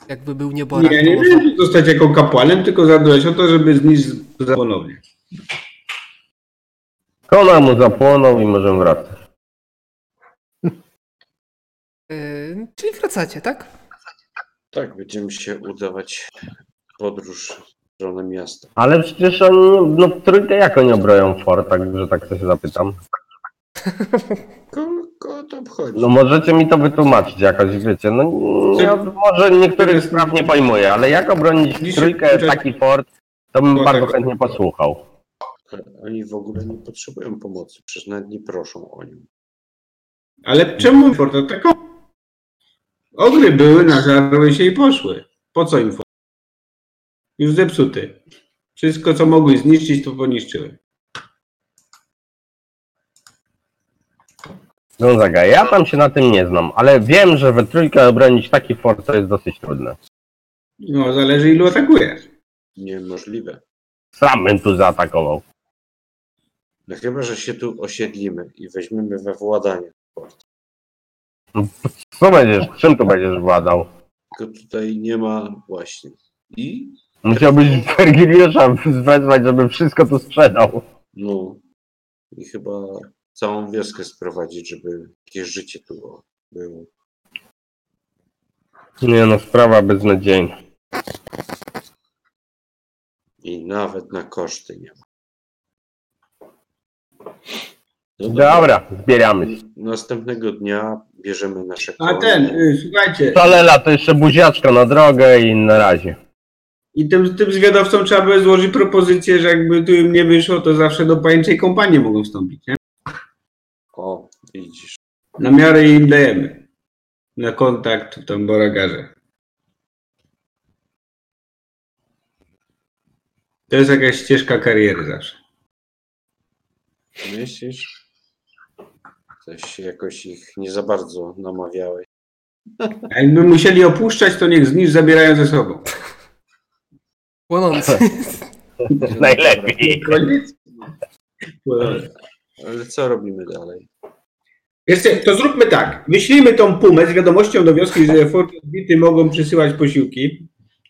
A: Jakby był nieborak,
B: Nie,
A: to
B: nie
A: można...
B: wiem, zostać jako kapłanem, tylko zadbać o to, żeby zniszczyć ponownie.
D: Konar mu zapłonął i możemy wracać.
A: Y, Czyli wracacie, tak?
E: Tak, będziemy się udawać w podróż w stronę miasta.
D: Ale przecież oni, no w trójkę jak oni obroją fort, tak, że tak się zapytam.
E: Ko- Kogo to obchodzi?
D: No możecie mi to wytłumaczyć jakoś, wiecie, no ja może niektórych spraw nie pojmuję, ale jak obronić w trójkę taki fort, to bym bardzo chętnie posłuchał.
E: Oni w ogóle nie potrzebują pomocy, przecież nawet nie proszą o nią.
B: Ale czemu Forta taką? Ogry były, nażarły się i poszły. Po co im Forta? Już zepsuty. Wszystko, co mogły zniszczyć, to poniszczyły.
D: Gonzaga, No, ja tam się na tym nie znam, ale wiem, że we trójkę obronić taki fort to jest dosyć trudne.
B: No, zależy ilu atakujesz.
E: Niemożliwe.
D: Sam bym tu zaatakował.
E: No chyba, że się tu osiedlimy i weźmiemy we władanie.
D: Co będziesz, czym tu będziesz władał?
E: Tylko tutaj nie ma właśnie. I?
D: Musiałbyś Fergiliusza wezwać, żeby wszystko tu sprzedał.
E: No. I chyba całą wioskę sprowadzić, żeby jakieś życie tu było.
D: Nie no, sprawa beznadziejna.
E: I nawet na koszty nie ma. No
D: Dobra, zbieramy się.
E: Następnego dnia bierzemy nasze
B: A
E: konie.
B: ten, y, słuchajcie,
D: Talela to jeszcze buziaczka na drogę i na razie.
B: i tym, tym zwiadowcom trzeba by złożyć propozycję, że jakby tu im nie wyszło, to zawsze do pajęczej kompanii mogą wstąpić, nie?
E: O, widzisz.
B: Na miarę im dajemy. Na kontakt w tam boragarze. To jest jakaś ścieżka kariery zawsze.
E: Myślisz? Coś się jakoś ich nie za bardzo namawiałeś.
B: A jakby musieli opuszczać, to niech znisz zabierają ze sobą.
A: Płonący.
D: <laughs> Najlepiej.
B: Koniec. Płynąłem.
E: Ale co robimy dalej?
B: Wiesz co, to zróbmy tak. Wyślijmy tą pumę z wiadomością do wioski, że forty odbity mogą przysyłać posiłki,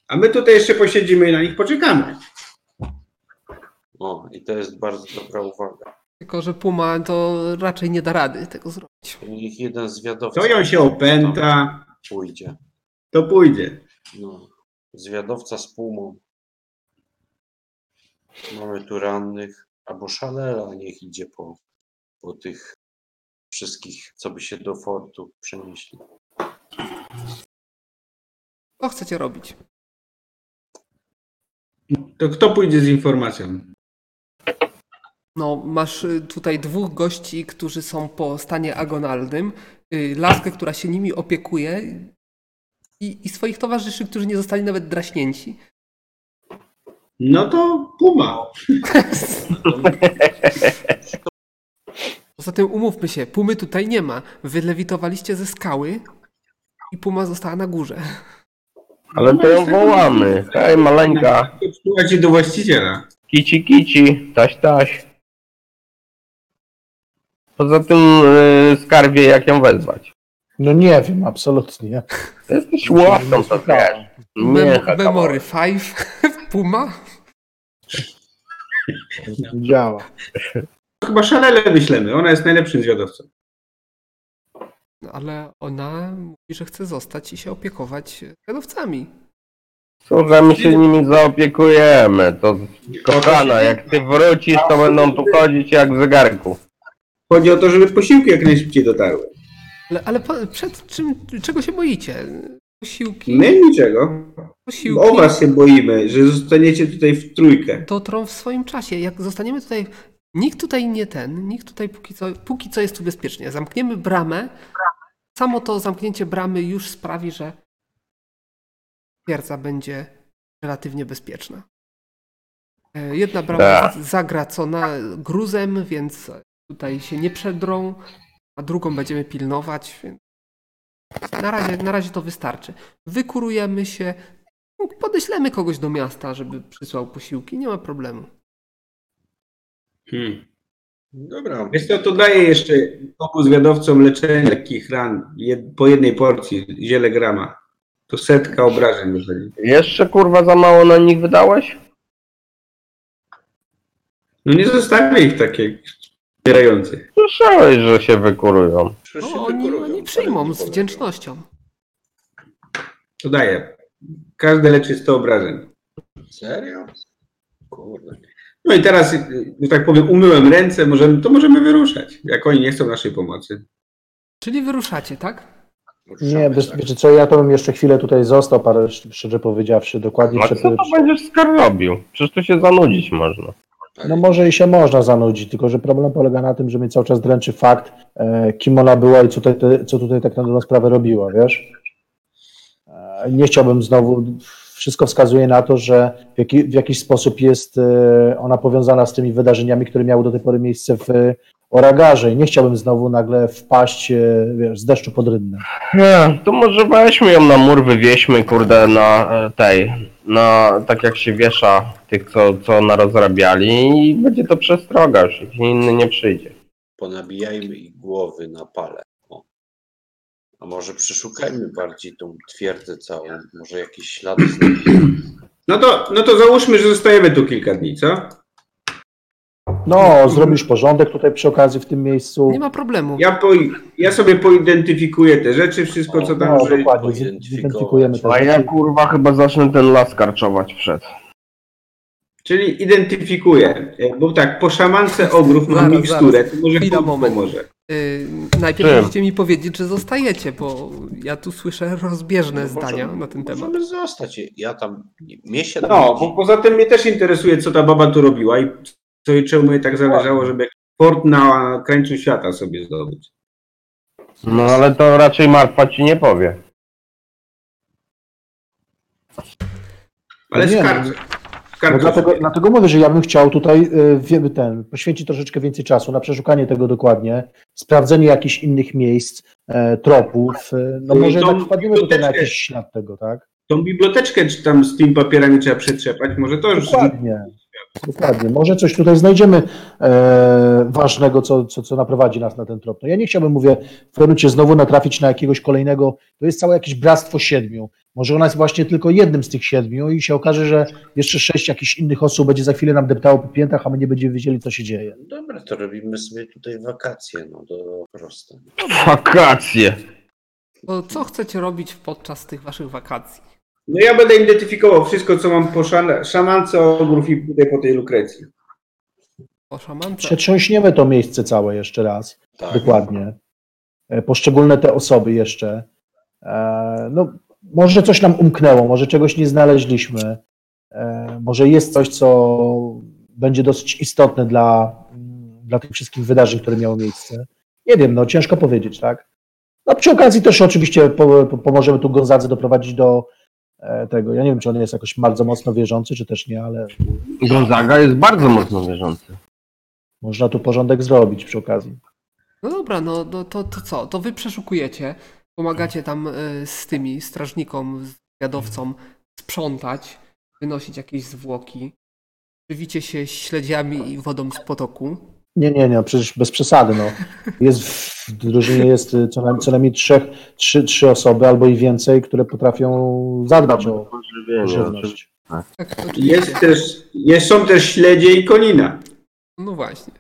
B: a my tutaj jeszcze posiedzimy i na nich poczekamy.
E: O, i to jest bardzo dobra uwaga.
A: <laughs> Tylko, że Puma to raczej nie da rady tego zrobić.
E: Niech jeden z
B: Co
E: wiadowców
B: ją się opęta,
E: pójdzie.
B: to pójdzie.
E: No. Zwiadowca z pumą. Mamy tu rannych. Albo szalela niech idzie po, po tych wszystkich, co by się do fortu przenieśli.
A: Co chcecie robić?
B: To kto pójdzie z informacją?
A: No, masz y, tutaj dwóch gości, którzy są po stanie agonalnym, y, laskę, która się nimi opiekuje i, i swoich towarzyszy, którzy nie zostali nawet draśnięci. <laughs>
B: No to puma.
A: Poza tym umówmy się, Pumy tutaj nie ma. Wylewitowaliście ze skały i Puma została na górze.
D: Ale to ją wołamy. Hej, maleńka.
B: Słuchajcie do właściciela.
D: Kici, kici. Taś, taś. Poza tym yy, skarbie, jak ją wezwać.
C: No nie wiem, absolutnie.
D: To jesteś łowcą, to wiesz. Nie,
A: Mem-
D: tak,
A: Memory 5, <laughs> Puma.
C: Nie działa.
B: Chyba szalele wyślemy, ona jest najlepszym zwiadowcą.
A: No, ale ona mówi, że chce zostać i się opiekować gadowcami.
D: Słuchaj, my się nimi zaopiekujemy. To kochana, jak ty wrócisz, to będą tu chodzić jak w zegarku.
B: Chodzi o to, żeby posiłki jak najszybciej dotarły.
A: Ale, ale po- przed czym, czego się boicie? Posiłki,
B: My niczego.
A: posiłki.
B: O was się boimy, że zostaniecie tutaj w trójkę.
A: dotrą w swoim czasie. Jak zostaniemy tutaj, nikt tutaj nie ten, nikt tutaj póki co, póki co jest tu bezpiecznie. Zamkniemy bramę. Samo to zamknięcie bramy już sprawi, że twierdza będzie relatywnie bezpieczna. E, Jedna brama
D: Tak.
A: jest zagracona gruzem, więc tutaj się nie przedrą, a drugą będziemy pilnować. Więc na, razie, na razie to wystarczy. Wykurujemy się, no, Podeślemy kogoś do miasta, żeby przysłał posiłki, nie ma problemu.
B: Hmm.
E: Dobra.
B: Wiesz co, to daje jeszcze obu zwiadowcom leczenie lekkich ran jed, po jednej porcji ziele grama. To setka obrażeń wychodzi.
D: Jeszcze kurwa za mało na nich wydałeś?
B: No nie zostawię ich takich wspierających.
D: Słyszałeś, że się wykurują.
E: Przecież się
A: No, oni,
E: wykurują,
A: oni
E: ale
A: przyjmą
E: nie
A: z
E: powiem.
A: wdzięcznością.
B: To daje. Każde leczy 100 obrażeń.
E: Serio? Kurde.
B: No i teraz, że tak powiem, umyłem ręce, możemy, to możemy wyruszać. Jak oni nie chcą naszej pomocy.
A: Czyli wyruszacie, tak?
C: Nie,
E: Ruszamy,
C: wiesz,
E: tak.
C: wiecie co, ja to bym jeszcze chwilę tutaj został, parę, szczerze powiedziawszy, dokładnie
D: A co
C: przed...
D: No to będziesz skarb robił? Przecież tu się zanudzić można.
C: No może i się można zanudzić, tylko że problem polega na tym, że mnie cały czas dręczy fakt, e, kim ona była i co, te, te, co tutaj tak na dobrą sprawę robiła, wiesz? E, nie chciałbym znowu, wszystko wskazuje na to, że w, jaki, w jakiś sposób jest e, ona powiązana z tymi wydarzeniami, które miały do tej pory miejsce w e, Oragarze i nie chciałbym znowu nagle wpaść e, wiesz, z deszczu pod rynnę.
D: Nie, to może weźmy ją na mur, wywieźmy kurde na e, tej, na tak jak się wiesza tych, co, co narozrabiali i będzie to przestroga, już nikt inny nie przyjdzie.
E: Ponabijajmy ich głowy na pale. O. A może przeszukajmy bardziej tą twierdzę całą. Może jakieś ślady znajdziemy.
B: No to, no to załóżmy, że zostajemy tu kilka dni, co?
C: No, zrobisz porządek tutaj przy okazji w tym miejscu.
A: Nie ma problemu.
B: Ja, po, ja sobie poidentyfikuję te rzeczy, wszystko co tam
C: No,
B: żyje.
C: dokładnie, zidentyfikujemy
D: A
C: te
D: ja
C: rzeczy.
D: kurwa chyba zacznę ten las karczować przed.
B: Czyli identyfikuję. Bo tak, po szamance ogrów mam
A: Zaraz,
B: miksturę, to może
A: Chwila,
B: Chwila,
A: moment.
B: pomoże.
A: Y, najpierw
D: Czym?
A: musicie mi powiedzieć, że zostajecie, bo ja tu słyszę rozbieżne
E: No,
A: zdania
E: możemy-
A: na ten temat.
E: Możemy zostać. Ja tam, mnie się
B: No, bo poza tym mnie też interesuje, co ta baba tu robiła i co i czemu jej tak zależało, żeby jakiś port na krańcu świata sobie zdobyć.
D: No ale to raczej Martwa ci nie powie.
B: Ale
C: No nie,
B: skarb,
C: No
B: skarb
C: dlatego, dlatego mówię, że ja bym chciał tutaj y, wiemy ten, poświęcić troszeczkę więcej czasu na przeszukanie tego dokładnie, sprawdzenie jakichś innych miejsc, e, tropów. e, No
B: No
C: może
B: to-
C: jednak wpadniemy
B: to
C: tutaj na
B: też
C: jakiś
B: jest.
C: ślad tego, tak?
B: tą biblioteczkę czy tam z tymi papierami trzeba przetrzepać, może to już
C: Dokładnie. Dokładnie. Może coś tutaj znajdziemy e, ważnego, co, co, co naprowadzi nas na ten trop. No ja nie chciałbym, mówię, w pewnym momencie znowu natrafić na jakiegoś kolejnego, to jest całe jakieś bractwo siedmiu. Może ona jest właśnie tylko jednym z tych siedmiu i się okaże, że jeszcze sześć jakichś innych osób będzie za chwilę nam deptało po piętach, a my nie będziemy wiedzieli, co się dzieje.
E: Dobra, to robimy sobie tutaj wakacje, no to proste.
D: Wakacje.
A: No, co chcecie robić podczas tych waszych wakacji?
B: No ja będę identyfikował wszystko, co mam po szan- szamance, ogrów i tutaj po tej lukrecji.
A: O szamance?
C: Przetrząśniemy to miejsce całe jeszcze raz,
E: Tak.
C: dokładnie. E, Poszczególne te osoby jeszcze. E, No, może coś nam umknęło, może czegoś nie znaleźliśmy. E, Może jest coś, co będzie dosyć istotne dla, dla tych wszystkich wydarzeń, które miały miejsce. Nie wiem, no ciężko powiedzieć, tak? No przy okazji też oczywiście po, po, pomożemy tu Gonzadze doprowadzić do e, tego. Ja nie wiem, czy on jest jakoś bardzo mocno wierzący, czy też nie, ale
D: Gonzaga jest bardzo mocno wierzący.
C: można tu porządek zrobić przy okazji.
A: No dobra, no, no to, to co? To wy przeszukujecie, pomagacie tam y, z tymi strażnikom, z wiadowcom sprzątać, wynosić jakieś zwłoki. Żywicie się śledziami i wodą z potoku.
C: Nie, nie, nie, przecież bez przesady. No. Jest w w drużynie jest y, co najmniej, co najmniej trzech, trzy, trzy osoby albo i więcej, które potrafią zadbać o
D: no,
C: o żywność.
A: Tak, oczywiście.
B: Jest też, jest, są też śledzie i konina.
A: No właśnie.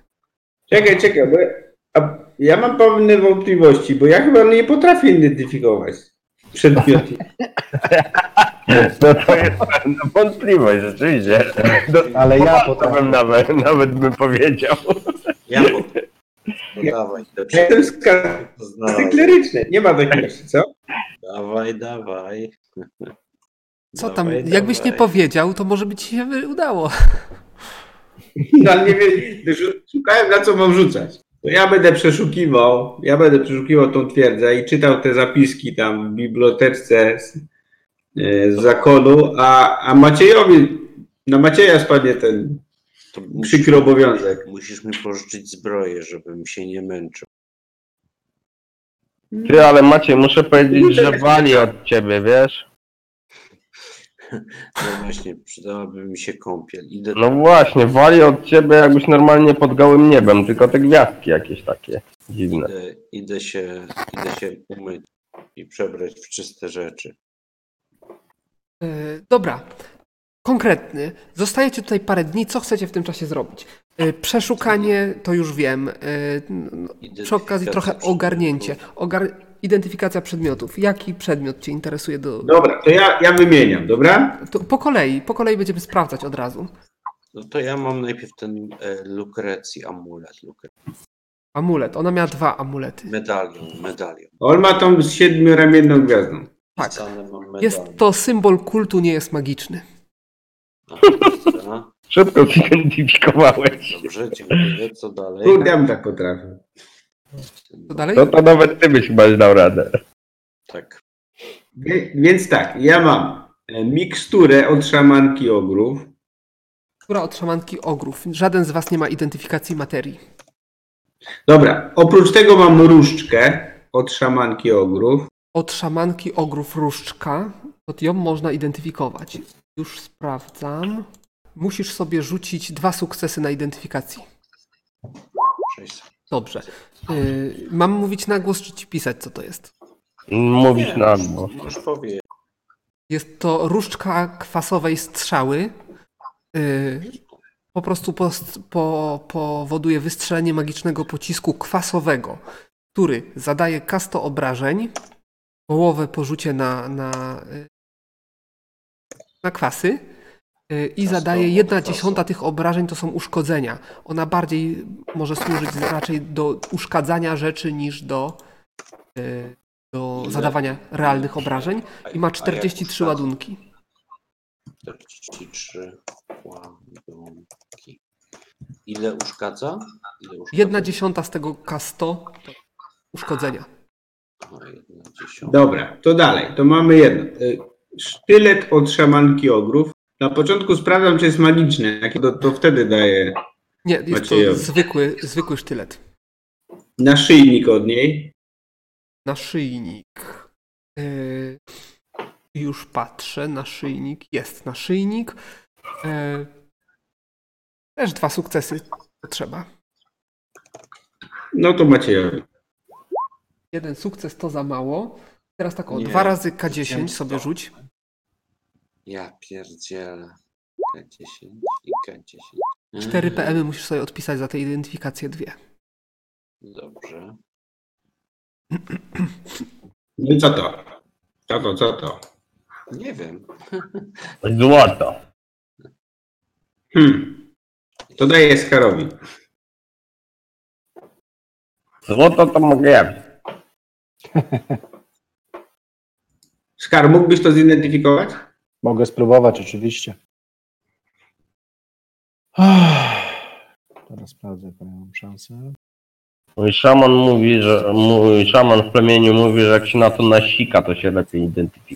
B: Czekaj, czekaj, bo ja, a ja mam pewne wątpliwości, bo ja chyba nie potrafię identyfikować przedmiotów.
D: No <laughs> to jest pewna wątpliwość, rzeczywiście. Do,
C: Ale ja
D: to
C: potrafię.
D: bym nawet, nawet bym powiedział.
E: Ja mam. No dawaj,
B: Ja
E: lepsze.
B: Jestem skarb
E: to znalazłem.
B: kleryczny, nie ma takiej rzeczy, co?
E: Dawaj, dawaj.
A: Co
E: Dawaj,
A: tam?
E: dawaj.
A: Jakbyś nie powiedział, to może by ci się wy- udało.
B: No, ale nie wiem, że szukałem na co mam rzucać. To ja będę przeszukiwał, ja będę przeszukiwał tą twierdzę i czytał te zapiski tam w biblioteczce z, e, z zakonu, a, a Maciejowi, na Macieja spadnie ten
E: To
B: przykry obowiązek.
E: Musisz mi pożyczyć zbroję, żebym się nie męczył.
D: Ty, ale Maciej, muszę powiedzieć, że wali od ciebie, wiesz?
E: No właśnie, przydałaby mi się kąpiel. Idę
D: No właśnie, wali od ciebie jakbyś normalnie pod gołym niebem, tylko te gwiazdki jakieś takie dziwne.
E: Idę, idę, się, idę się umyć i przebrać w czyste rzeczy.
A: Y, dobra. Konkretny. Zostajecie tutaj parę dni. Co chcecie w tym czasie zrobić? Y, przeszukanie, to już wiem. Y, no, przy okazji
E: Identyfikacja
A: trochę
E: przedmiotów.
A: ogarnięcie. Ogar... Identyfikacja przedmiotów. Jaki przedmiot Cię interesuje? Do...
B: Dobra, to ja, ja wymieniam, dobra?
A: To po kolei, po kolei będziemy sprawdzać od razu.
E: No to ja mam najpierw ten e, Lukrecji amulet, Lukre...
A: Amulet. Ona miała dwa amulety.
E: medalion, medalion.
B: On ma tą z siedmioramienną gwiazdą.
A: Tak.
E: Wpisane mam medalion.
A: Jest to symbol kultu, nie jest magiczny.
E: Aha, dobra.
D: Szybko zidentyfikowałeś.
E: Dobrze, dziękuję. Co dalej?
B: Kurde, ja bym tak potrafił.
A: To dalej?
D: No to nawet ty byś chyba dał radę.
E: Tak.
B: Wie- Więc tak, ja mam e, miksturę od szamanki ogrów,
A: Która od szamanki ogrów. Żaden z Was nie ma identyfikacji materii.
B: Dobra, oprócz tego mam różdżkę od szamanki ogrów.
A: Od szamanki ogrów różdżka, to ją można identyfikować. Już sprawdzam. Musisz sobie rzucić dwa sukcesy na identyfikacji.
E: Cześć.
A: Dobrze. Y, mam mówić na głos, czy ci pisać, co to jest?
D: Mówisz
E: Nie,
D: na
E: możesz-
D: głos.
E: Możesz powiedzieć.
A: Jest to różdżka kwasowej strzały. Y, po prostu post, po, powoduje wystrzelenie magicznego pocisku kwasowego, który zadaje kasto obrażeń, połowę porzucie na, na, y, na kwasy y, i
E: Kasto
A: zadaje
E: od
A: 1
E: kwasu.
A: dziesiąta tych obrażeń to są uszkodzenia. Ona bardziej może służyć raczej do uszkadzania rzeczy niż do, y, do
E: Ile?
A: zadawania realnych obrażeń
E: A-
A: i ma
E: a jak
A: 43
E: ustawić?
A: ładunki.
E: 43 ładunki. Ile uszkadza? Ile uszkadza?
A: Jedna dziesiąta z tego K100 to uszkodzenia.
E: No, jedna dziesiąta.
B: Dobra, to dalej. To mamy jedno. Y, Sztylet od szamanki ogrów. Na początku sprawdzam, czy jest magiczny. Jak to, to wtedy daję
A: Nie, jest to
B: Maciejowi.
A: zwykły, zwykły sztylet.
B: naszyjnik od niej.
A: Naszyjnik. Yy, już patrzę, naszyjnik. Jest naszyjnik. Yy, też dwa sukcesy potrzeba.
B: No to Maciejowi.
A: Jeden sukces to za mało. Teraz tak o,
E: Nie.
A: dwa razy K10 sobie
E: To.
A: rzuć.
E: Ja pierdzielę. K10 i K10.
A: 4
E: Mm.
A: PM y musisz sobie odpisać za te identyfikacje dwie.
E: Mm, Dobrze.
B: No i co to? Co to, co to?
E: Nie wiem.
D: Złoto.
B: Hmm. To daję Skarowi.
D: Złoto to mogę ja wziąć.
B: Skar, mógłbyś to zidentyfikować?
C: Mogę spróbować, oczywiście. Teraz sprawdzę, jaką ja mam szansę.
D: Mój szaman mówi, że mój szaman w plemieniu mówi, że jak się na to nasika, to się lepiej identyfikuje.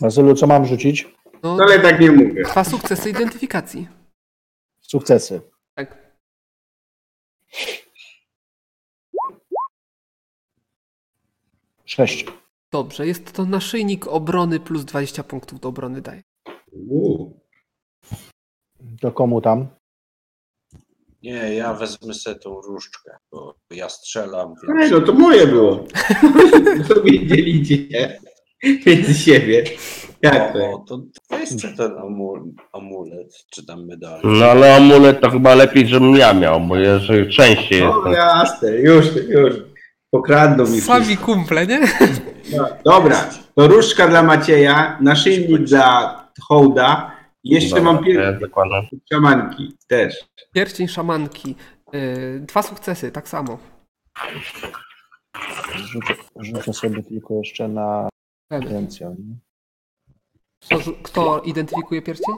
C: Marcelu, co mam rzucić?
A: No,
B: No ale tak nie mówię.
A: dwa sukcesy identyfikacji.
C: Sukcesy.
A: Tak.
C: Sześć.
A: Dobrze, jest to naszyjnik obrony plus 20 punktów do obrony daje.
B: Uuu.
C: To komu tam?
E: Nie, ja wezmę sobie tą różdżkę, bo ja strzelam,
B: Ej,
E: więc
B: no to moje <laughs> było. sobie dzielicie między siebie. Jak to?
E: o, to weźcie ten amul amulet, czy tam medal.
D: No ale amulet to chyba lepiej, żebym ja miał, bo jeżeli częściej
B: O,
D: jestem.
B: No, jasne, już, już. Pokradną mi wszystko. No,
A: Sami kumple, nie?
B: Dobra, to różdżka dla Macieja, naszyjnik dla Hołda. Jeszcze
D: Dobra,
B: mam
D: to ja
B: pierwszy
D: zakładam.
B: szamanki też.
A: Pierścień szamanki. Yy, dwa sukcesy, tak samo.
C: Rzucę, rzucę sobie tylko jeszcze na
A: Pewnie.
C: potencjał. nie?
A: Kto, żu- kto identyfikuje pierścień?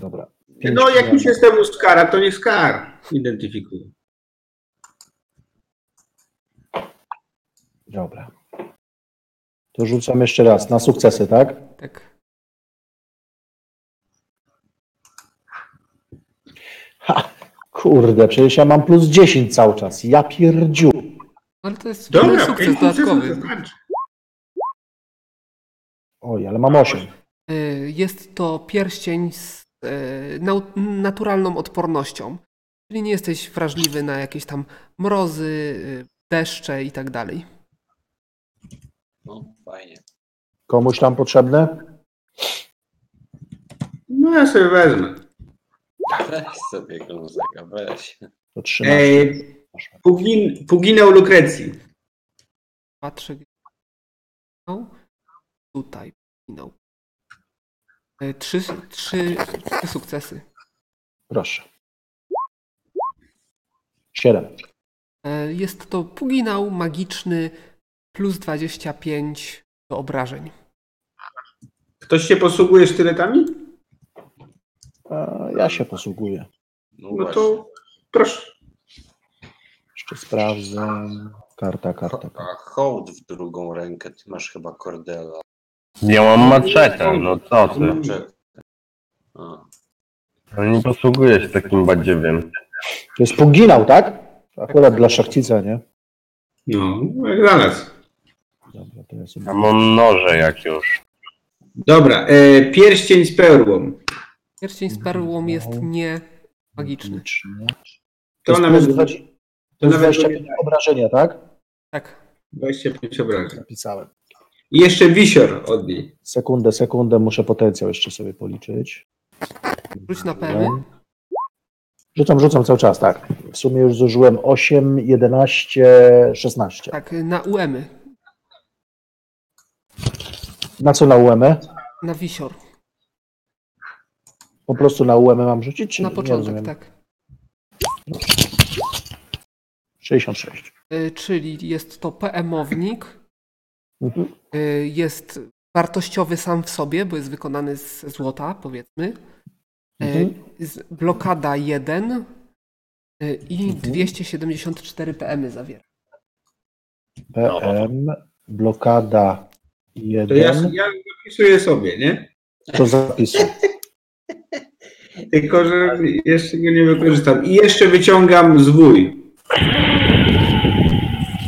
C: Dobra.
B: No jak już jestem u Skara, to nie Skar identyfikuje.
C: Dobra. To rzucam jeszcze raz. Na sukcesy, tak?
A: Tak.
C: Ha, kurde, przecież ja mam plus 10 cały czas. Ja pierdziu.
A: No, Ale to jest
B: Dobra,
A: sukces
B: pięć sukcesów
A: dodatkowy.
B: wystarczy.
C: Oj, ale mam 8.
A: Y, Jest to pierścień z y, nau- naturalną odpornością. Czyli nie jesteś wrażliwy na jakieś tam mrozy, y, deszcze i tak dalej.
E: No, fajnie.
C: Komuś tam potrzebne?
B: No ja sobie wezmę.
E: Weź sobie Gonzaga, weź. No
C: To 13.
B: Ej, Pugin, Puginał Lukrecji.
A: Patrzę, gdzie minął. Tutaj minął. Y, Trzy, trzy, trzy sukcesy.
C: Proszę. 7.
A: Y, Jest to puginał magiczny plus 25 do obrażeń.
B: Ktoś się posługuje sztyletami?
C: Ja się posługuję.
E: No,
B: No
E: to...
B: to proszę.
C: Jeszcze sprawdzę. Karta, karta.
E: A hołd w drugą rękę, ty masz chyba kordela.
D: Ja mam maczetę, no co ty.
E: Czy... A,
D: No Nie posługuję się takim badziewiem.
C: To jest puginał, tak? Akurat dla szachcica, nie?
B: No, jak znalazł.
C: Dobra, to ja
D: Ja
C: sobie...
D: mam noże jak już.
B: Dobra, e, pierścień z perłą.
A: Pierścień z perłą jest nie magiczny.
B: To,
C: jest
B: nawet,
C: plus 20
B: to
C: plus
B: nawet
C: 25 obrażenia, tak?
A: Tak.
B: 25 obrażeń.
C: Napisałem.
B: I jeszcze wisior od niej.
C: Sekundę, sekundę, muszę potencjał jeszcze sobie policzyć.
A: Rzuć na y. PM.
C: Rzucam, rzucam cały czas, tak. W sumie już zużyłem 8, 11, 16.
A: Tak, na UEMy,
C: Na co na E? UEM?
A: na wisior,
C: Po prostu na UEM mam rzucić? Czy
A: na
C: nie
A: początek,
C: rozumiem?
A: tak.
C: 66.
A: Y, Czyli jest to PM-ownik,
C: Mhm.
A: y, jest wartościowy sam w sobie, bo jest wykonany z złota, powiedzmy. E, z- Blokada 1 e, i 274 PM zawiera.
B: No.
C: PM, blokada
B: To ja,
C: 1,
B: ja zapisuję sobie, nie?
C: to zapisu.
B: Tylko, że jeszcze go nie wykorzystam. I jeszcze wyciągam zwój.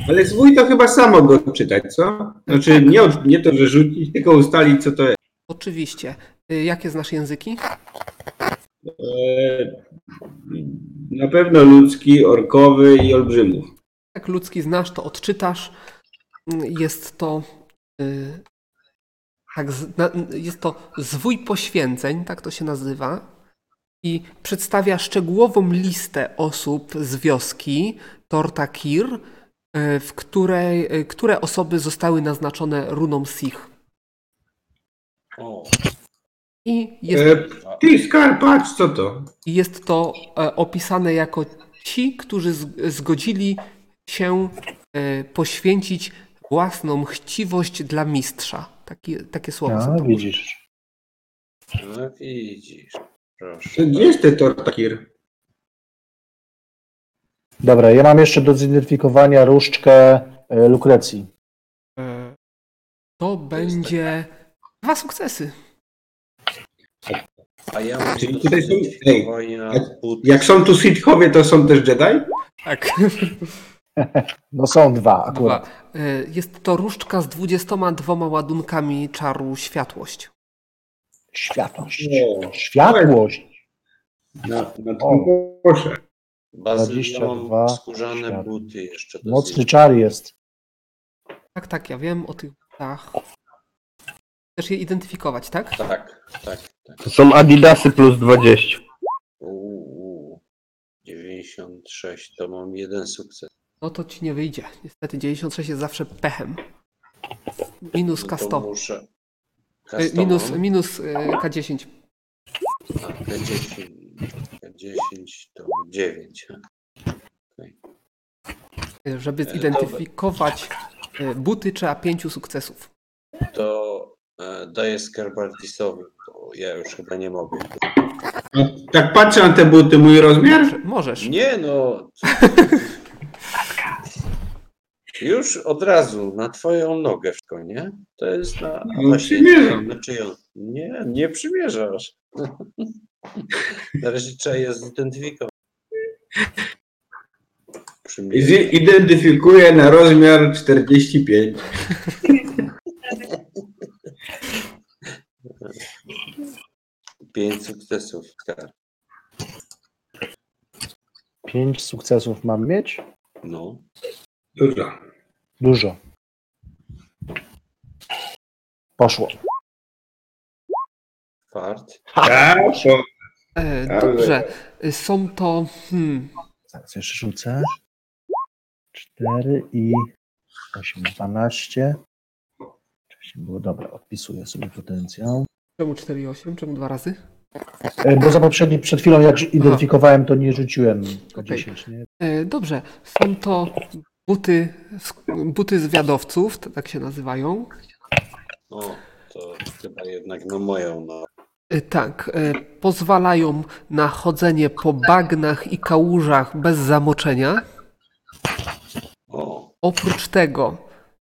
B: Ale zwój to chyba samo go odczytać, co? Znaczy nie, od- nie to, że rzucić, tylko ustalić, co to jest.
A: Oczywiście. E, Jakie znasz języki?
B: Eee, Na pewno ludzki, orkowy i olbrzymów.
A: Jak ludzki znasz, to odczytasz. Mm, Jest to. y, Tak, z- na- n- jest to zwój poświęceń, tak to się nazywa. I przedstawia szczegółową listę osób z wioski Tortakir, y, w której, y, które osoby zostały naznaczone runą Sich.
E: O,
A: I jest,
B: Eee, Ty, skarb, patrz, co to?
A: i jest to e, opisane jako ci, którzy z- zgodzili się e, poświęcić własną chciwość dla mistrza. Takie, takie słowa są
C: A,
A: tam użyte.
C: widzisz.
E: no widzisz. Proszę.
B: To Gdzie jest ten tortakir?
C: Dobra, ja mam jeszcze do zidentyfikowania różdżkę e, Lukrecji.
A: E, To będzie dwa sukcesy.
E: A ja mam
B: Czyli
E: do
B: tutaj są-
E: zidentyfikowania
B: Ej,
E: but-
B: Jak są tu sitchowie, to są też Jedi?
A: Tak.
C: No są dwa akurat.
A: <laughs> Dwa. E, Jest to różdżka z 22 ładunkami czaru światłość.
C: Światłość.
B: O.
C: Światłość.
B: Na, na
C: O.
B: tym proszę.
E: Bazyl, ja
C: 22
E: mam skórzane
C: światła.
E: buty jeszcze. do
C: Mocny
E: zidentyfikowania.
C: czar jest.
A: Tak, tak, ja wiem o tych butach. Chcesz je identyfikować, tak?
E: Tak, tak, tak.
D: To są Adidasy plus 20.
E: Uuu, 96, to mam jeden sukces.
A: No to ci nie wyjdzie. Niestety 96 jest zawsze pechem. Minus
E: No to
A: K100.
E: Muszę...
A: E,
E: K100
A: Minus,
E: mam.
A: minus e, K10.
E: A, K10, K10 to 9.
A: E, Żeby zidentyfikować e, buty, trzeba pięciu sukcesów.
E: To e, daję skarbardisowy, bo ja już chyba nie mogę.
B: A tak patrzę na te buty, mój rozmiar?
A: Prze- Możesz. E,
E: Nie no! <laughs> Już od razu na twoją nogę wszystko, nie? To jest na...
B: No, przymierzam.
E: na czyją? Nie, nie przymierzasz. <laughs> Na razie trzeba je zidentyfikować. Przymierz...
B: Zi- Identyfikuję na rozmiar 45.
E: Pięć sukcesów. tak.
C: Pięć sukcesów mam mieć.
E: No.
B: Dużo.
C: Dużo. Poszło.
E: Fart.
B: Tak, to
A: E,
B: Ale-
A: Dobrze. E, Są to. Hmm,
C: Zaraz Tak, jeszcze rzucę. 4 i 8, 12. Wcześniej było dobra, odpisuję sobie potencjał.
A: czemu 4,8? Czemu dwa razy?
C: E, Bo za poprzedni, przed chwilą jak identyfikowałem, to nie rzuciłem
A: Okej.
C: 10, nie?
A: E, Dobrze. Są to buty, sk- buty zwiadowców, t- tak się nazywają.
E: No, to chyba jednak na moją no.
A: E, Tak. e, Pozwalają na chodzenie po bagnach i kałużach bez zamoczenia.
E: O,
A: Oprócz tego,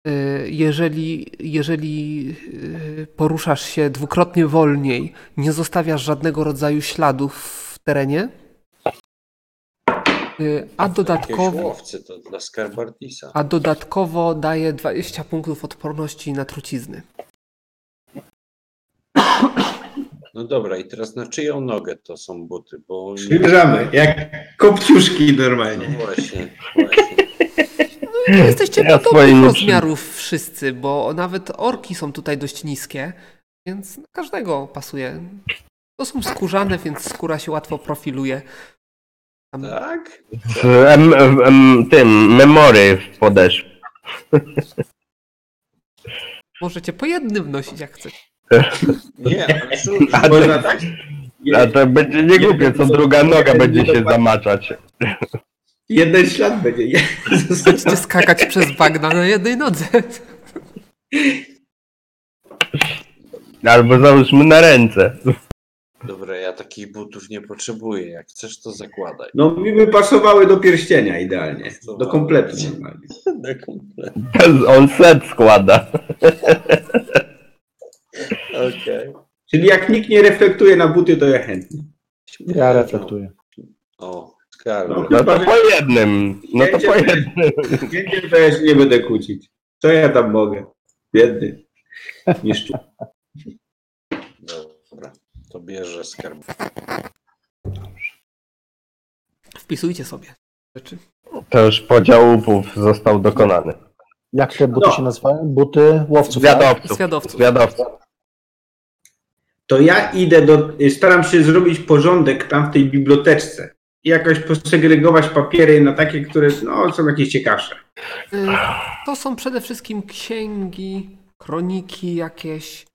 A: y, jeżeli, jeżeli y, poruszasz się dwukrotnie wolniej, nie zostawiasz żadnego rodzaju śladów w terenie, y, a
E: jakieś
A: dodatkowo,
E: łowcy to dla Skarbardisa.
A: a dodatkowo daje 20 punktów odporności na trucizny.
E: No dobra, i teraz na czyją nogę to są buty? Bo
B: przymierzamy, jak kopciuszki normalnie.
E: No właśnie, właśnie.
A: Jesteście
D: Ja
A: podobnych
D: swojej nie
A: rozmiarów wszyscy, bo nawet orki są tutaj dość niskie, więc na każdego pasuje. To są skórzane, więc skóra się łatwo profiluje. Tam
E: Tak?
D: W, em, w em, tym, memory w podeszw.
A: Możecie po jednym wnosić, jak chcecie.
E: Nie, ale żu-
D: A
B: Bo
D: ty-
B: na tak,
D: A to będzie nie głupie, co druga noga będzie się zamaczać.
B: jeden ślad będzie.
A: Będziecie skakać przez bagna na jednej nodze.
D: Albo załóżmy na ręce. <laughs>
E: Dobra, ja takich butów nie potrzebuję. Jak chcesz, to zakładaj.
B: No mi by pasowały do pierścienia idealnie, do kompletu normalnie.
D: On set składa.
E: Okej.
B: Czyli jak nikt nie reflektuje na buty, to ja chętnie.
C: Ja reflektuję.
E: O, Karol.
D: No to po jednym. No to po jednym.
B: Biedny to ja się nie będę kłócić. Co ja tam mogę? Biedny. Niszczu.
E: Dobra, to bierze skarb.
A: Wpisujcie sobie rzeczy.
D: To już podział łupów został dokonany.
C: Jak te buty
B: No.
C: się nazywają? Buty łowców. tak?
D: Zwiadowców.
A: Zwiadowców.
D: Zwiadowców.
B: To ja idę do. Staram się zrobić porządek tam w tej biblioteczce. I jakoś posegregować papiery na takie, które no, są jakieś ciekawsze.
A: Y, To są przede wszystkim księgi, kroniki jakieś,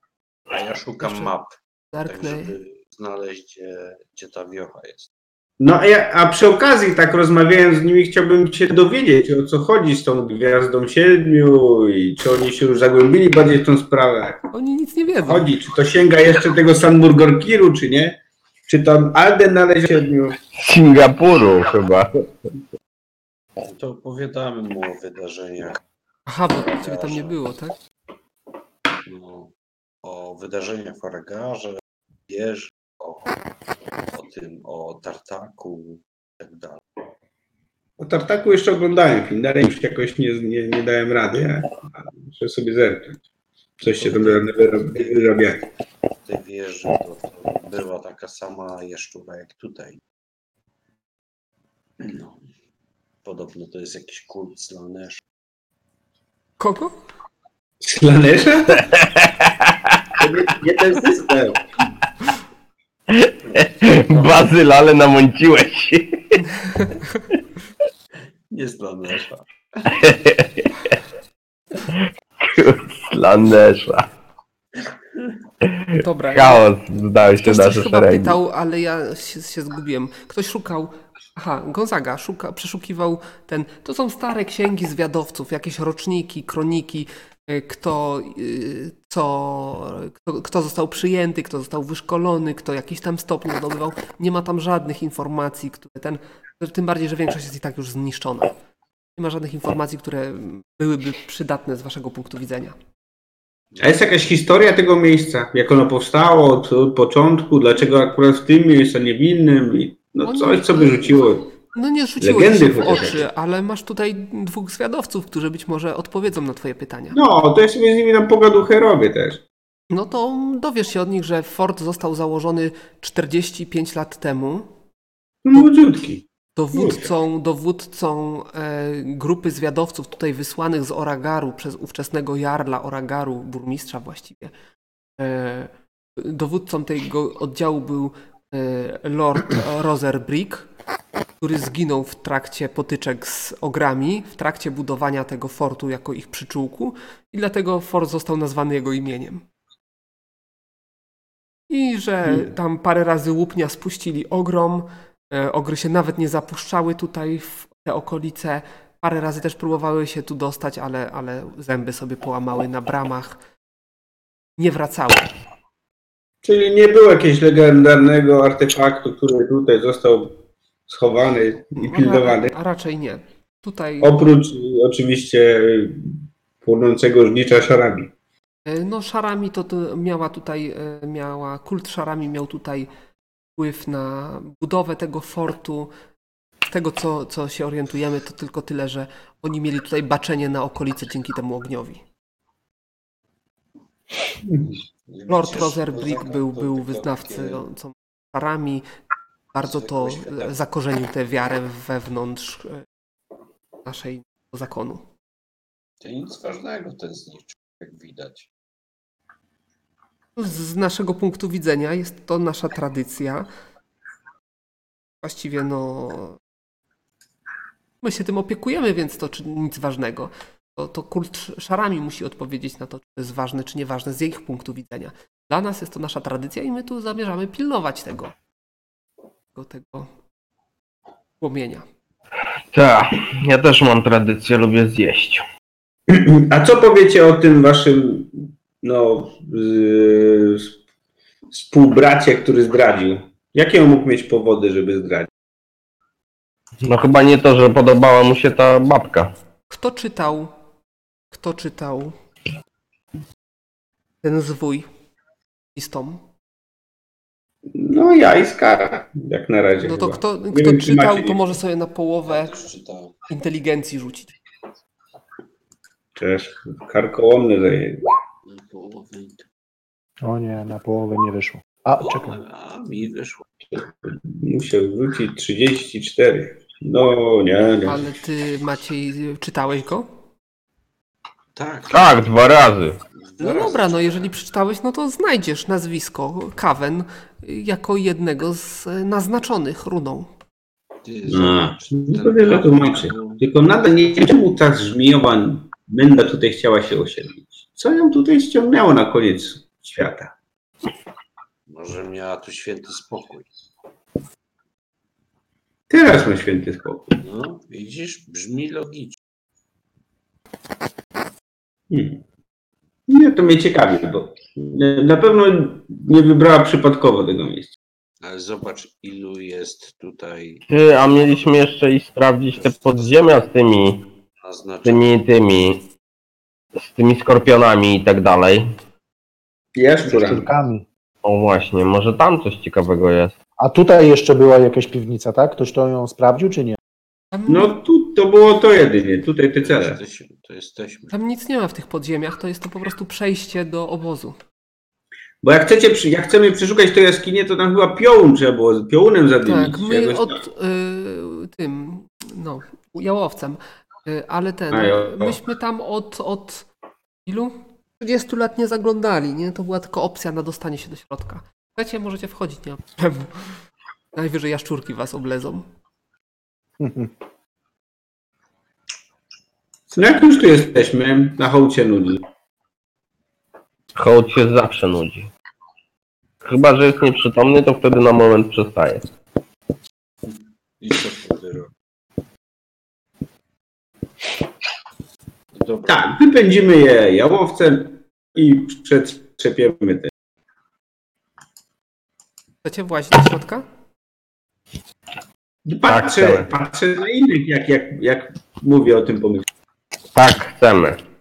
E: A ja szukam
A: Jeszcze-
E: map, tak
A: darkne.
E: żeby znaleźć, gdzie, gdzie ta wiocha jest.
B: No a, ja, a przy okazji, tak rozmawiając z nimi, chciałbym się dowiedzieć, o co chodzi z tą Gwiazdą Siedmiu i czy oni się już zagłębili bardziej w tą sprawę.
A: Oni nic nie wiedzą.
B: Chodzi, czy to sięga jeszcze tego Sanmurgorkiru, czy nie? Czy tam Alden należy Siedmiu?
D: Singapuru chyba. <laughs>
E: To opowiadamy mu o wydarzeniach,
A: Aha, bo ciebie tam nie było, tak?
E: no, o wydarzeniach w Aragarze, wieży, o, o tym, o tartaku i tak dalej.
B: O Tartaku jeszcze oglądałem film, dalej już jakoś nie, nie, nie dałem rady, a muszę sobie zerknąć. Coś się tam wyrobi- wyrabia.
E: W tej wieży to, to była taka sama jaszczura jak tutaj. No. Podobno to jest jakiś kult slanesh.
A: Kogo?
B: Slanesza? <laughs> Jeden system.
D: Bazyl, ale namąciłeś. <laughs>
E: Nie slanesha.
D: Landesza.
A: Dobra.
D: Chaos zdał się
A: Ktoś
D: nasze
A: coś chyba
D: szeregi.
A: pytał, ale ja się, się zgubiłem. Ktoś szukał. Aha, Gonzaga szuka, przeszukiwał ten. To są stare księgi zwiadowców, jakieś roczniki, kroniki, y, kto, y, co, kto, kto został przyjęty, kto został wyszkolony, kto jakieś tam stopnie zdobywał. Nie ma tam żadnych informacji, które ten. Tym bardziej, że większość jest i tak już zniszczona. Nie ma żadnych informacji, które byłyby przydatne z waszego punktu widzenia.
B: A jest jakaś historia tego miejsca? Jak ono powstało od, od początku? Dlaczego akurat w tym miejscu, a nie w innym? I, no
A: Oni-
B: coś, co by rzuciło.
A: No nie rzuciło ci
B: Legendy
A: się w
B: chociaż
A: oczy, ale masz tutaj dwóch zwiadowców, którzy być może odpowiedzą na twoje pytania.
B: No, to ja sobie z nimi tam pogaduchę robię też.
A: No to dowiesz się od nich, że fort został założony 45 lat temu.
B: No, młodziutki.
A: Dowódcą, dowódcą e, grupy zwiadowców tutaj wysłanych z Oragaru przez ówczesnego jarla Oragaru, burmistrza właściwie. E, dowódcą tego oddziału był e, Lord Roserbrick, który zginął w trakcie potyczek z ogrami, w trakcie budowania tego fortu jako ich przyczółku i dlatego fort został nazwany jego imieniem. I że tam parę razy łupnia spuścili ogrom, E, Ogry się nawet nie zapuszczały tutaj w te okolice. Parę razy też próbowały się tu dostać, ale, ale zęby sobie połamały na bramach. Nie wracały.
B: Czyli nie było jakiegoś legendarnego artefaktu, który tutaj został schowany i pilnowany.
A: A, a raczej nie. Tutaj
B: Oprócz y, oczywiście y, płonącego żnicza szarami. <clears throat>
A: e, no szarami to, to miała tutaj e, miała kult szarami miał tutaj wpływ na budowę tego fortu. Z tego co, co się orientujemy to tylko tyle, że oni mieli tutaj baczenie na okolice dzięki temu ogniowi. Lord Roserbrick
E: tak
A: był, był no. wyznawcą parami. Bardzo to
E: Zwykłe
A: e, zakorzenił tę wiarę wewnątrz e, naszej zakonu.
E: To nic ważnego, ten zniszczył, jak widać.
A: Z- Z naszego punktu widzenia jest to nasza tradycja. Właściwie no. My się tym opiekujemy, więc to czy nic ważnego. To, to kult sz- szarami musi odpowiedzieć na to, czy to jest ważne, czy nieważne z ich punktu widzenia. Dla nas jest to nasza tradycja i my tu zamierzamy pilnować tego. Tego, tego płomienia.
D: Tak, ja też mam tradycję, lubię zjeść.
B: A co powiecie o tym waszym no, z, współbracie, który zdradził? Jakie on mógł mieć powody, żeby zdradzić?
D: No chyba nie to, że podobała mu się ta babka.
A: Kto czytał? Kto czytał? Ten zwój listom.
B: No ja i Skara, jak na razie
A: No to
B: chyba.
A: kto,
B: Nie
A: kto
B: wiem, czy
A: czytał,
B: macie-
A: to może sobie na połowę
E: Czytałem.
A: inteligencji rzucić.
B: Też karkołomny zaje.
C: O nie, na połowę nie wyszło. A, czekaj.
E: A mi wyszło.
B: Musiał wrócić 34. No nie, nie.
A: Ale ty, Maciej, czytałeś go?
E: Tak.
D: Tak, dwa razy.
A: No dobra, no jeżeli przeczytałeś, no to znajdziesz nazwisko Kawen jako jednego z e, naznaczonych runą.
E: Ty
B: No.
E: zobacz,
B: No
E: ten
B: to wiele
E: kawał
B: tłumaczy.
E: był-
B: Tylko nadal nie wiem, czemu ta żmijowa menda tutaj chciała się osiedlić. Co ją tutaj ściągnęło na koniec świata?
E: Może miała tu święty spokój.
B: Teraz ma święty spokój.
E: No, widzisz, brzmi logicznie.
B: Hmm. Nie, to mnie ciekawi, bo na pewno nie wybrała przypadkowo tego miejsca.
E: Ale zobacz, ilu jest tutaj
D: Ty, a mieliśmy jeszcze i sprawdzić te podziemia z tymi,
E: naznaczonych.
D: tymi, tymi, z tymi skorpionami i tak dalej.
B: Ja szczurami.
C: Szczurkami.
D: O właśnie, może tam coś ciekawego jest.
C: A tutaj jeszcze była jakaś piwnica, tak? Ktoś to ją sprawdził, czy nie?
A: Tam,
B: No tu to było to jedynie, tutaj te
E: To,
B: cele.
E: jesteś, to jesteśmy.
A: tam nic nie ma w tych podziemiach, to jest to po prostu przejście do obozu.
B: Bo jak chcecie, przy- jak chcemy przeszukać to jaskinie, to tam chyba piołun trzeba było, z piołunem zadymić.
A: Tak,
B: jakoś
A: my
B: tak.
A: od y, tym, no, jałowcem, y, ale ten,
B: A, jałowca.
A: myśmy tam od, od ilu? 30 lat nie zaglądali, nie? To była tylko opcja na dostanie się do środka. Słuchajcie, możecie wchodzić, nie ma problemu. Najwyżej jaszczurki was oblezą.
B: No jak już tu jesteśmy, na hołcie nudzi.
D: Hołd się zawsze nudzi. Chyba, że jest nieprzytomny, to wtedy na moment przestaje.
E: I co wtedy robię? Dobra,
B: Tak, wypędzimy je jałowcem i przetrzepiemy te.
A: Chcecie włazić do środka?
B: Patrzę,
D: chcemy.
B: patrzę na innych, jak, jak, jak mówię o tym pomysłu.
D: Tak chcemy.